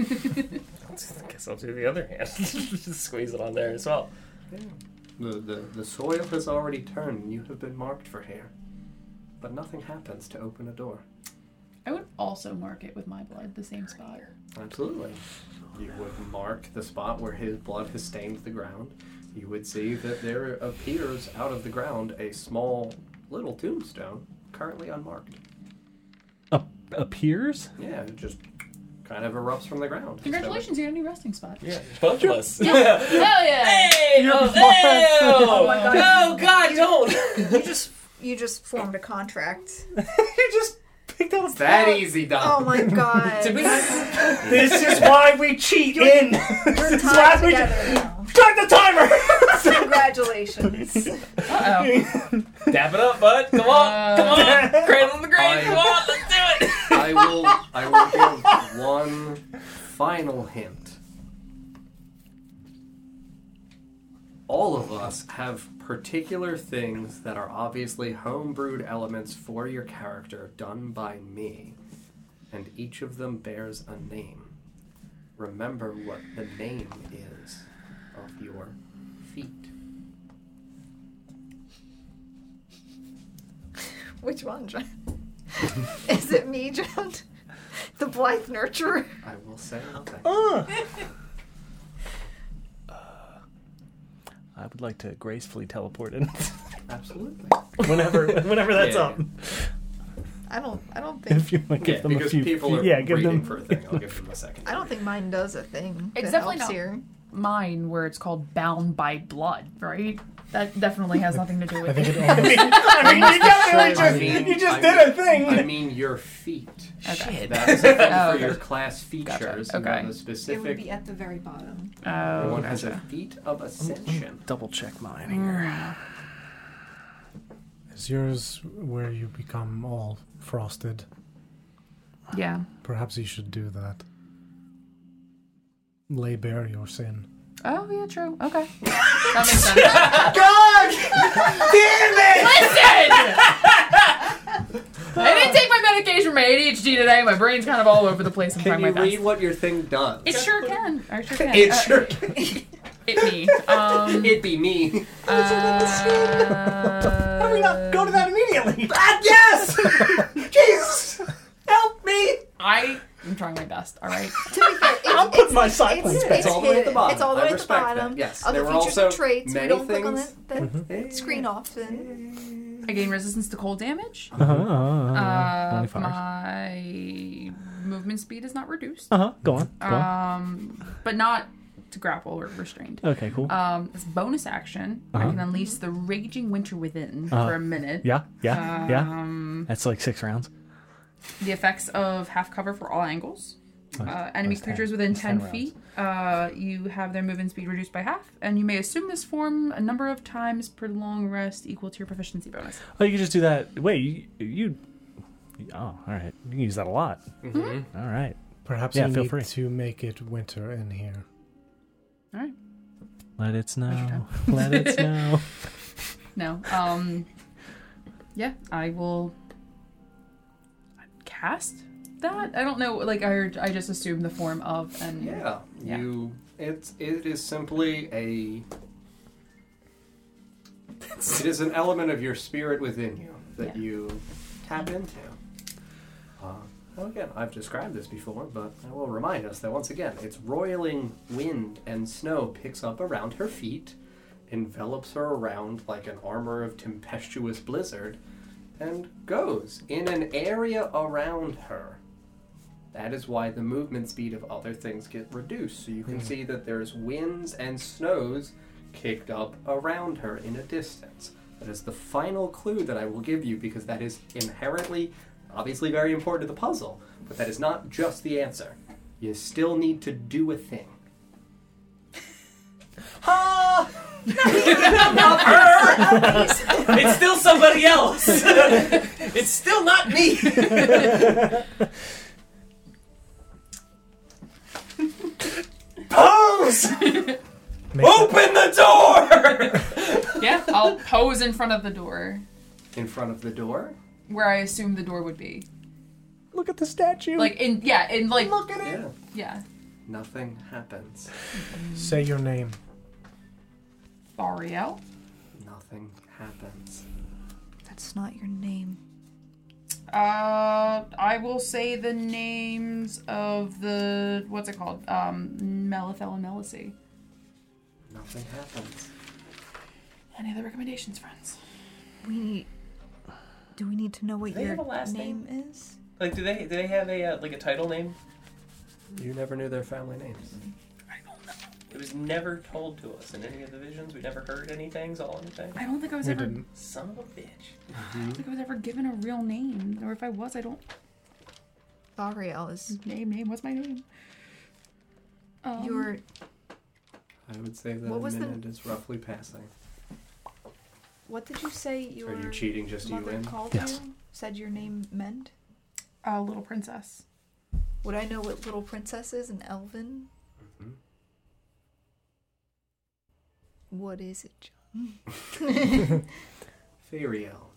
I guess I'll do the other hand. Just squeeze it on there as well.
The, the, the soil has already turned and you have been marked for here. But nothing happens to open a door.
I would also mark it with my blood, the same spot.
Absolutely. You would mark the spot where his blood has stained the ground. You would see that there appears out of the ground a small little tombstone, currently unmarked.
Appears?
Yeah, it just kind of erupts from the ground. So-
Congratulations, you got a new resting spot.
yeah,
both of us.
Hell yeah!
Hey!
You're
Oh,
fine.
hey!
Oh my God.
No, God, don't!
you just you just formed a contract.
you just picked up
It's that easy, Dom.
Oh my God.
Did we-
This is why we cheat in.
We're
This is
tied
why we
together now.
Start the timer.
Congratulations.
Uh-oh.
Dab it up, bud. Come on, come on. Uh, Cradle in the grave.
I-
Come on, let's do it.
I will. I will give one final hint. All of us have particular things that are obviously homebrewed elements for your character done by me, and each of them bears a name. Remember what the name is of your feet.
Which one, John? Is it me, John? The Blythe Nurturer?
I will say nothing.
I would like to gracefully teleport in
Absolutely.
whenever whenever that's
Yeah.
up.
I don't. I don't think.
If you want to give
Yeah,
them a
because
few,
people are
yeah, give
reading
them
for a thing. I'll give them a second.
I don't think mine does a thing.
It's
that
definitely
helps
not-
here.
Mine, where it's called bound by blood, right? That definitely has nothing to do with
think
it.
it almost,
I mean, you definitely
I
just
mean-
you just
I
did
mean-
a thing.
I mean your feet.
Okay.
That is a thing
Oh,
for
okay.
your class features. You have
Gotcha.
a
Okay.
It would
specific.
be at the very bottom.
Oh,
One has a Oh, feat of ascension.
double check mine here.
Hmm. is yours where you become all frosted?
yeah.
Perhaps you should do that. Lay bare your sin.
Oh, yeah, true. Okay. That makes sense.
Damn it!
Listen! I didn't take my medication for my ADHD today. My brain's kind of all over the place. I'm
Can
trying
you
my best.
read what your thing does?
It sure can. I sure can.
It
Uh,
sure can.
It me. Um,
It be me.
How do we
uh,
not go to that immediately?
Ah, yes! Jesus! Help me!
I am trying my best. All right.
To be fair, it's,
I'm putting my silence
it's,
back.
It's all the way at the
hidden.
bottom.
It's all the
I
way at the
respect that.
bottom.
Yes,
Other
there were
features
also
and traits. We
many
don't click on that,
things- Mm-hmm.
that screen off then.
I gain resistance to cold damage.
Uh-huh, uh-huh,
Uh,
Only fires.
my movement speed is not reduced.
uh-huh. Go on. Go on.
Um, but not to grapple or restrained.
Okay, cool.
Um, it's bonus action. I can unleash the raging winter within for a minute.
yeah, yeah, yeah.
Um,
That's like six rounds.
the effects of half cover for all angles. Uh, enemy
that's ten.
creatures within
That's
10,
ten rounds.
feet, uh, you have their movement speed reduced by half, and you may assume this form a number of times per long rest equal to your proficiency bonus.
Oh, you can just do that. Wait, you, you. Oh, all right. You can use that a lot. Mm-hmm. right.
Perhaps
Yeah,
you
feel
need
free.
to make it winter in here.
All right.
Let it snow. Let it snow.
No. Um. yeah, I will cast that. I don't know. Like I, I just assume the form of an.
Yeah,
Yeah.
you. It's it is simply a. it is an element of your spirit within you that
Yeah.
you tap into. Uh, well, again, I've described this before, but I will remind us that once again, it's roiling wind and snow picks up around her feet, envelops her around like an armor of tempestuous blizzard, and goes in an area around her That is why the movement speed of other things get reduced. So you can
Hmm.
see that there's winds and snows kicked up around her in a distance. That is the final clue that I will give you because that is inherently, obviously very important to the puzzle, but that is not just the answer. You still need to do a thing.
Ah! not her! it's still somebody else! it's still not me!
Pose!
Open the door!
yeah, I'll pose in front of the door,
In front of the door?
where I assume the door would be.
Look at the statue.
Like in yeah, in like
Look at it.
Yeah.
Nothing happens.
Say your name.
Bariel.
Nothing happens.
That's not your name.
Uh I will say the names of the what's it called? Um Melithel and Melicy.
Nothing happens.
Any other recommendations, friends?
We need. Do we need to know what
They
your
have a last
name, is?
Like, do they do they have a uh, like a title name?
You never knew their family names.
It was never told to us in any of the visions. We never heard anything, saw anything.
I don't think I was ever
Son of a bitch.
I don't think I was ever given a real name. Or if I was, I don't
Bariel is
name name. What's my name? Um,
your.
I would say that
What
a
was the-
minute is roughly passing.
What did you say your
Are you cheating just to you
mother
win?
called
Yes.
you? Said your name meant?
uh, little princess.
Would I know what little princess is and elven?
Mhm.
What is it,
Mm-hmm.
John?
Feriel.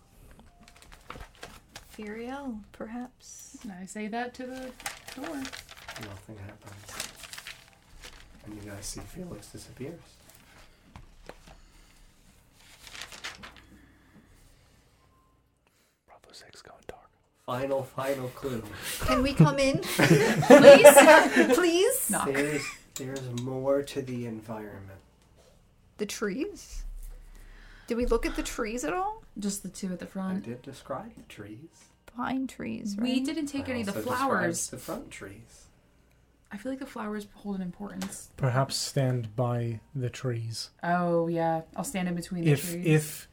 Furiel, perhaps.
And I say that to the door.
Nothing happens. And you guys see Felix disappears.
Bravo six going dark.
Final, final clue.
Can we come in? Please? Please?
There's, there's more to the environment.
The trees? Did we look at the trees at all?
Just the two at the
I
front.
did describe the trees.
Pine trees, right?
We didn't take
I
any of the
also described
flowers.
The front trees.
I feel like the flowers hold an importance.
Perhaps stand by the trees.
Oh yeah, I'll stand in between the
If
trees.
if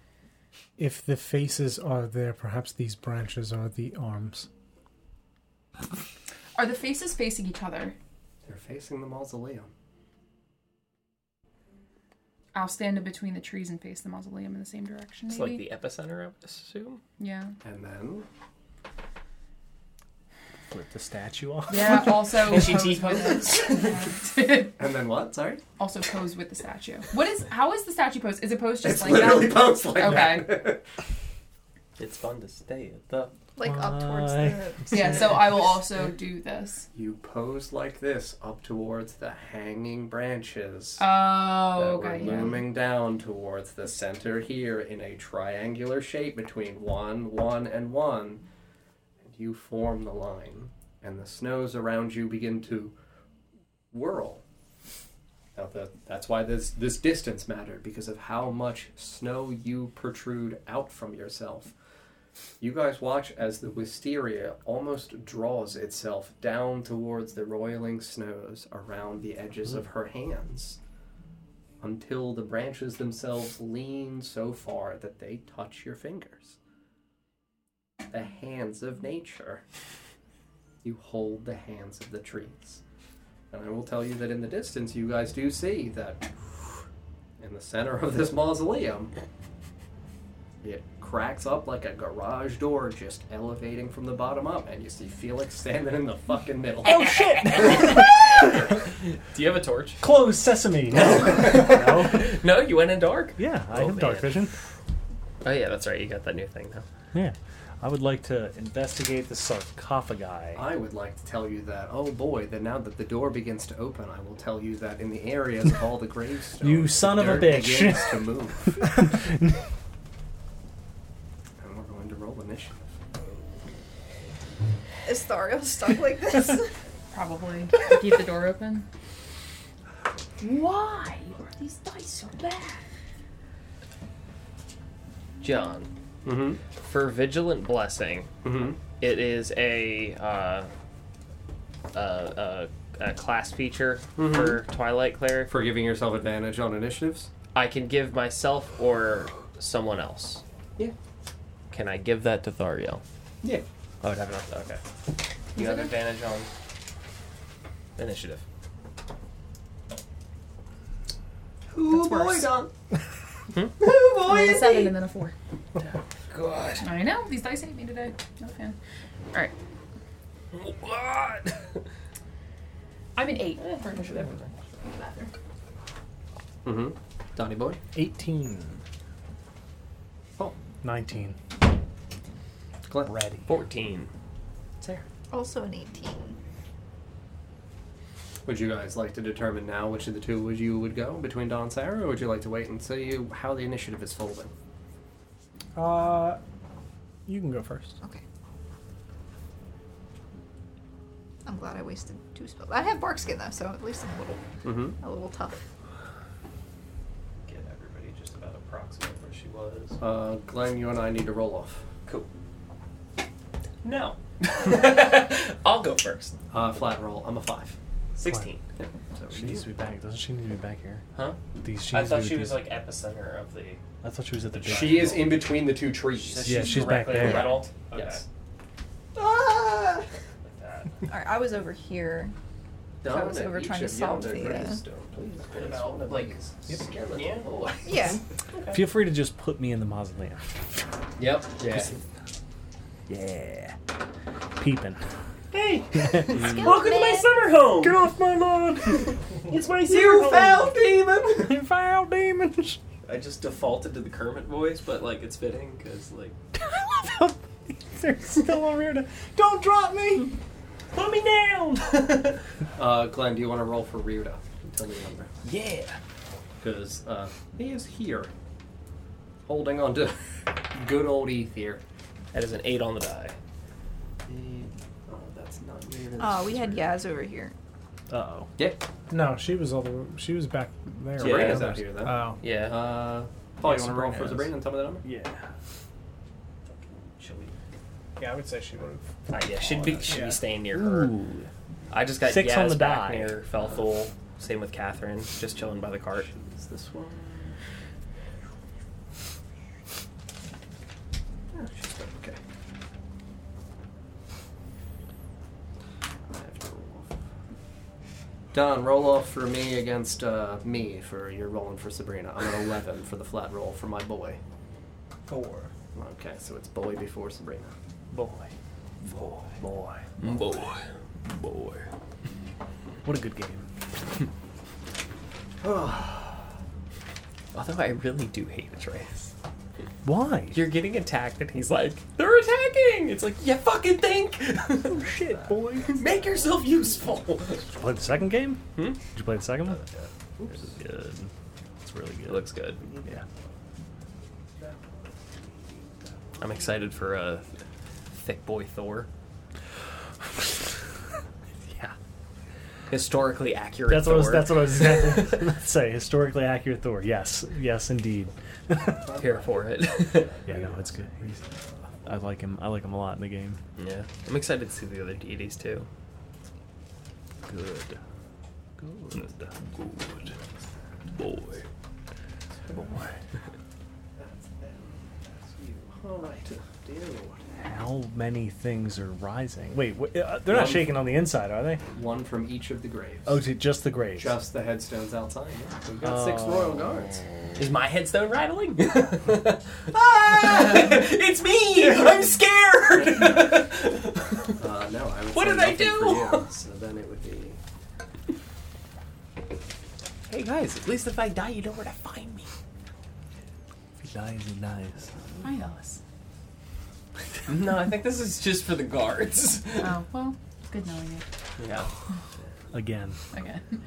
if the faces are there, perhaps these branches are the arms.
Are the faces facing each other?
They're facing the mausoleum.
I'll stand in between the trees and face the mausoleum in the same direction.
It's
Maybe.
like the epicenter, I would assume.
yeah.
And then
Flip the statue off.
Yeah. Also.
And
E
she
pose
teeth
with the-
and then what? Sorry?
also pose with the statue. What is? How is the statue pose? Is it posed just
It's
like
literally
that?
posed like
okay.
It's fun to stay at the.
Like up towards
Why?
the.
Yeah. So I will also do this.
You pose like this up towards the hanging branches.
Oh.
that
Okay.
were
Yeah.
looming down towards the center here in a triangular shape between one, one, and one. And you form the line, and the snows around you begin to whirl. Now the, that's why this this distance mattered because of how much snow you protrude out from yourself. You guys watch as the wisteria almost draws itself down towards the roiling snows around the
Mm-hmm.
edges of her hands until the branches themselves lean so far that they touch your fingers. The hands of nature. You hold the hands of the trees. And I will tell you that in the distance, you guys do see that in the center of this mausoleum, it cracks up like a garage door just elevating from the bottom up, and you see Felix standing in the fucking middle.
Oh shit!
Do you have a torch?
Close sesame.
No, you went in dark.
Yeah, I
Oh,
have dark
man.
vision.
Oh yeah, that's right. You got that new thing now.
Yeah. I would like to investigate the sarcophagi.
I would like to tell you that, oh boy, that now that the door begins to open, I will tell you that in the areas of all the gravestones,
You
the
son of a
dirt
bitch.
begins to move. and we're going to roll initiative.
Is Thariel stuck like this?
Probably. Keep the door open. Why are these dice so bad?
John,
Mm-hmm.
for vigilant blessing,
Mm-hmm.
it is a uh, a, a, a class feature for Twilight Cleric?
For giving yourself advantage on initiatives?
I can give myself or someone else.
Yeah.
Can I give that to Thariel?
Yeah.
I would have enough. Okay. You have advantage on initiative.
Ooh,
That's
boy,
worse.
Don.
Hmm?
Ooh,
boy,
a
is
seven
he?
and then a four.
God.
I know these dice hate me today. Not a fan. All right. I'm an eight for initiative.
Mm-hmm. Donny boy.
18.
Oh.
19.
Ready.
14.
Sarah.
Also an 18.
Would you guys like to determine now which of the two would you would go between Don and Sarah, or would you like to wait and see you- how the initiative is folding?
Uh, you can go first.
Okay. I'm glad I wasted two spells. I have bark skin though, so at least I'm a little,
Mm-hmm.
a little tough.
Get everybody just about approximate where she was.
Uh, Glenn, you and I need to roll off.
Cool. No. I'll go first.
Uh, flat roll. I'm a five.
16.
Yeah, so
She needs to be back. Doesn't she need to be back here?
Huh?
These
I
needs to
thought
be
she
with
was
these-
like epicenter of the.
I thought she was at the.
She is in between the two trees.
Yeah, she's back
directly in the
there.
middle? Okay.
Yes.
Ah!
Like that.
Alright, I was over here. So I was over trying to solve the. Uh,
What about like skeleton boy?
yeah.
Feel free to just put me in the mausoleum.
Yep. Yeah.
Yeah. Peeping.
Hey!
Welcome to my
summer home!
Get off my lawn!
It's my
You
foul
demon! you foul demons!
I just defaulted to the Kermit voice, but like it's fitting because like.
They're still over here to. Don't drop me!
Put me down!
Uh, Glenn, do you want to roll for Ryuta? Tell me the number.
yeah!
Because uh, he is here, holding on to good old ether.
That is an 8 on the die.
Oh, that's not
Oh, we had Yaz over here.
Uh oh.
Yep.
No, she was all the she was back there.
Yeah.
Sabrina's
Right?
out here, though.
Oh,
Yeah.
Uh, Paul,
Yeah,
you want to roll
Sabrina
for
is.
Sabrina and tell me the number?
Yeah.
Should we?
yeah, I would say she would have.
Uh, yeah, should be should
Yeah.
be staying near her. I just got
Six
Yaz
on the
back
die.
near Felthul. Same with Catherine, just chilling by the cart.
Is this one? Oh, she's done okay. I have to roll off. Don, roll off for me against uh, me for you're rolling for Sabrina. I'm an 11 for the flat roll for my boy.
Four.
Okay, so it's boy before Sabrina.
Boy. Boy. Boy.
Boy. Boy.
What a good game.
Although I really do hate Atreus.
Why?
You're getting attacked, and he's like, "They're attacking!" It's like, "You fucking think?
Oh, Shit, boy.
Make yourself useful."
Did you play the second game?
Hmm?
Did you play the second one?
Oops.
Good. It's really good.
It looks good.
Yeah.
I'm excited for uh, thick boy Thor.
Yeah.
Historically accurate.
That's what, I was,
Thor.
that's what I was gonna say. Historically accurate Thor. Yes. Yes, indeed.
Here for it.
Yeah, no, it's good. He's, I like him. I like him a lot in the game.
yeah, I'm excited to see the other deities too. Good. Good. Good. Boy.
Boy.
That's them. That's you. All right. Dear Lord.
How many things are rising? Wait, wh- uh, they're not
One.
shaking on the inside, are they?
One from each of the graves.
Oh, to just the graves.
Just the headstones outside. Yeah. We've got six royal guards.
Is my headstone rattling? ah! It's me! I'm scared!
Uh, no, I would
What
say
did I
nothing
do?
For you, so then it would be.
hey guys, at least if I die, you know where to find me.
Nice, nice.
Find Alice.
No, I think this is just for the guards.
Oh well, it's good knowing you.
Yeah.
Again,
Okay.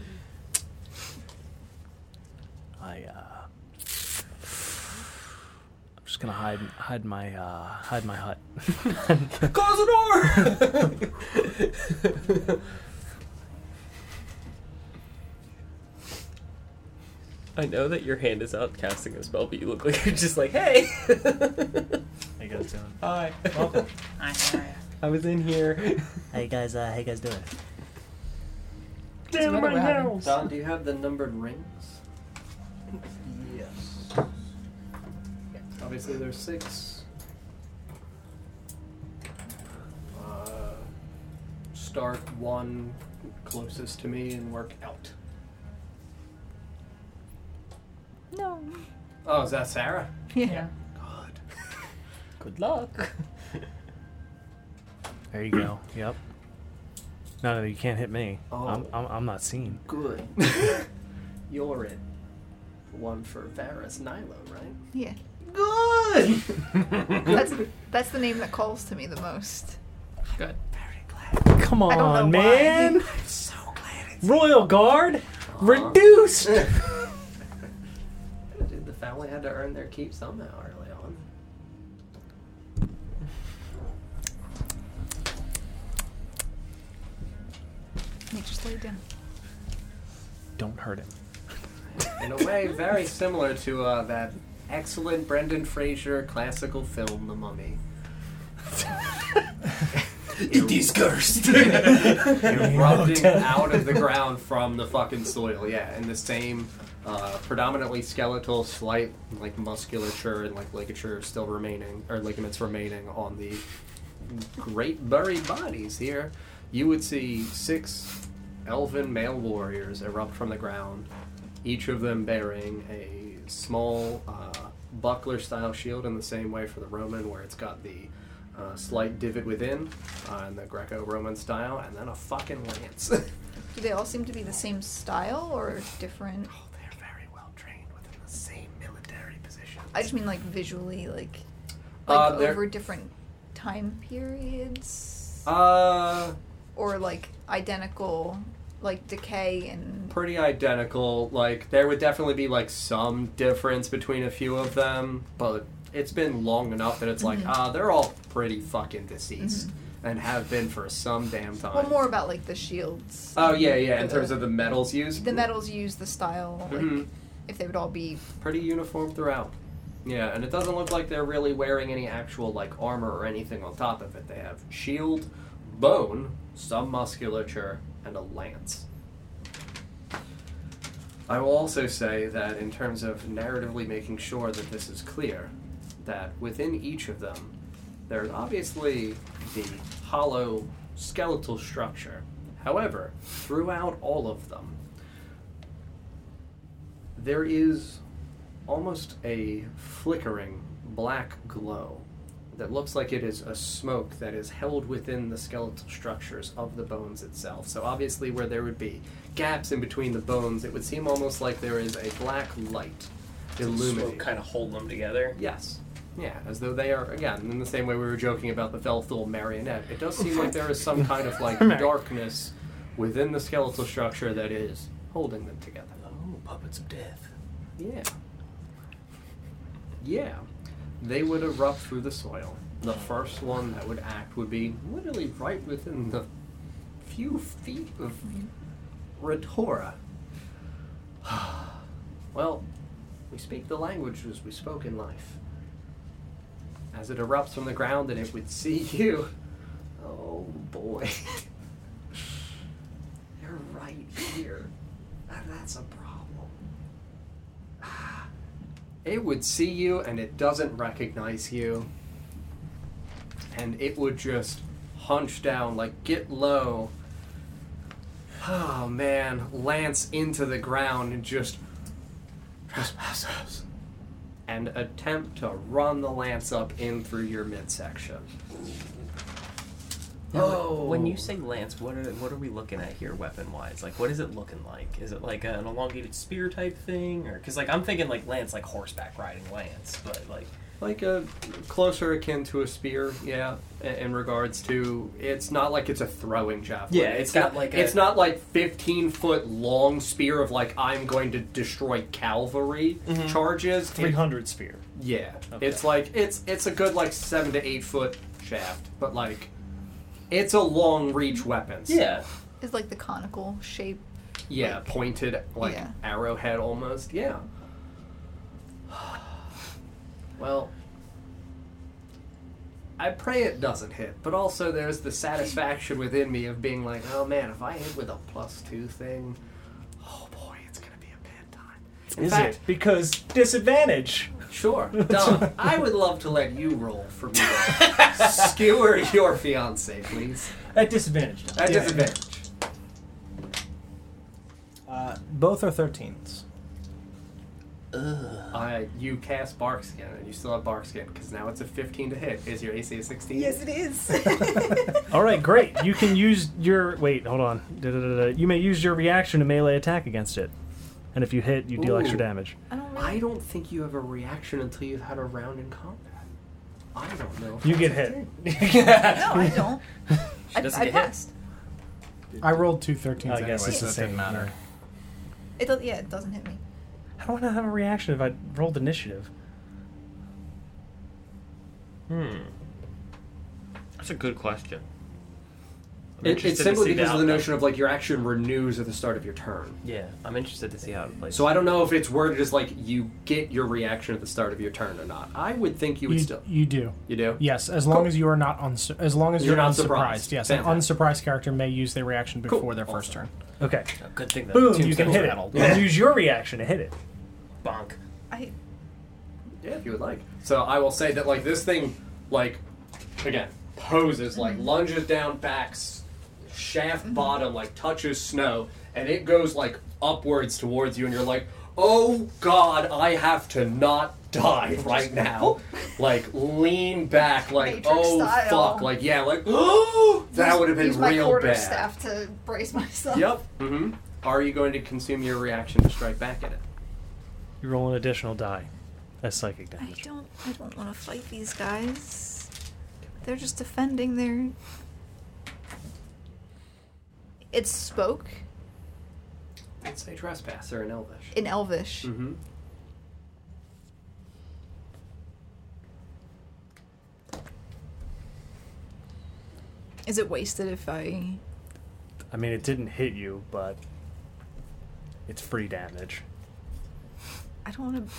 I. Uh, I'm just gonna hide, hide my, uh, hide my hut.
Close the door! I know that your hand is out casting a spell, but you look like you're just like, hey!
How you guys doing?
Hi. Welcome.
Hi.
I was in here.
How you guys? Uh, how you guys doing?
That's
Damn
what
my
we're having.
nails.
Don, do you have the numbered rings?
Yes. Obviously, there's six. Uh, start one closest to me and work out.
No.
Oh, is that Sarah?
Yeah.
Good.
Good luck.
There you go. Yep. No, no, you can't hit me. I'm, I'm, I'm not seen.
Good. You're it. One for Varus Nilo, right?
Yeah.
Good.
that's that's the name that calls to me the most.
Good.
Come
I don't know
on,
why.
man. Royal Guard, reduced.
Dude, the family had to earn their keep somehow early on.
Nick, just lay down.
Don't hurt him.
In a way, very similar to uh, that excellent Brendan Fraser classical film, The Mummy.
It is cursed.
erupting out of the ground from the fucking soil. Yeah, and the same uh, predominantly skeletal, slight like musculature and like ligature still remaining or ligaments remaining on the great buried bodies here. You would see six elven male warriors erupt from the ground, each of them bearing a small uh, buckler style shield in the same way for the Roman, where it's got the uh, slight divot within uh, in the Greco Roman style, and then a fucking lance.
Do they all seem to be the same style or different?
They're very well trained within the same military position.
I just mean like visually, like
Uh,
like
they're-
over different time periods,
Uh,
or like identical, like decay and
pretty identical. Like, there would definitely be like some difference between a few of them, but it's been long enough that it's like,
Mhm.
ah, they're all pretty fucking deceased and have been for some damn time.
well, more about like the shields.
Uh, Oh yeah, yeah. In terms of the metals used,
the metals used the style, like
Mhm.
if they would all be
pretty uniform throughout. Yeah, and it doesn't look like they're really wearing any actual like armor or anything on top of it. They have shield, bone, some musculature, and a lance. I will also say that in terms of narratively making sure that this is clear, that within each of them, there's obviously the hollow skeletal structure. However, throughout all of them, there is almost a flickering black glow that looks like it is a smoke that is held within the skeletal structures of the bones itself. So, obviously, where there would be gaps in between the bones, it would seem almost like there is a black light illuminating.
kind of hold them together.
Yes. Yeah, as though they are again in the same way we were joking about the Felthul marionette. It does seem like there is some kind of like darkness within the skeletal structure that is holding them together.
Oh, puppets of death.
Yeah. Yeah. They would erupt through the soil. The first one that would act would be literally right within the few feet of Retora. well, we speak the languages we spoke in life. As it erupts from the ground and it would see you. Oh boy. You're right here. And that's a problem. Ah, It would see you and it doesn't recognize you. And it would just hunch down, like get low. Oh man, lance into the ground and just trespassers. And attempt to run the lance up in through your midsection.
Oh. When you say lance, what are what are we looking at here, weapon wise? Like, what is it looking like? Is it like an elongated spear type thing, or because like I'm thinking like lance, like horseback riding lance, but like
like a closer akin to a spear, yeah. i- In regards to, it's not like it's a throwing javelin.
Yeah, it's got like a-
it's not like fifteen foot long spear of like I'm going to destroy cavalry
Mm-hmm.
charges. It-
Three hundred spear.
yeah,
Okay.
it's like it's it's a good like seven to eight foot shaft, but like it's a long reach weapon. so-
yeah,
is like the conical shape.
yeah, pointed like
Yeah.
arrowhead almost. Yeah. Well, I pray it doesn't hit, but also there's the satisfaction within me of being like, oh man, if I hit with a plus two thing, oh boy, it's gonna be a bad time. In
Is
fact,
it? Because disadvantage.
Sure. Don, I would love to let you roll for me. to Skewer your fiance, please.
At disadvantage. Don.
At
Yeah.
disadvantage.
Uh, both are 13s.
Uh, you cast Barkskin, and you still have Barkskin because now it's a 15 to hit. Is your AC a 16? Yes,
it is.
All right, great. You can use your wait. Hold on. Da-da-da-da. You may use your reaction to melee attack against it, and if you hit, you deal extra
Ooh.
damage.
I don't,
I don't think you have a reaction until you've had a round in combat. I don't know.
You get hit.
No, I don't. I,
doesn't
I
get hit?
passed.
I rolled two 13s.
I guess
anyway,
it's
so
the
it
same
didn't matter.
It does, yeah, it doesn't hit me.
How do I not have a reaction if I rolled initiative?
Hmm. That's a good question. I'm
It, it's
interested to see
simply
the
because of the
outcome.
notion of like your action renews at the start of your turn.
Yeah, I'm interested to see how it plays.
So I don't know if it's worded as like you get your reaction at the start of your turn or not. I would think you would
You,
still.
you do.
You do?
Yes, as long as you are not unsu- as long as
You're
you're,
not
unsurprised.
surprised.
Yes, an
Fantastic.
unsurprised character may use their reaction before their first turn.
Okay.
A good thing that
Boom.
Tombstone's
You can hit it.
rattled.
And use your reaction to hit it.
Bonk.
I
Yeah, if you would like. So I will say that like this thing, like again, poses
Mm-hmm.
like lunges down, backs, shaft bottom, like touches snow, and it goes like upwards towards you, and you're like, oh god, I have to not die right now. like lean back, like
Matrix
oh
style.
fuck, like yeah, like oh that
use-
would have been
use my
real
quarter
bad.
staff to brace myself.
Yep. Mm-hmm. Are you going to consume your reaction to strike back at it?
You roll an additional die. That's psychic
I
damage.
don't. I don't want to fight these guys. They're just defending their. It spoke
It's a trespasser in Elvish.
in Elvish.
Mm-hmm.
Is it wasted if I?
I mean, it didn't hit you, but it's free damage.
I don't want to.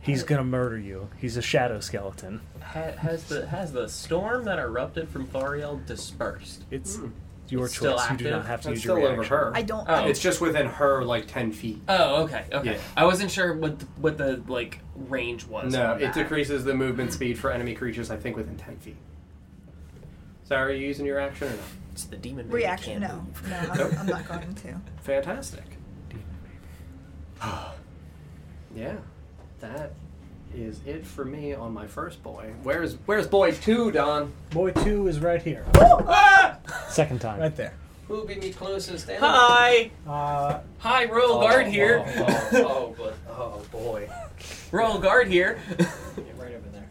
He's gonna murder you. He's a shadow skeleton.
Ha- has the has the storm that erupted from Thoriel dispersed?
It's
Mm.
your
It's still
choice. You do
active?
not have to
That's
use your
still over
reaction.
her.
I don't.
Oh.
It's just within her like ten feet.
Oh, okay, okay.
Yeah.
I wasn't sure what the, what the like range was.
No,
on
it
that.
decreases the movement speed for enemy creatures. I think within ten feet. So are you using your action or not?
It's the demon baby
reaction.
can't
No,
move.
no, I'm, I'm not going to.
Fantastic. yeah, that is it for me on my first boy. Where's Where's boy two, Don?
Boy two is right here,
Ah!
Second time.
right there.
Who be me closest? enemy?
Hi,
Uh,
hi, royal guard here.
Oh, oh, oh, but, oh boy.
royal guard here.
right over there.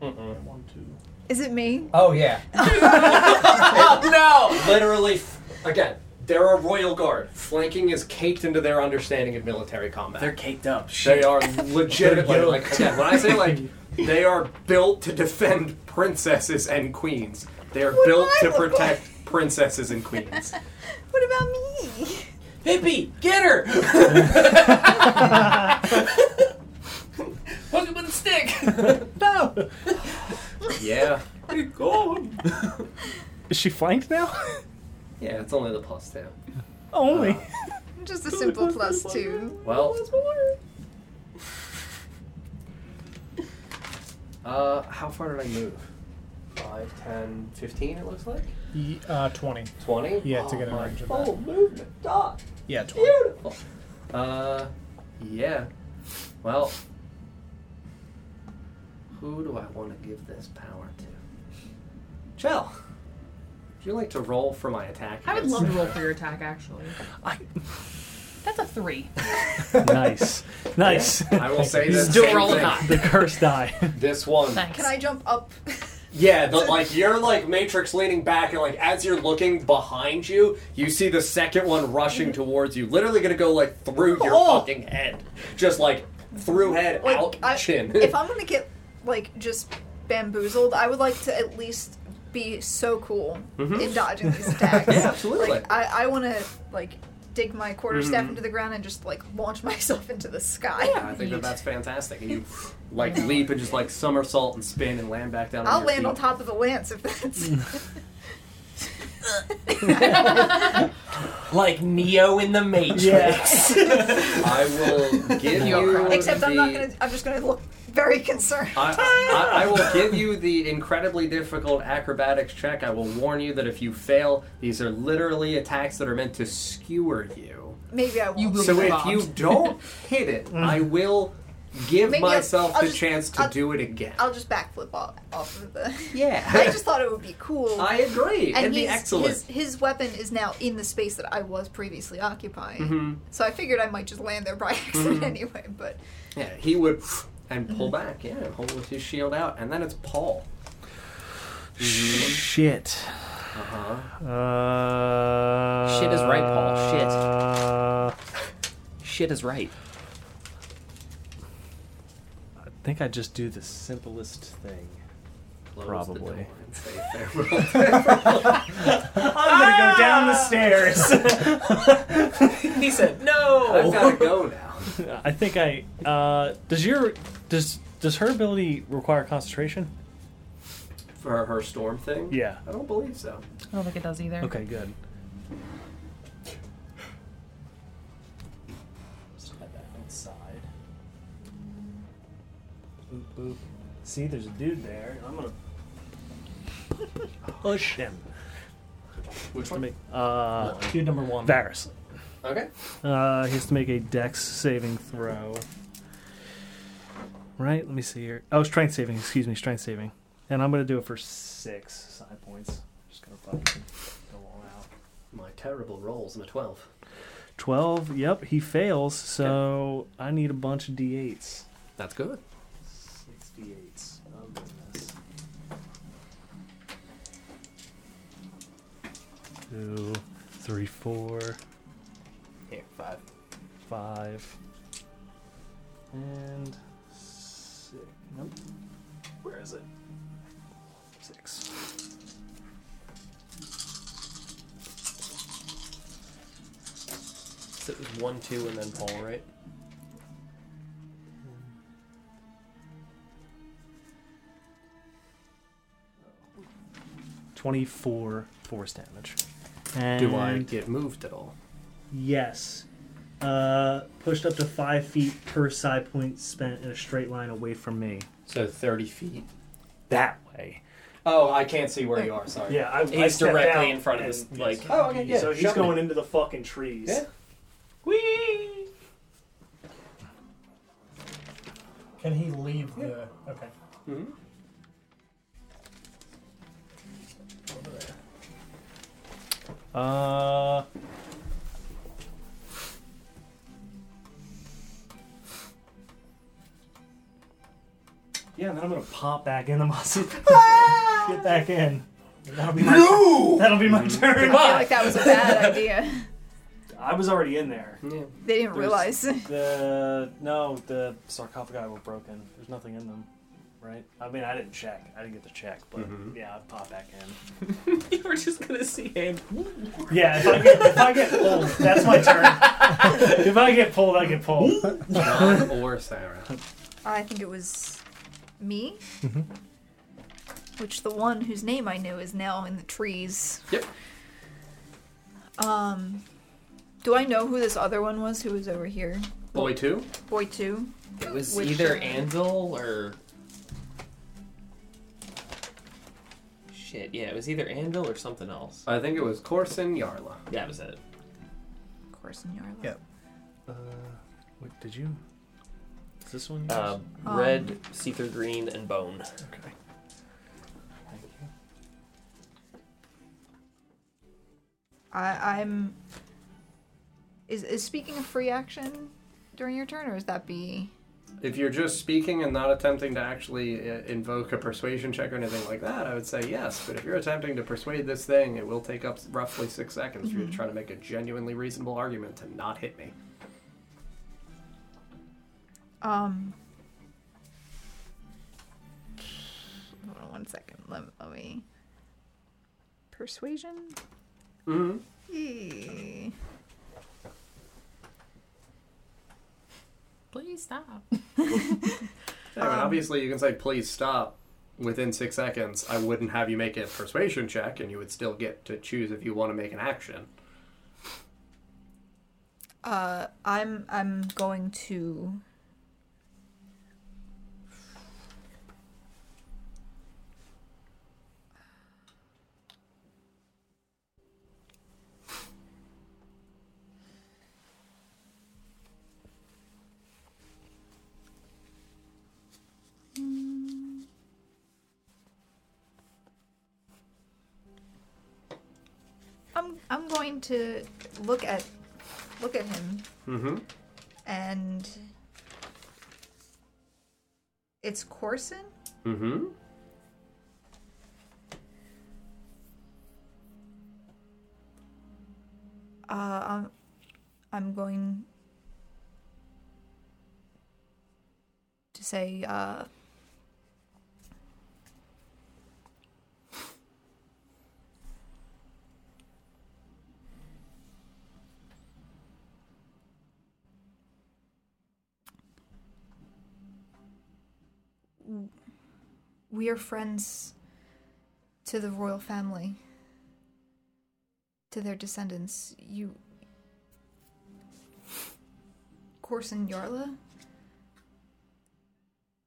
One, two.
Is it me?
Oh yeah.
no! Literally, f- again, they're a royal guard. Flanking is caked into their understanding of military combat.
They're caked up.
They are legitimately like again, when I say like they are built to defend princesses and queens. They are built
I
to
look
protect princesses and queens.
What about me?
Hippie, get her. Hook it with a stick. no.
Yeah.
Is she flanked now?
Yeah, it's only the plus two.
Only.
Uh,
Just a simple plus two.
Well Uh how far did I move? 5, 10, 15 it looks like.
y- uh, 20.
20?
Yeah, to get a
my
range of
full movement. Oh, Dot.
Yeah, 20.
Beautiful. Uh, yeah. Well, who do I want to give this power to? Chell. Would you like to roll for my attack?
I would
against-
love to roll for your attack, actually. That's a three.
nice, nice.
I will say
This
that
is
same
roll
thing.
high. the curse die.
This one.
Thanks.
Can I jump up?
Yeah, the, like you're like Matrix leaning back, and like as you're looking behind you, you see the second one rushing towards you. Literally gonna go like through your
Oh.
fucking head, just like through head
like
out
I,
chin.
if I'm gonna get like just bamboozled, I would like to at least
Mm-hmm.
be so cool in dodging these attacks.
Yeah, absolutely.
Like I, I want to like dig my quarterstaff
Mhm.
into the ground and just like launch myself into the sky.
I think that that's fantastic. And you like leap and just like somersault and spin and land back down.
I'll
your
land
feet.
on top of the lance if that's.
Mm.
Like Neo in the Matrix.
I will give you.
Except I'm not
the-
gonna. I'm just gonna look very concerned.
I, I, I will give you the incredibly difficult acrobatics check. I will warn you that if you fail, these are literally attacks that are meant to skewer you.
Maybe I won't.
so if you don't hit it, I will give
Maybe I'll-
myself
I'll
the
just-
chance to do it again.
I'll just backflip off, off of the.
Yeah.
I just thought it would be cool.
I agree.
And
It'd be
he's-
excellent.
His, his weapon is now in the space that I was previously occupying.
Mhm.
So I figured I might just land there by accident
Mhm.
anyway. But
Yeah, he would and pull
Mm-hmm.
back. Yeah, and hold with his shield out, and then it's Paul. Mm-hmm.
Shit.
Uh huh.
Uh,
Shit is right, Paul. Shit.
Uh,
Shit is right.
I think I just do the simplest thing. Probably.
I'm
Ah!
gonna go down the stairs.
he said, "No."
I've gotta go now.
I think I. Uh, does your does does her ability require concentration?
For her storm thing?
Yeah.
I don't believe so.
I don't think it does either.
Okay, good.
Just head back outside. Boop boop. See, there's a dude there. I'm gonna
Push him.
Which
one? Uh,
Dude number one.
Varus.
Okay.
Uh, he has to make a dex saving throw. Right? Let me see here. Oh, strength saving. Excuse me, strength saving. And I'm going to do it for six side points. Just going to fucking go all out.
My terrible rolls in a 12.
12. Yep, he fails. So I need a bunch of d8s.
That's good.
Six d8s. Oh, goodness. Two, three, four,
Here, five.
five, and six. Nope. Where is it? Six.
So it was one, two, and then Paul, right?
Twenty-four force damage. And
Do I get moved at all?
Yes. Uh, pushed up to five feet per side point spent in a straight line away from me.
So 30 feet.
That way.
Oh, I can't see where you are, sorry.
Yeah, I, I
He's
stepped out
directly in front of
and-
us. Like,
Oh, okay, yeah.
so he's
shove me.
going into the fucking trees.
Yeah.
wee.
Can he leave the? Okay.
Mhm.
Uh.
Yeah, and then I'm gonna pop back in the monster. Get back in. That'll be my,
No!
that'll be my turn.
I feel like that was a bad idea.
I was already in there.
They didn't
There's-
realize.
The no, the sarcophagi were broken. There's nothing in them, right? I mean, I didn't check. I didn't get to check, but yeah, I'd pop back in.
you were just gonna see him.
Yeah, if I get if I get pulled, that's my turn. if I get pulled, I get pulled.
John or Sarah.
I think it was me. Which the one whose name I knew is now in the trees.
Yep.
Um, do I know who this other one was who was over here?
Boy 2?
Boy two.
It was
Which,
either
uh,
Anvil or. Shit, yeah, it was either Anvil or something else.
I think it was Corson Yarla.
That was it.
Of course, in your life.
Yep.
Uh, wait, did you? Is this one?
Uh,
Um,
red, see through green, and bone.
okay. Thank you.
I, I'm. Is is speaking a free action during your turn, or is that be?
If you're just speaking and not attempting to actually uh, invoke a persuasion check or anything like that, I would say yes. But if you're attempting to persuade this thing, it will take up roughly six seconds for you to try to make a genuinely reasonable argument to not hit me.
Um. Hold on one second. Let, let me. Persuasion.
Mm-hmm.
Eh.
please stop.
Yeah, I mean, obviously, you can say, please stop within six seconds. I wouldn't have you make a persuasion check, and you would still get to choose if you want to make an action.
Uh, I'm I'm going to. I'm I'm going to look at look at him
Mm-hmm.
and it's Corson.
Mm-hmm.
Uh, I'm I'm going to say uh. w- we are friends to the royal family, to their descendants. You. Corson Yarla?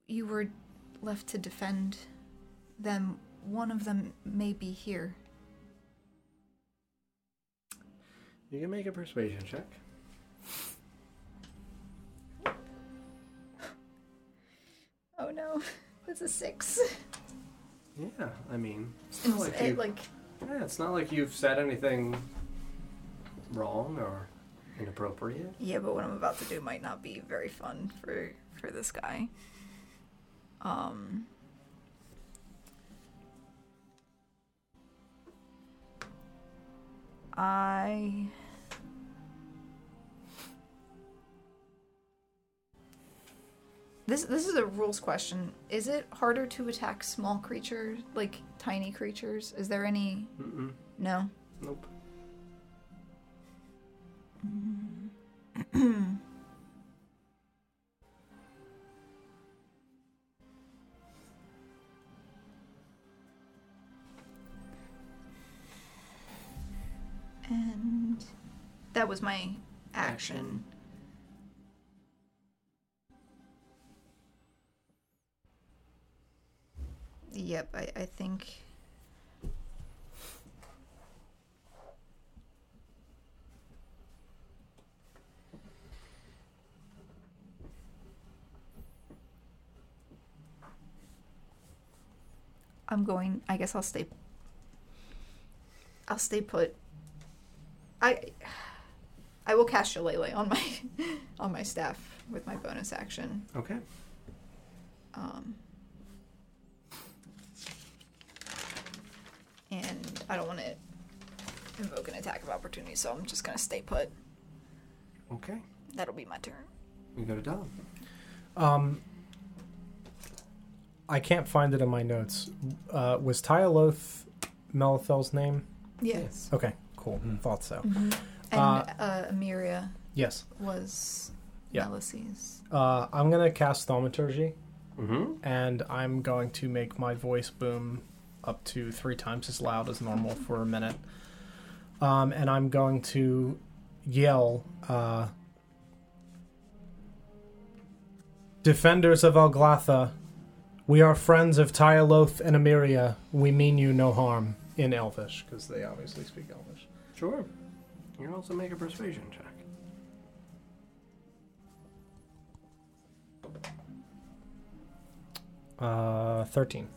You were left to defend them. One of them may be here.
You can make a persuasion check.
Oh no, that's a six.
Yeah, Oh, I mean, it's
And
not like,
it,
you,
like,
yeah, it's not like you've said anything wrong or inappropriate.
yeah, but what I'm about to do might not be very fun for for this guy. Um. I. This this is a rules question. Is it harder to attack small creatures, like tiny creatures? Is there any?
Mm-mm.
No.
Nope.
And that was my action. Yep, I, I think. I'm going. I guess I'll stay. I'll stay put. I I will cast Shillelagh on my on my staff with my bonus action.
Okay.
Um, and I don't want to invoke an attack of opportunity, so I'm just gonna stay put.
Okay.
That'll be my turn.
We go to Dom.
Um, I can't find it in my notes. Uh, was Tyaloth Melithel's name?
Yes.
Okay, cool.
Mm-hmm.
Thought so.
Mm-hmm.
And
Uh,
uh, Amiria
yes.
was
Yeah.
Melices.
Uh, I'm gonna cast Thaumaturgy,
Mm-hmm.
and I'm going to make my voice boom up to three times as loud as normal for a minute. Um, and I'm going to yell, uh, "Defenders of Alglatha, we are friends of Tyaloth and Emiria. We mean you no harm." In Elvish.
because they obviously speak Elvish.
Sure. You can also make a persuasion check.
Uh, thirteen.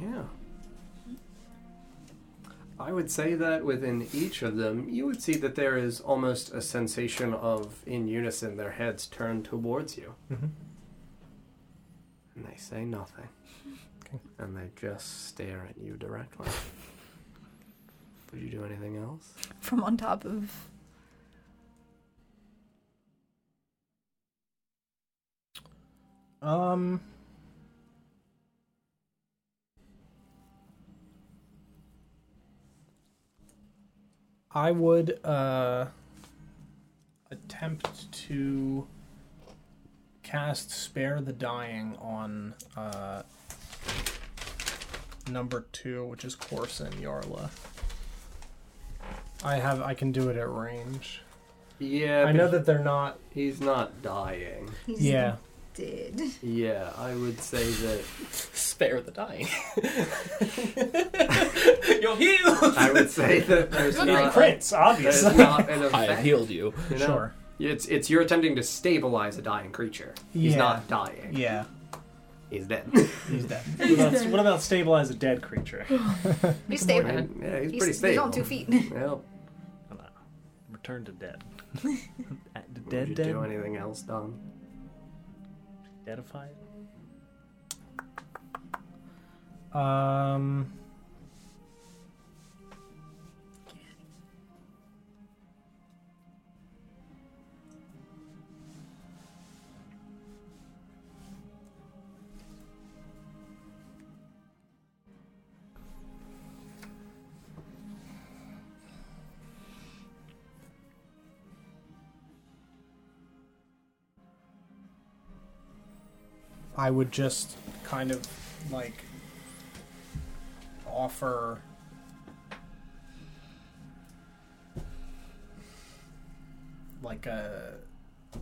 Yeah. I would say that within each of them, you would see that there is almost a sensation of, in unison, their heads turned towards you.
Mhm.
And they say nothing.
Okay.
And they just stare at you directly. Would you do anything else?
From on top of
Um. I would uh, attempt to
cast Spare the Dying on uh, number two, which is Corson Yarla. I have. I can do it at range.
Yeah,
I
but
know
he-
that they're not.
He's not dying.
He's
Yeah.
Dead.
Yeah, I would say that.
Spare the dying. You'll heal.
I would say that there's
You're
not.
Prince,
obviously. There's not an effect.
I have healed you.
know?
Sure.
It's it's you're attempting to stabilize a dying creature. He's
Yeah.
not dying.
Yeah.
He's dead.
He's dead.
What about, what about stabilize a dead creature?
He's stable.
Yeah, he's pretty
He's
stable.
on two feet.
Well,
Return to dead. At the
did
dead,
you
dead,
do anything else, Don?
deadify it.
Um.
I would just kind of like offer. Like a,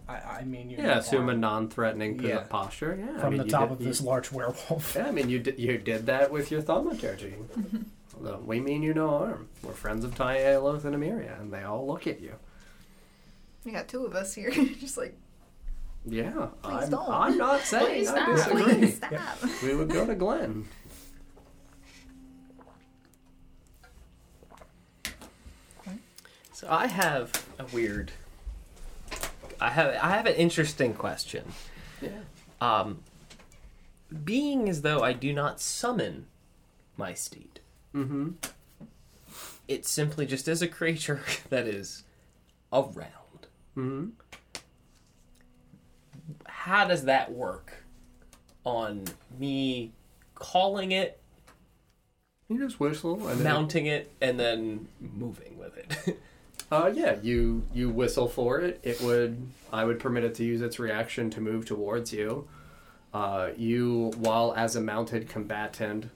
I, I mean, you
Yeah, assume a
arm
non-threatening p-
Yeah.
posture. Yeah, I
from
mean,
the
you
top
did-
of
you-
this large werewolf.
Yeah, I mean, you did, you did that with your thaumaturgy.
Mm-hmm.
Although we mean you no harm. We're friends of Ty Aloth and Emiria, and they all look at you.
We got two of us here. Just like,
Yeah,
please
I'm,
don't.
I'm not saying
Please
I
stop.
disagree.
Please stop.
We would go to Glenn.
So I have a weird. I have I have an interesting question.
Yeah.
Um, being as though I do not summon my steed,
Mm-hmm.
it simply just is a creature that is around.
Mm-hmm.
How does that work on me calling it,
You just whistle and then
mounting it, and then moving with it?
Uh, yeah, you you whistle for it. It would I would permit it to use its reaction to move towards you. Uh, you, while as a mounted combatant,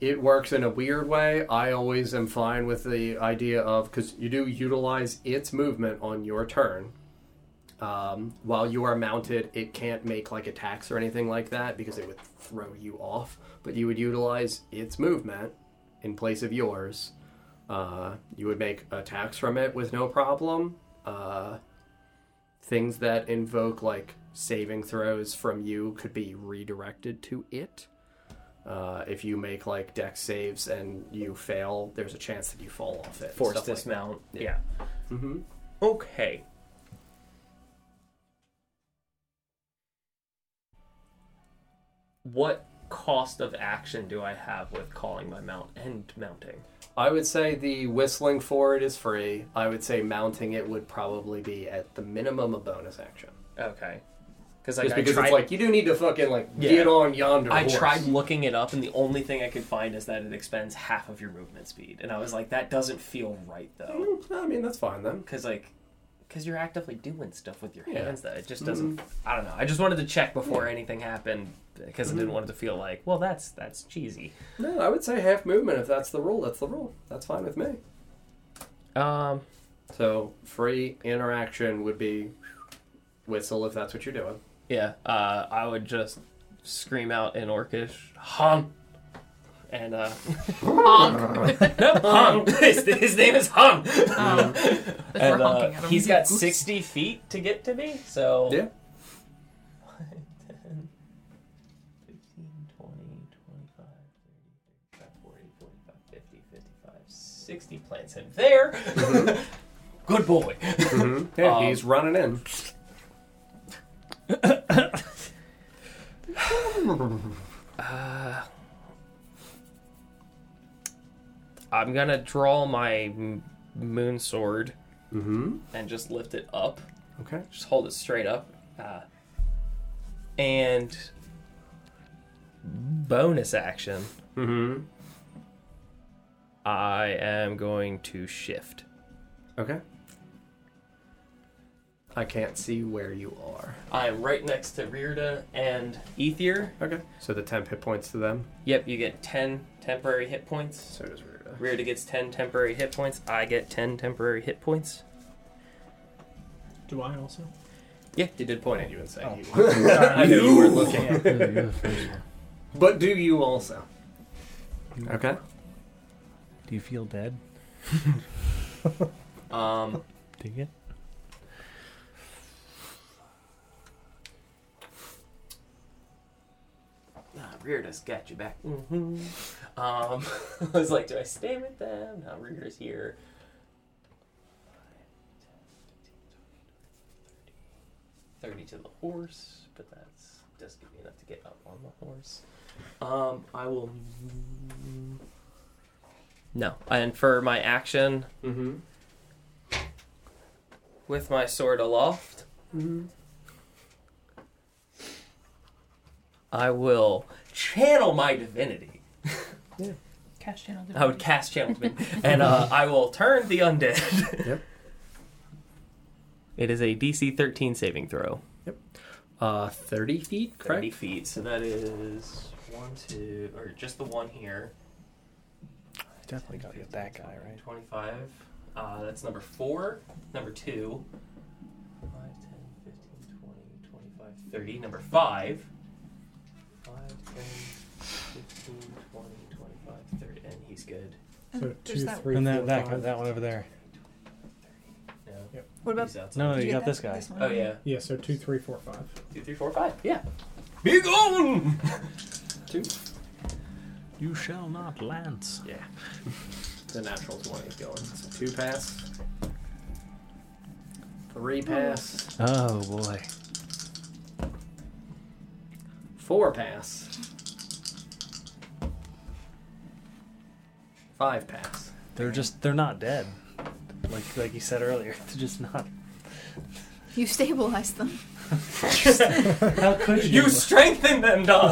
it works in a weird way. I always am fine with the idea of because you do utilize its movement on your turn. Um, while you are mounted, it can't make like attacks or anything like that because it would throw you off. But you would utilize its movement in place of yours. Uh, you would make attacks from it with no problem. Uh, things that invoke like saving throws from you could be redirected to it. Uh, if you make like deck saves and you fail, there's a chance that you fall off it. and
Force
stuff like that.
dismount. yeah.
Mm-hmm.
Okay. What cost of action do I have with calling my mount and mounting?
I would say the whistling for it is free. I would say mounting it would probably be at the minimum a bonus action.
Okay. Because
Just
like, I
because
tried,
it's like you do need to fucking like
Yeah.
get on yonder.
I
horse.
tried looking it up, and the only thing I could find is that it expends half of your movement speed, and I was like, that doesn't feel right though,
Mm, I mean that's fine then.
because like, because you're actively doing stuff with your
Yeah. Mm-hmm.
hands that it just doesn't. I don't know. I just wanted to check before anything happened because I didn't want it to feel like, well, that's that's cheesy.
No, I would say half movement if that's the rule. That's the rule. That's fine with me.
Um.
So free interaction would be whistle if that's what you're doing.
Yeah, uh, I would just scream out in Orcish, Hon! And, uh. no, Hon! His, his name is Hon!
Um,
But
and,
we're
uh,
honking at him.
he's got
Oops.
60 feet to get to me, so.
Yeah.
10, 15, 20, 25, 30, 35, 40, 45, 50, 55, 60 plants in there! Good boy!
Yeah,
Um,
he's running in.
I'm gonna draw my m- moon sword
Mm-hmm.
and just lift it up.
Okay.
just hold it straight up. Uh, and bonus action,
Mm-hmm.
I am going to shift.
Okay. I can't see where you are.
I'm right next to Rearda and Ethier.
Okay. So the 10 hit points to them.
Yep, you get 10 temporary hit points. So
does Rearda.
Rearda gets 10 temporary hit points. I get 10 temporary hit points.
Do I also?
Yeah, they did point at you and say you.
I knew you were looking
at
But do you also? Okay.
Do you feel dead?
Um,
Dig it.
ah, Rearda's got you back. hmm Um, I was like, do I stand with them? Now Rearda's here. Thirty to the horse, but that's does give me enough to get up on the horse. Um, I will. No, I infer my action
Mm-hmm.
with my sword aloft. I will channel my divinity.
Cash channel.
I would cast channel divinity, and uh, I will turn the undead.
Yep.
It is a DC 13 saving throw.
Uh, 30 feet, correct?
30 feet. So that is one, two, or just the one here.
Definitely gotta get that guy, right?
25. Uh, that's number four. Number two. 5, 10, 15, 20, 25, 30. Number five. 5, 10, 15, 20, 25, 30. And he's good.
So
There's
two,
that-
three,
and
four,
that that,
five.
that one over there.
No.
Yep.
What about-
He's outside.
No, no,
Did
you
get
got this
that-
guy.
one?
Oh, yeah.
Yeah, so two, three, four, five.
Two, three, four, five. Yeah. Be gone!
Two.
You shall not lance.
Yeah. the natural 20 is going. So two pass. Three pass.
Oh boy.
Four pass. Five pass.
They're just they're not dead. Like like you said earlier, they're just not.
You stabilize them.
How could you?
You strengthened them, Don!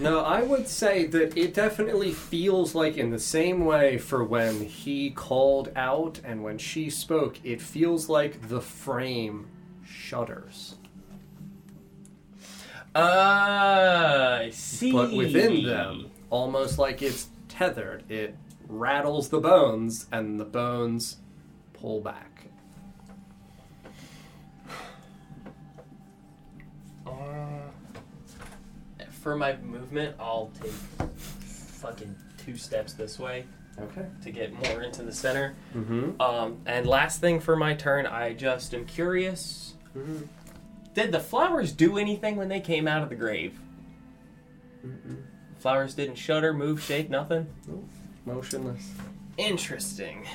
No, I would say that it definitely feels like in the same way for when he called out and when she spoke, it feels like the frame shudders.
Ah, I see.
But within them, almost like it's tethered, it rattles the bones and the bones pull back.
Uh, for my movement, I'll take fucking two steps this way
Okay.
to get more into the center.
Mm-hmm.
Um, and last thing for my turn, I just am curious. Did the flowers do anything when they came out of the grave? Flowers didn't shudder, move, shake, nothing.
Motionless.
Interesting.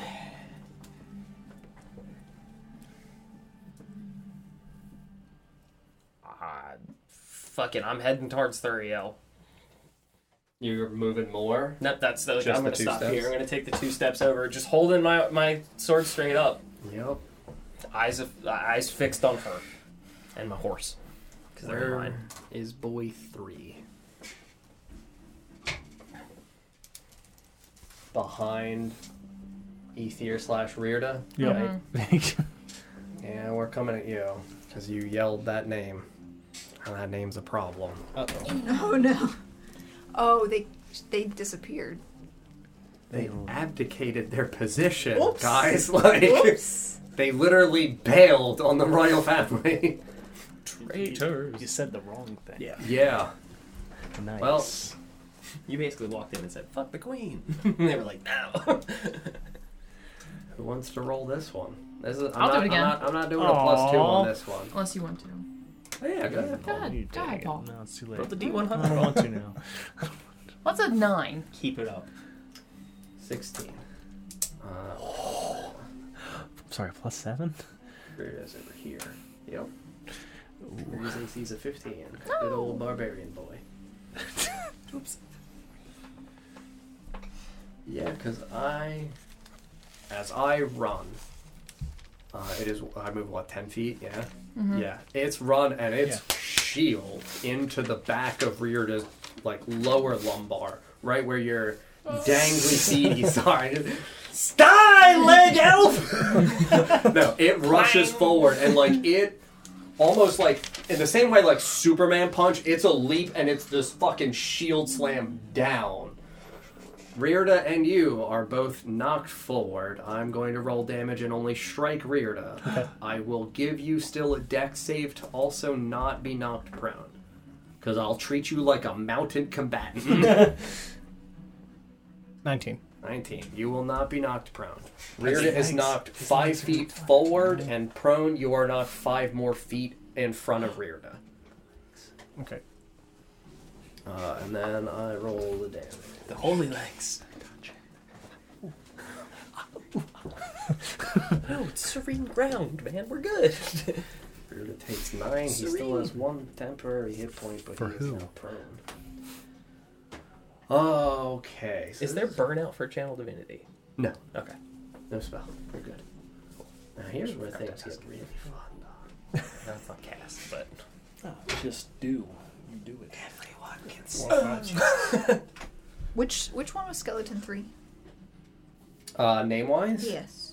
Ah, fucking, I'm heading towards Thuriel.
You're moving more.
Nope, that's the.
Just
I'm
the
gonna
two
stop
steps?
here. I'm gonna take the two steps over, just holding my my sword straight up,
Yep.
eyes of, eyes fixed on her, and my horse, because they're
Where
mine.
is boy three? Behind Ethier slash Rearda.
Yeah.
Yeah, we're coming at you because you yelled that name, and that name's a problem.
Oh no. Oh, they they disappeared.
They abdicated their position,
Oops.
guys. Like
Oops.
they literally bailed on the royal family.
Traitors. You, said the wrong thing. Oh,
Yeah.
yeah.
Nice.
Well,
You basically walked in and said, "Fuck the queen." and they were like, "No."
who wants to roll this one? This is, I'm
I'll do
not,
it again.
I'm not, I'm not doing a plus two
Aw.
on this one.
Unless you want to.
Yeah, go ahead.
God,
You
die,
dig it.
Paul.
No, it's too late.
Roll the D100.
I don't want to now.
What's a nine?
Keep it up.
16. Uh,
Sorry, plus seven.
here it is over here. Yep. Here's AC's a 15. Good old barbarian boy.
Oops.
Yeah, because I, as I run, uh, it is I move what ten feet. Yeah, yeah. It's run and it's shield into the back of Rearda's like lower lumbar, right where your dangly CDs are.
Sky leg elf!
no, it rushes forward and like it almost like in the same way like Superman punch, it's a leap and it's this fucking shield slam down. Rearda and you are both knocked forward. I'm going to roll damage and only strike Rearda. I will give you still a deck save to also not be knocked prone. Because I'll treat you like a mounted combatant.
19.
19. You will not be knocked prone. Rearda is knocked five feet forward and prone. You are knocked five more feet in front of Rearda.
Okay.
Uh, and then I roll the damage.
The holy legs.
No, it's serene ground, man. We're good.
Rearda takes nine. He still has one temporary hit point, but
For
he is
who?
now prone. Okay.
Is there burnout for channel divinity?
No.
Okay.
No spell. We're good. Now here's where things get really fun.
That's not cast, but
Just do. You do it.
everyone can
Which which one was skeleton three?
Uh, name wise?
Yes.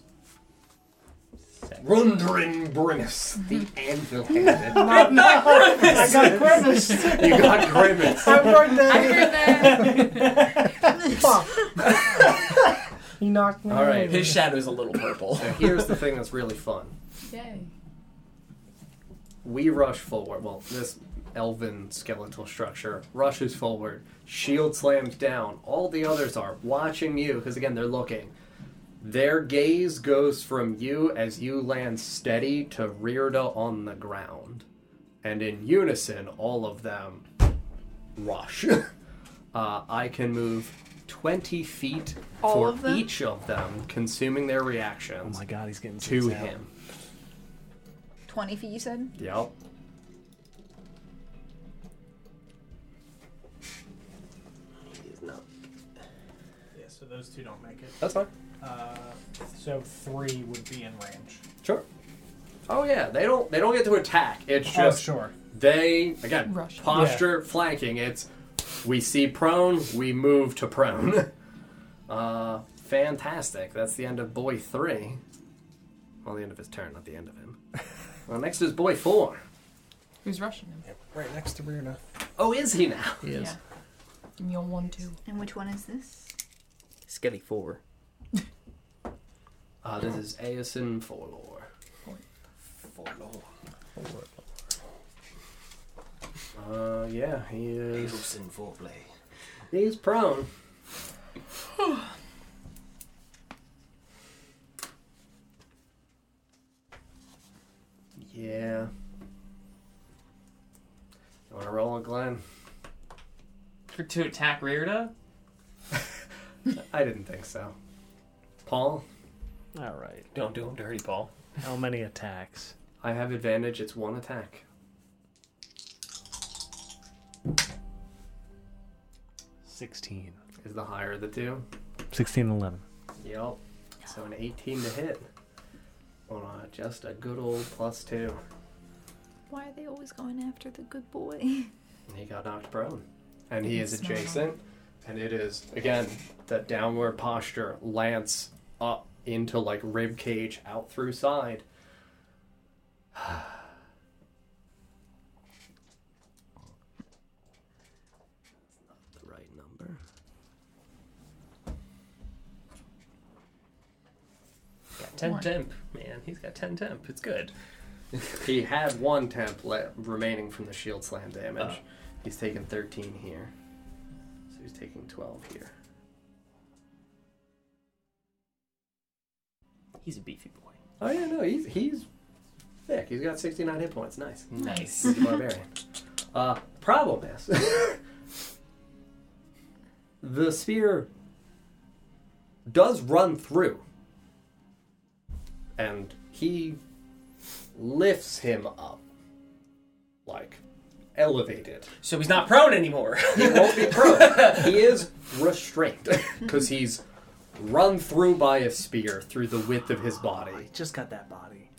Rundrin Brimus, the anvil handed.
Not- not Grimace. I got Grimace.
you got Grimace.
Happy birthday! Fuck. he knocked me
All right.
over.
His
shadow's a little purple.
Now, here's the thing that's really fun.
Yay.
We rush forward. Well, this elven skeletal structure rushes forward. Shield slams down. All the others are watching you because, again, they're looking. Their gaze goes from you as you land steady to Rearda on the ground. And in unison, all of them rush. uh, I can move 20 feet
All
for
of them?
each of them, consuming their reactions. Oh my
god, he's getting
to
six out.
him.
Twenty feet you said?
Yep. No.
Yeah, so those two don't make it.
That's fine.
Uh, so three would be in range.
Sure. Oh yeah, they don't they don't get to attack. It's
Oh,
just
sure.
they again
Rush.
posture flanking. It's we see prone, we move to prone. uh, fantastic. That's the end of boy three. Well, the end of his turn, not the end of him. well, next is boy four.
Who's rushing him?
Right next to Rearna.
Oh, is he now?
He
Yeah. Give me a one, two.
And which one is this?
Skelly four.
Uh, this is Aeson Forlore. Forlore. Uh, yeah, he is.
Wilson foreplay.
He's prone. yeah. You want to roll it, Glenn?
For to attack Rearda?
I didn't think so. Paul,
All right.
Don't do him dirty, Paul.
How many attacks?
I have advantage. It's one attack.
Sixteen.
Is the higher of the two.
Sixteen and eleven.
Yep. So an 18 to hit. On a, just a good old plus two.
Why are they always going after the good boy?
And he got knocked prone. And he is
Smile.
adjacent. And it is, again, that downward posture lance up into like rib cage, out through side. That's not the right number.
Got 10
One.
temp, man. He's got 10 temp. It's good.
He had one temp le- remaining from the shield slam damage. He's taking 13 here. So he's taking 12 here.
He's a beefy boy.
Oh, yeah, no, he's, he's thick. He's got 69 hit points. Nice.
Nice.
He's a barbarian. Uh, problem is, the spear does run through, and he lifts him up, like elevated.
So he's not prone anymore.
He won't be prone. he is restrained because he's run through by a spear through the width of his body.
Just got that body.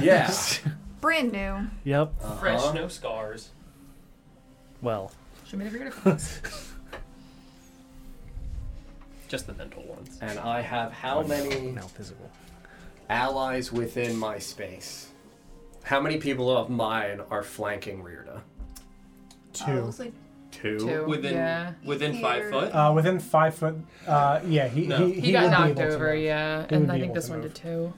Yeah.
Brand new.
Yep.
Fresh,
Uh-huh.
no scars.
Uh, Well,
Should we never get a
Just the mental ones.
And I have how many
Now physical.
allies within my space? How many people of mine are flanking Rearda?
Two.
Two.
Two.
Within
Yeah.
within five foot.
Oh. Uh, within five foot. Uh, yeah, he
No.
he,
He,
he
got
would be
knocked
able to
over,
move.
yeah,
He would
and I
be
think
able
this
to
one
move.
did too.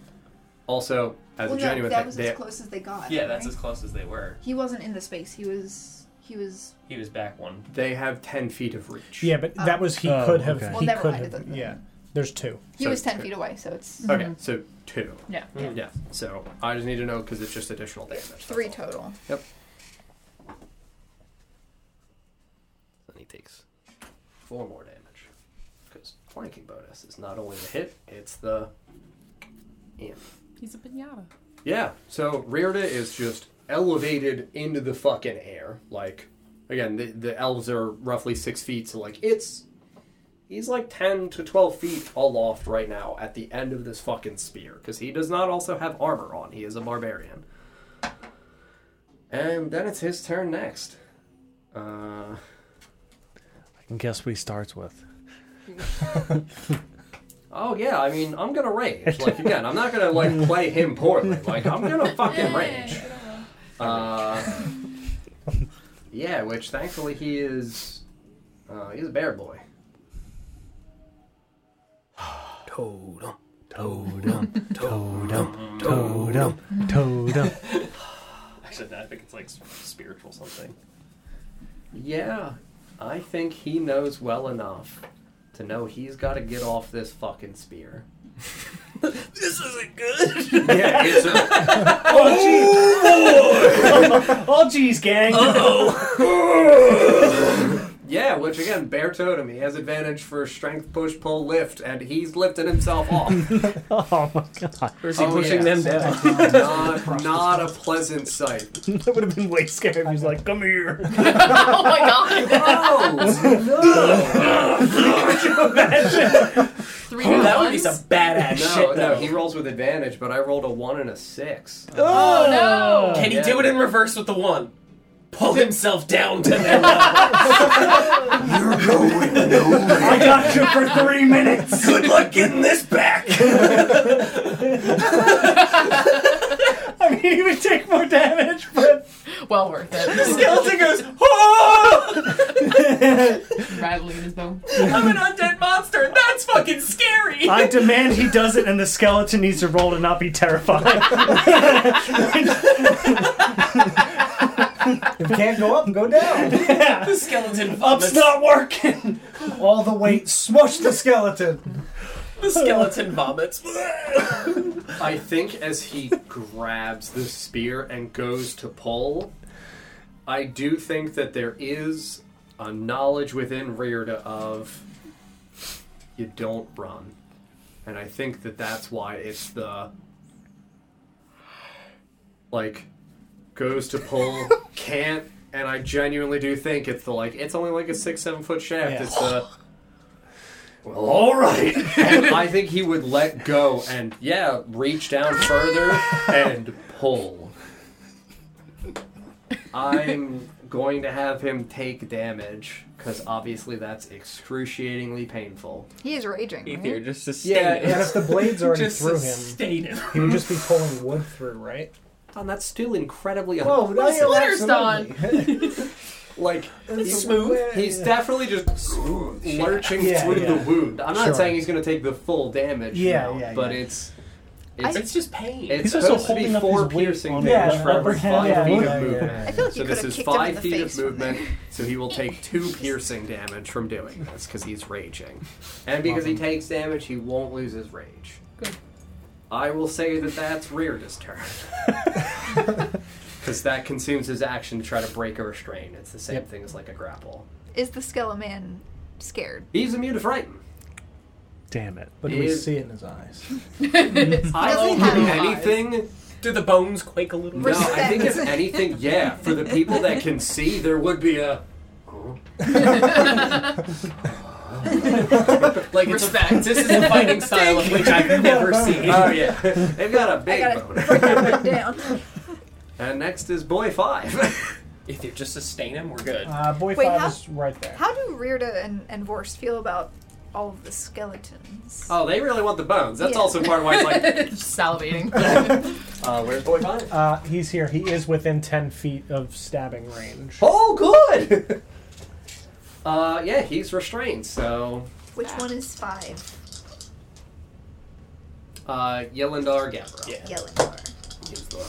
Also, as
well,
a
no,
genuine
that
thing,
was
they-
as close as they got.
Yeah, that's
right?
as close as they were.
He wasn't in the space. He was. He was.
He was back one.
they have ten feet of reach.
Yeah, but that was he
Oh,
could have.
okay.
He
Well, never
could
mind, it
have.
doesn't-
Yeah, there's two.
He
So
was ten
two.
feet away, so it's
Okay, so two.
Yeah.
Yeah. So I just need to know because it's just additional damage. that's
three
all.
total.
Yep. Then he takes four more damage. Because flanking bonus is not only the hit, it's the. Yeah.
He's a pinata.
Yeah, so Rearda is just elevated into the fucking air. Like, again, the, the elves are roughly six feet, so, like, it's. He's like 10 to 12 feet aloft right now at the end of this fucking spear, because he does not also have armor on. He is a barbarian. And then it's his turn next. Uh,
I can guess what he starts with.
oh, yeah, I mean, I'm gonna rage. Like, again, I'm not gonna, like, play him poorly. Like, I'm gonna fucking rage. Uh, yeah, which thankfully he is. Uh, he's a bear boy.
Totem, totem, totem.
Totem, totem.
Actually, no, I think it's like s- spiritual something.
Yeah, I think he knows well enough to know he's got to get off this fucking spear.
This isn't good.
yeah, it's a,
Oh, geez, gang.
yeah. Which again, bear totem. He has advantage for strength, push, pull, lift, and he's lifting himself off.
Oh my god.
Or is he
Oh,
pushing
yeah.
them down?
not, not a pleasant sight.
That would have been way scary if he was like, come here.
Oh my god! Three new
that would be
ones?
some badass
No,
shit.
no.
Though.
He rolls with advantage, but I rolled a one and a six.
Oh no!
Can he
Yeah.
do it in reverse with the one? Pull himself down to their level.
I got you for three minutes.
Good luck getting this back.
I mean, he would take more damage, but
Well worth it.
Skeleton goes, oh!
Rattling his bone.
I'm an undead monster, and that's fucking scary.
I demand he does it, and the skeleton needs to roll to not be terrified.
If you can't go up, go down.
the skeleton
Up's
vomits.
not working.
All the weight, smush the skeleton.
The skeleton vomits.
I think as he grabs the spear and goes to pull, I do think that there is a knowledge within Rearda of you don't run. And I think that that's why it's the like goes to pull, can't, and I genuinely do think it's the like it's only like a six, seven foot shaft.
Yeah.
It's the well, all right. and I think he would let go and yeah, reach down further and pull. I'm going to have him take damage because obviously that's excruciatingly painful.
He is raging.
Ether,
Right?
just sustain
Yeah,
it.
And if the blade's already
just
through him,
sustain it.
he would just be pulling wood through, right?
Don, that's still incredibly
Oh,
unpleasant.
Splitter's done.
like he's smooth. He's definitely just lurching
Yeah,
through
yeah.
the wound. I'm not
Sure.
saying he's going to take the full damage.
Yeah,
no,
yeah,
but
yeah.
it's it's,
It's just pain.
it's
He's also
supposed to be
holding up
four
his weight
piercing
on
damage
the
for every
upper hand.
five
Yeah,
feet
yeah,
of movement.
yeah.
I feel like
So
you could
this
have
is
kicked him in
five
the
feet of
face. from there.
movement, so he will take two piercing damage from doing this because he's raging. And because he takes damage, he won't lose his rage.
Good.
I will say that that's Rearda's turn. Because that consumes his action to try to break a restraint. It's the same
Yep.
thing as like a grapple.
Is the Skeleman scared?
He's immune to frighten.
Damn it.
But do we
Is-
see it in his eyes?
I don't
Doesn't have
think
eyes.
anything.
Do the bones quake a little?
No, I think if
Respect.
anything, yeah, for the people that can see, there would be a.
Like it's a, this is a fighting style of which I've never seen.
Oh yeah, they've got a
I
big
gotta
boner.
break that one down.
And next is boy five.
If you just sustain him, we're good.
Uh, boy
Wait,
five
how-
is right there.
How do Rearda and, and Vorst feel about all of the skeletons.
Oh, they really want the bones. That's
Yeah.
also part of why it's like,
salivating.
uh, where's Boy Vine?
Uh, he's here. He is within 10 feet of stabbing range.
Oh, good! uh, yeah, he's restrained, so.
Which one is five?
Uh, Yelendar Gabra.
Yeah.
Yelling.
Is the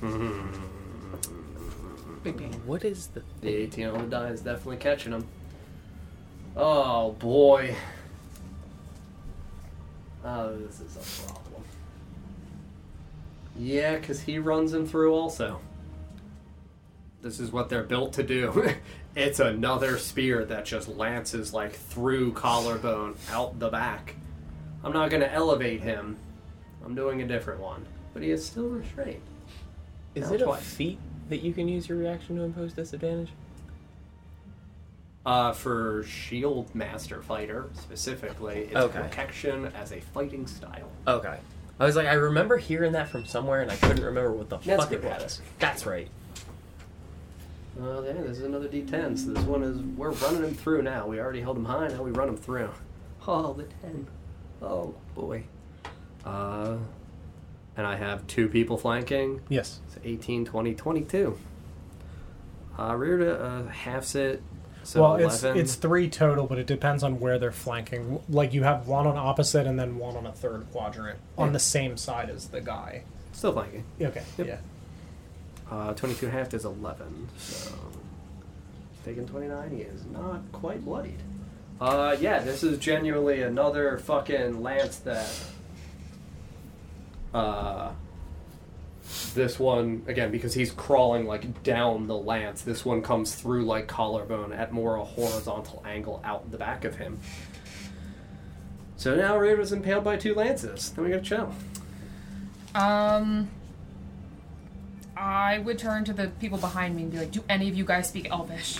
one.
What is the
The 18 on the die is definitely catching him. Oh, boy. Oh, this is a problem. Yeah, because he runs him through also. This is what they're built to do. it's another spear that just lances like through collarbone out the back. I'm not going to elevate him. I'm doing a different one. But he is still restrained.
Is
Now
it
twice.
a feat that you can use your reaction to impose disadvantage?
Uh, for Shield Master Fighter specifically, it's
Okay.
protection as a fighting style.
Okay. I was like, I remember hearing that from somewhere, and I couldn't remember what the
That's
fuck it
what it
was. That's right.
Oh yeah, this is another D10. So this one is we're running him through now. We already held him high. Now we run him through. Oh, the ten. Oh boy. Uh, and I have two people flanking.
Yes.
It's 18, 20, 22. Uh, reared a uh, half it. So
well,
11.
it's it's three total, but it depends on where they're flanking. Like you have one on opposite and then one on a third quadrant on the same side as the guy.
still flanking.
Okay.
Yeah. Uh, 22 half is 11, so. Taking 29, he is not quite bloodied. Uh, yeah, this is genuinely another fucking lance that. Uh. This one, again, because he's crawling, like, down the lance, this one comes through, like, collarbone at more a horizontal angle out the back of him. So now Reared was impaled by two lances. Then we gotta chill.
Um, I would turn to the people behind me and be like, "Do any of you guys speak Elvish?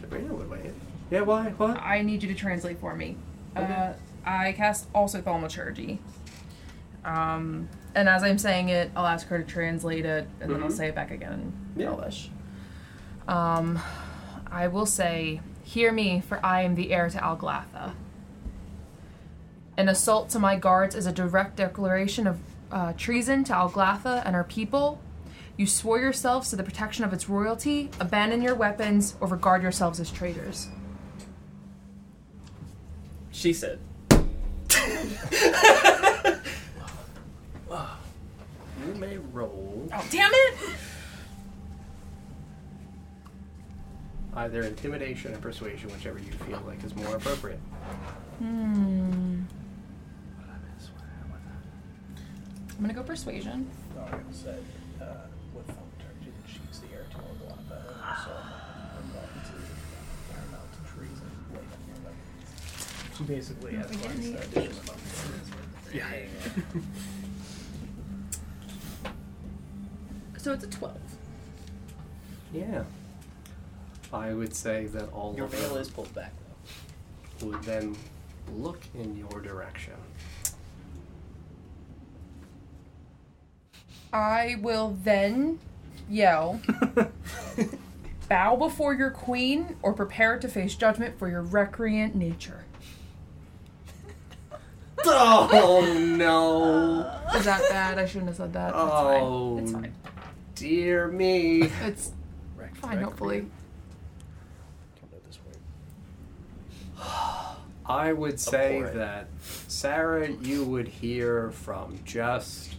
Sabrina would weigh in. Yeah, why? What?
I need you to translate for me." Uh, I cast also thaumaturgy. Um, and as I'm saying it, I'll ask her to translate it, and then I'll
Mhm.
say it back again in
Yeah.
Elvish. Um, I will say, "Hear me, for I am the heir to Alglatha." An assault to my guards is a direct declaration of uh, treason to Alglatha and her people. You swore yourselves to the protection of its royalty. Abandon your weapons or regard yourselves as traitors.
She said.
You may roll
Oh, damn it!
either intimidation or persuasion, whichever you feel like is more appropriate.
Hmm. I'm gonna go persuasion.
Dario said, uh, with thaumaturgy, that she's the heir to Ogwapa, and so I'm going to paramount to treason. Wait, I'm gonna-
Basically,
Yeah, that's why it's the addition of
Yeah.
So it's a 12.
Yeah. I would say that all
Your
of
veil
them
is pulled back, though.
would then look in your direction.
I will then yell, bow before your queen or prepare to face judgment for your recreant nature.
oh no!
Is that bad? I shouldn't have said that. That's
Oh,
fine. It's fine.
dear me.
It's fine, hopefully.
I would say
Abhorrent.
that Sarah, you would hear from just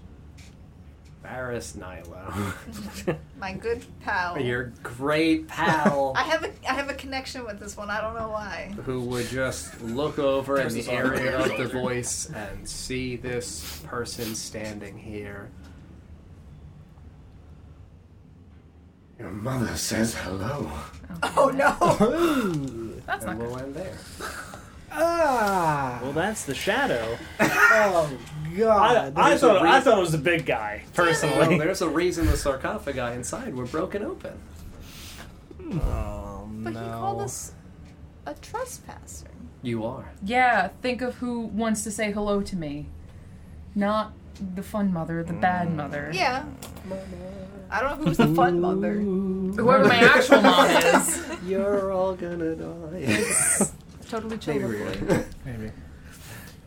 Barris Nilo,
My good pal.
your great pal.
I have a I have a connection with this one. I don't know why.
who would just look over in
There's
the
this arm
area
on
of
your
the
shoulder.
voice and see this person standing here. Your mother says hello.
Oh no!
That's not
and
good.
we'll end there.
Ah.
Well, that's the shadow.
Oh
I,
God.
I
There's a
thought I
reason-
thought it was the big guy
Well,
personally.
there's a reason the sarcophagi inside were broken open.
Oh,
But he called us a trespasser.
You are.
Yeah, think of who wants to say hello to me. Not the fun mother, the bad mother.
Yeah. I don't know who's the Mm. fun mother.
Whoever my actual mom is.
You're all gonna die.
totally
Maybe
children.
we are.
Maybe.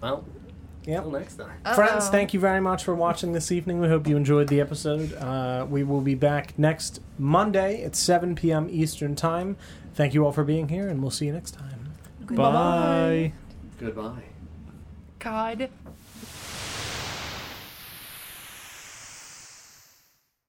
Well,
Yep.
till next time.
Friends, thank you very much for watching this evening. We hope you enjoyed the episode. Uh, we will be back next Monday at 7 p.m. Eastern Time. Thank you all for being here, and we'll see you next time. Bye.
Goodbye.
Goodbye.
God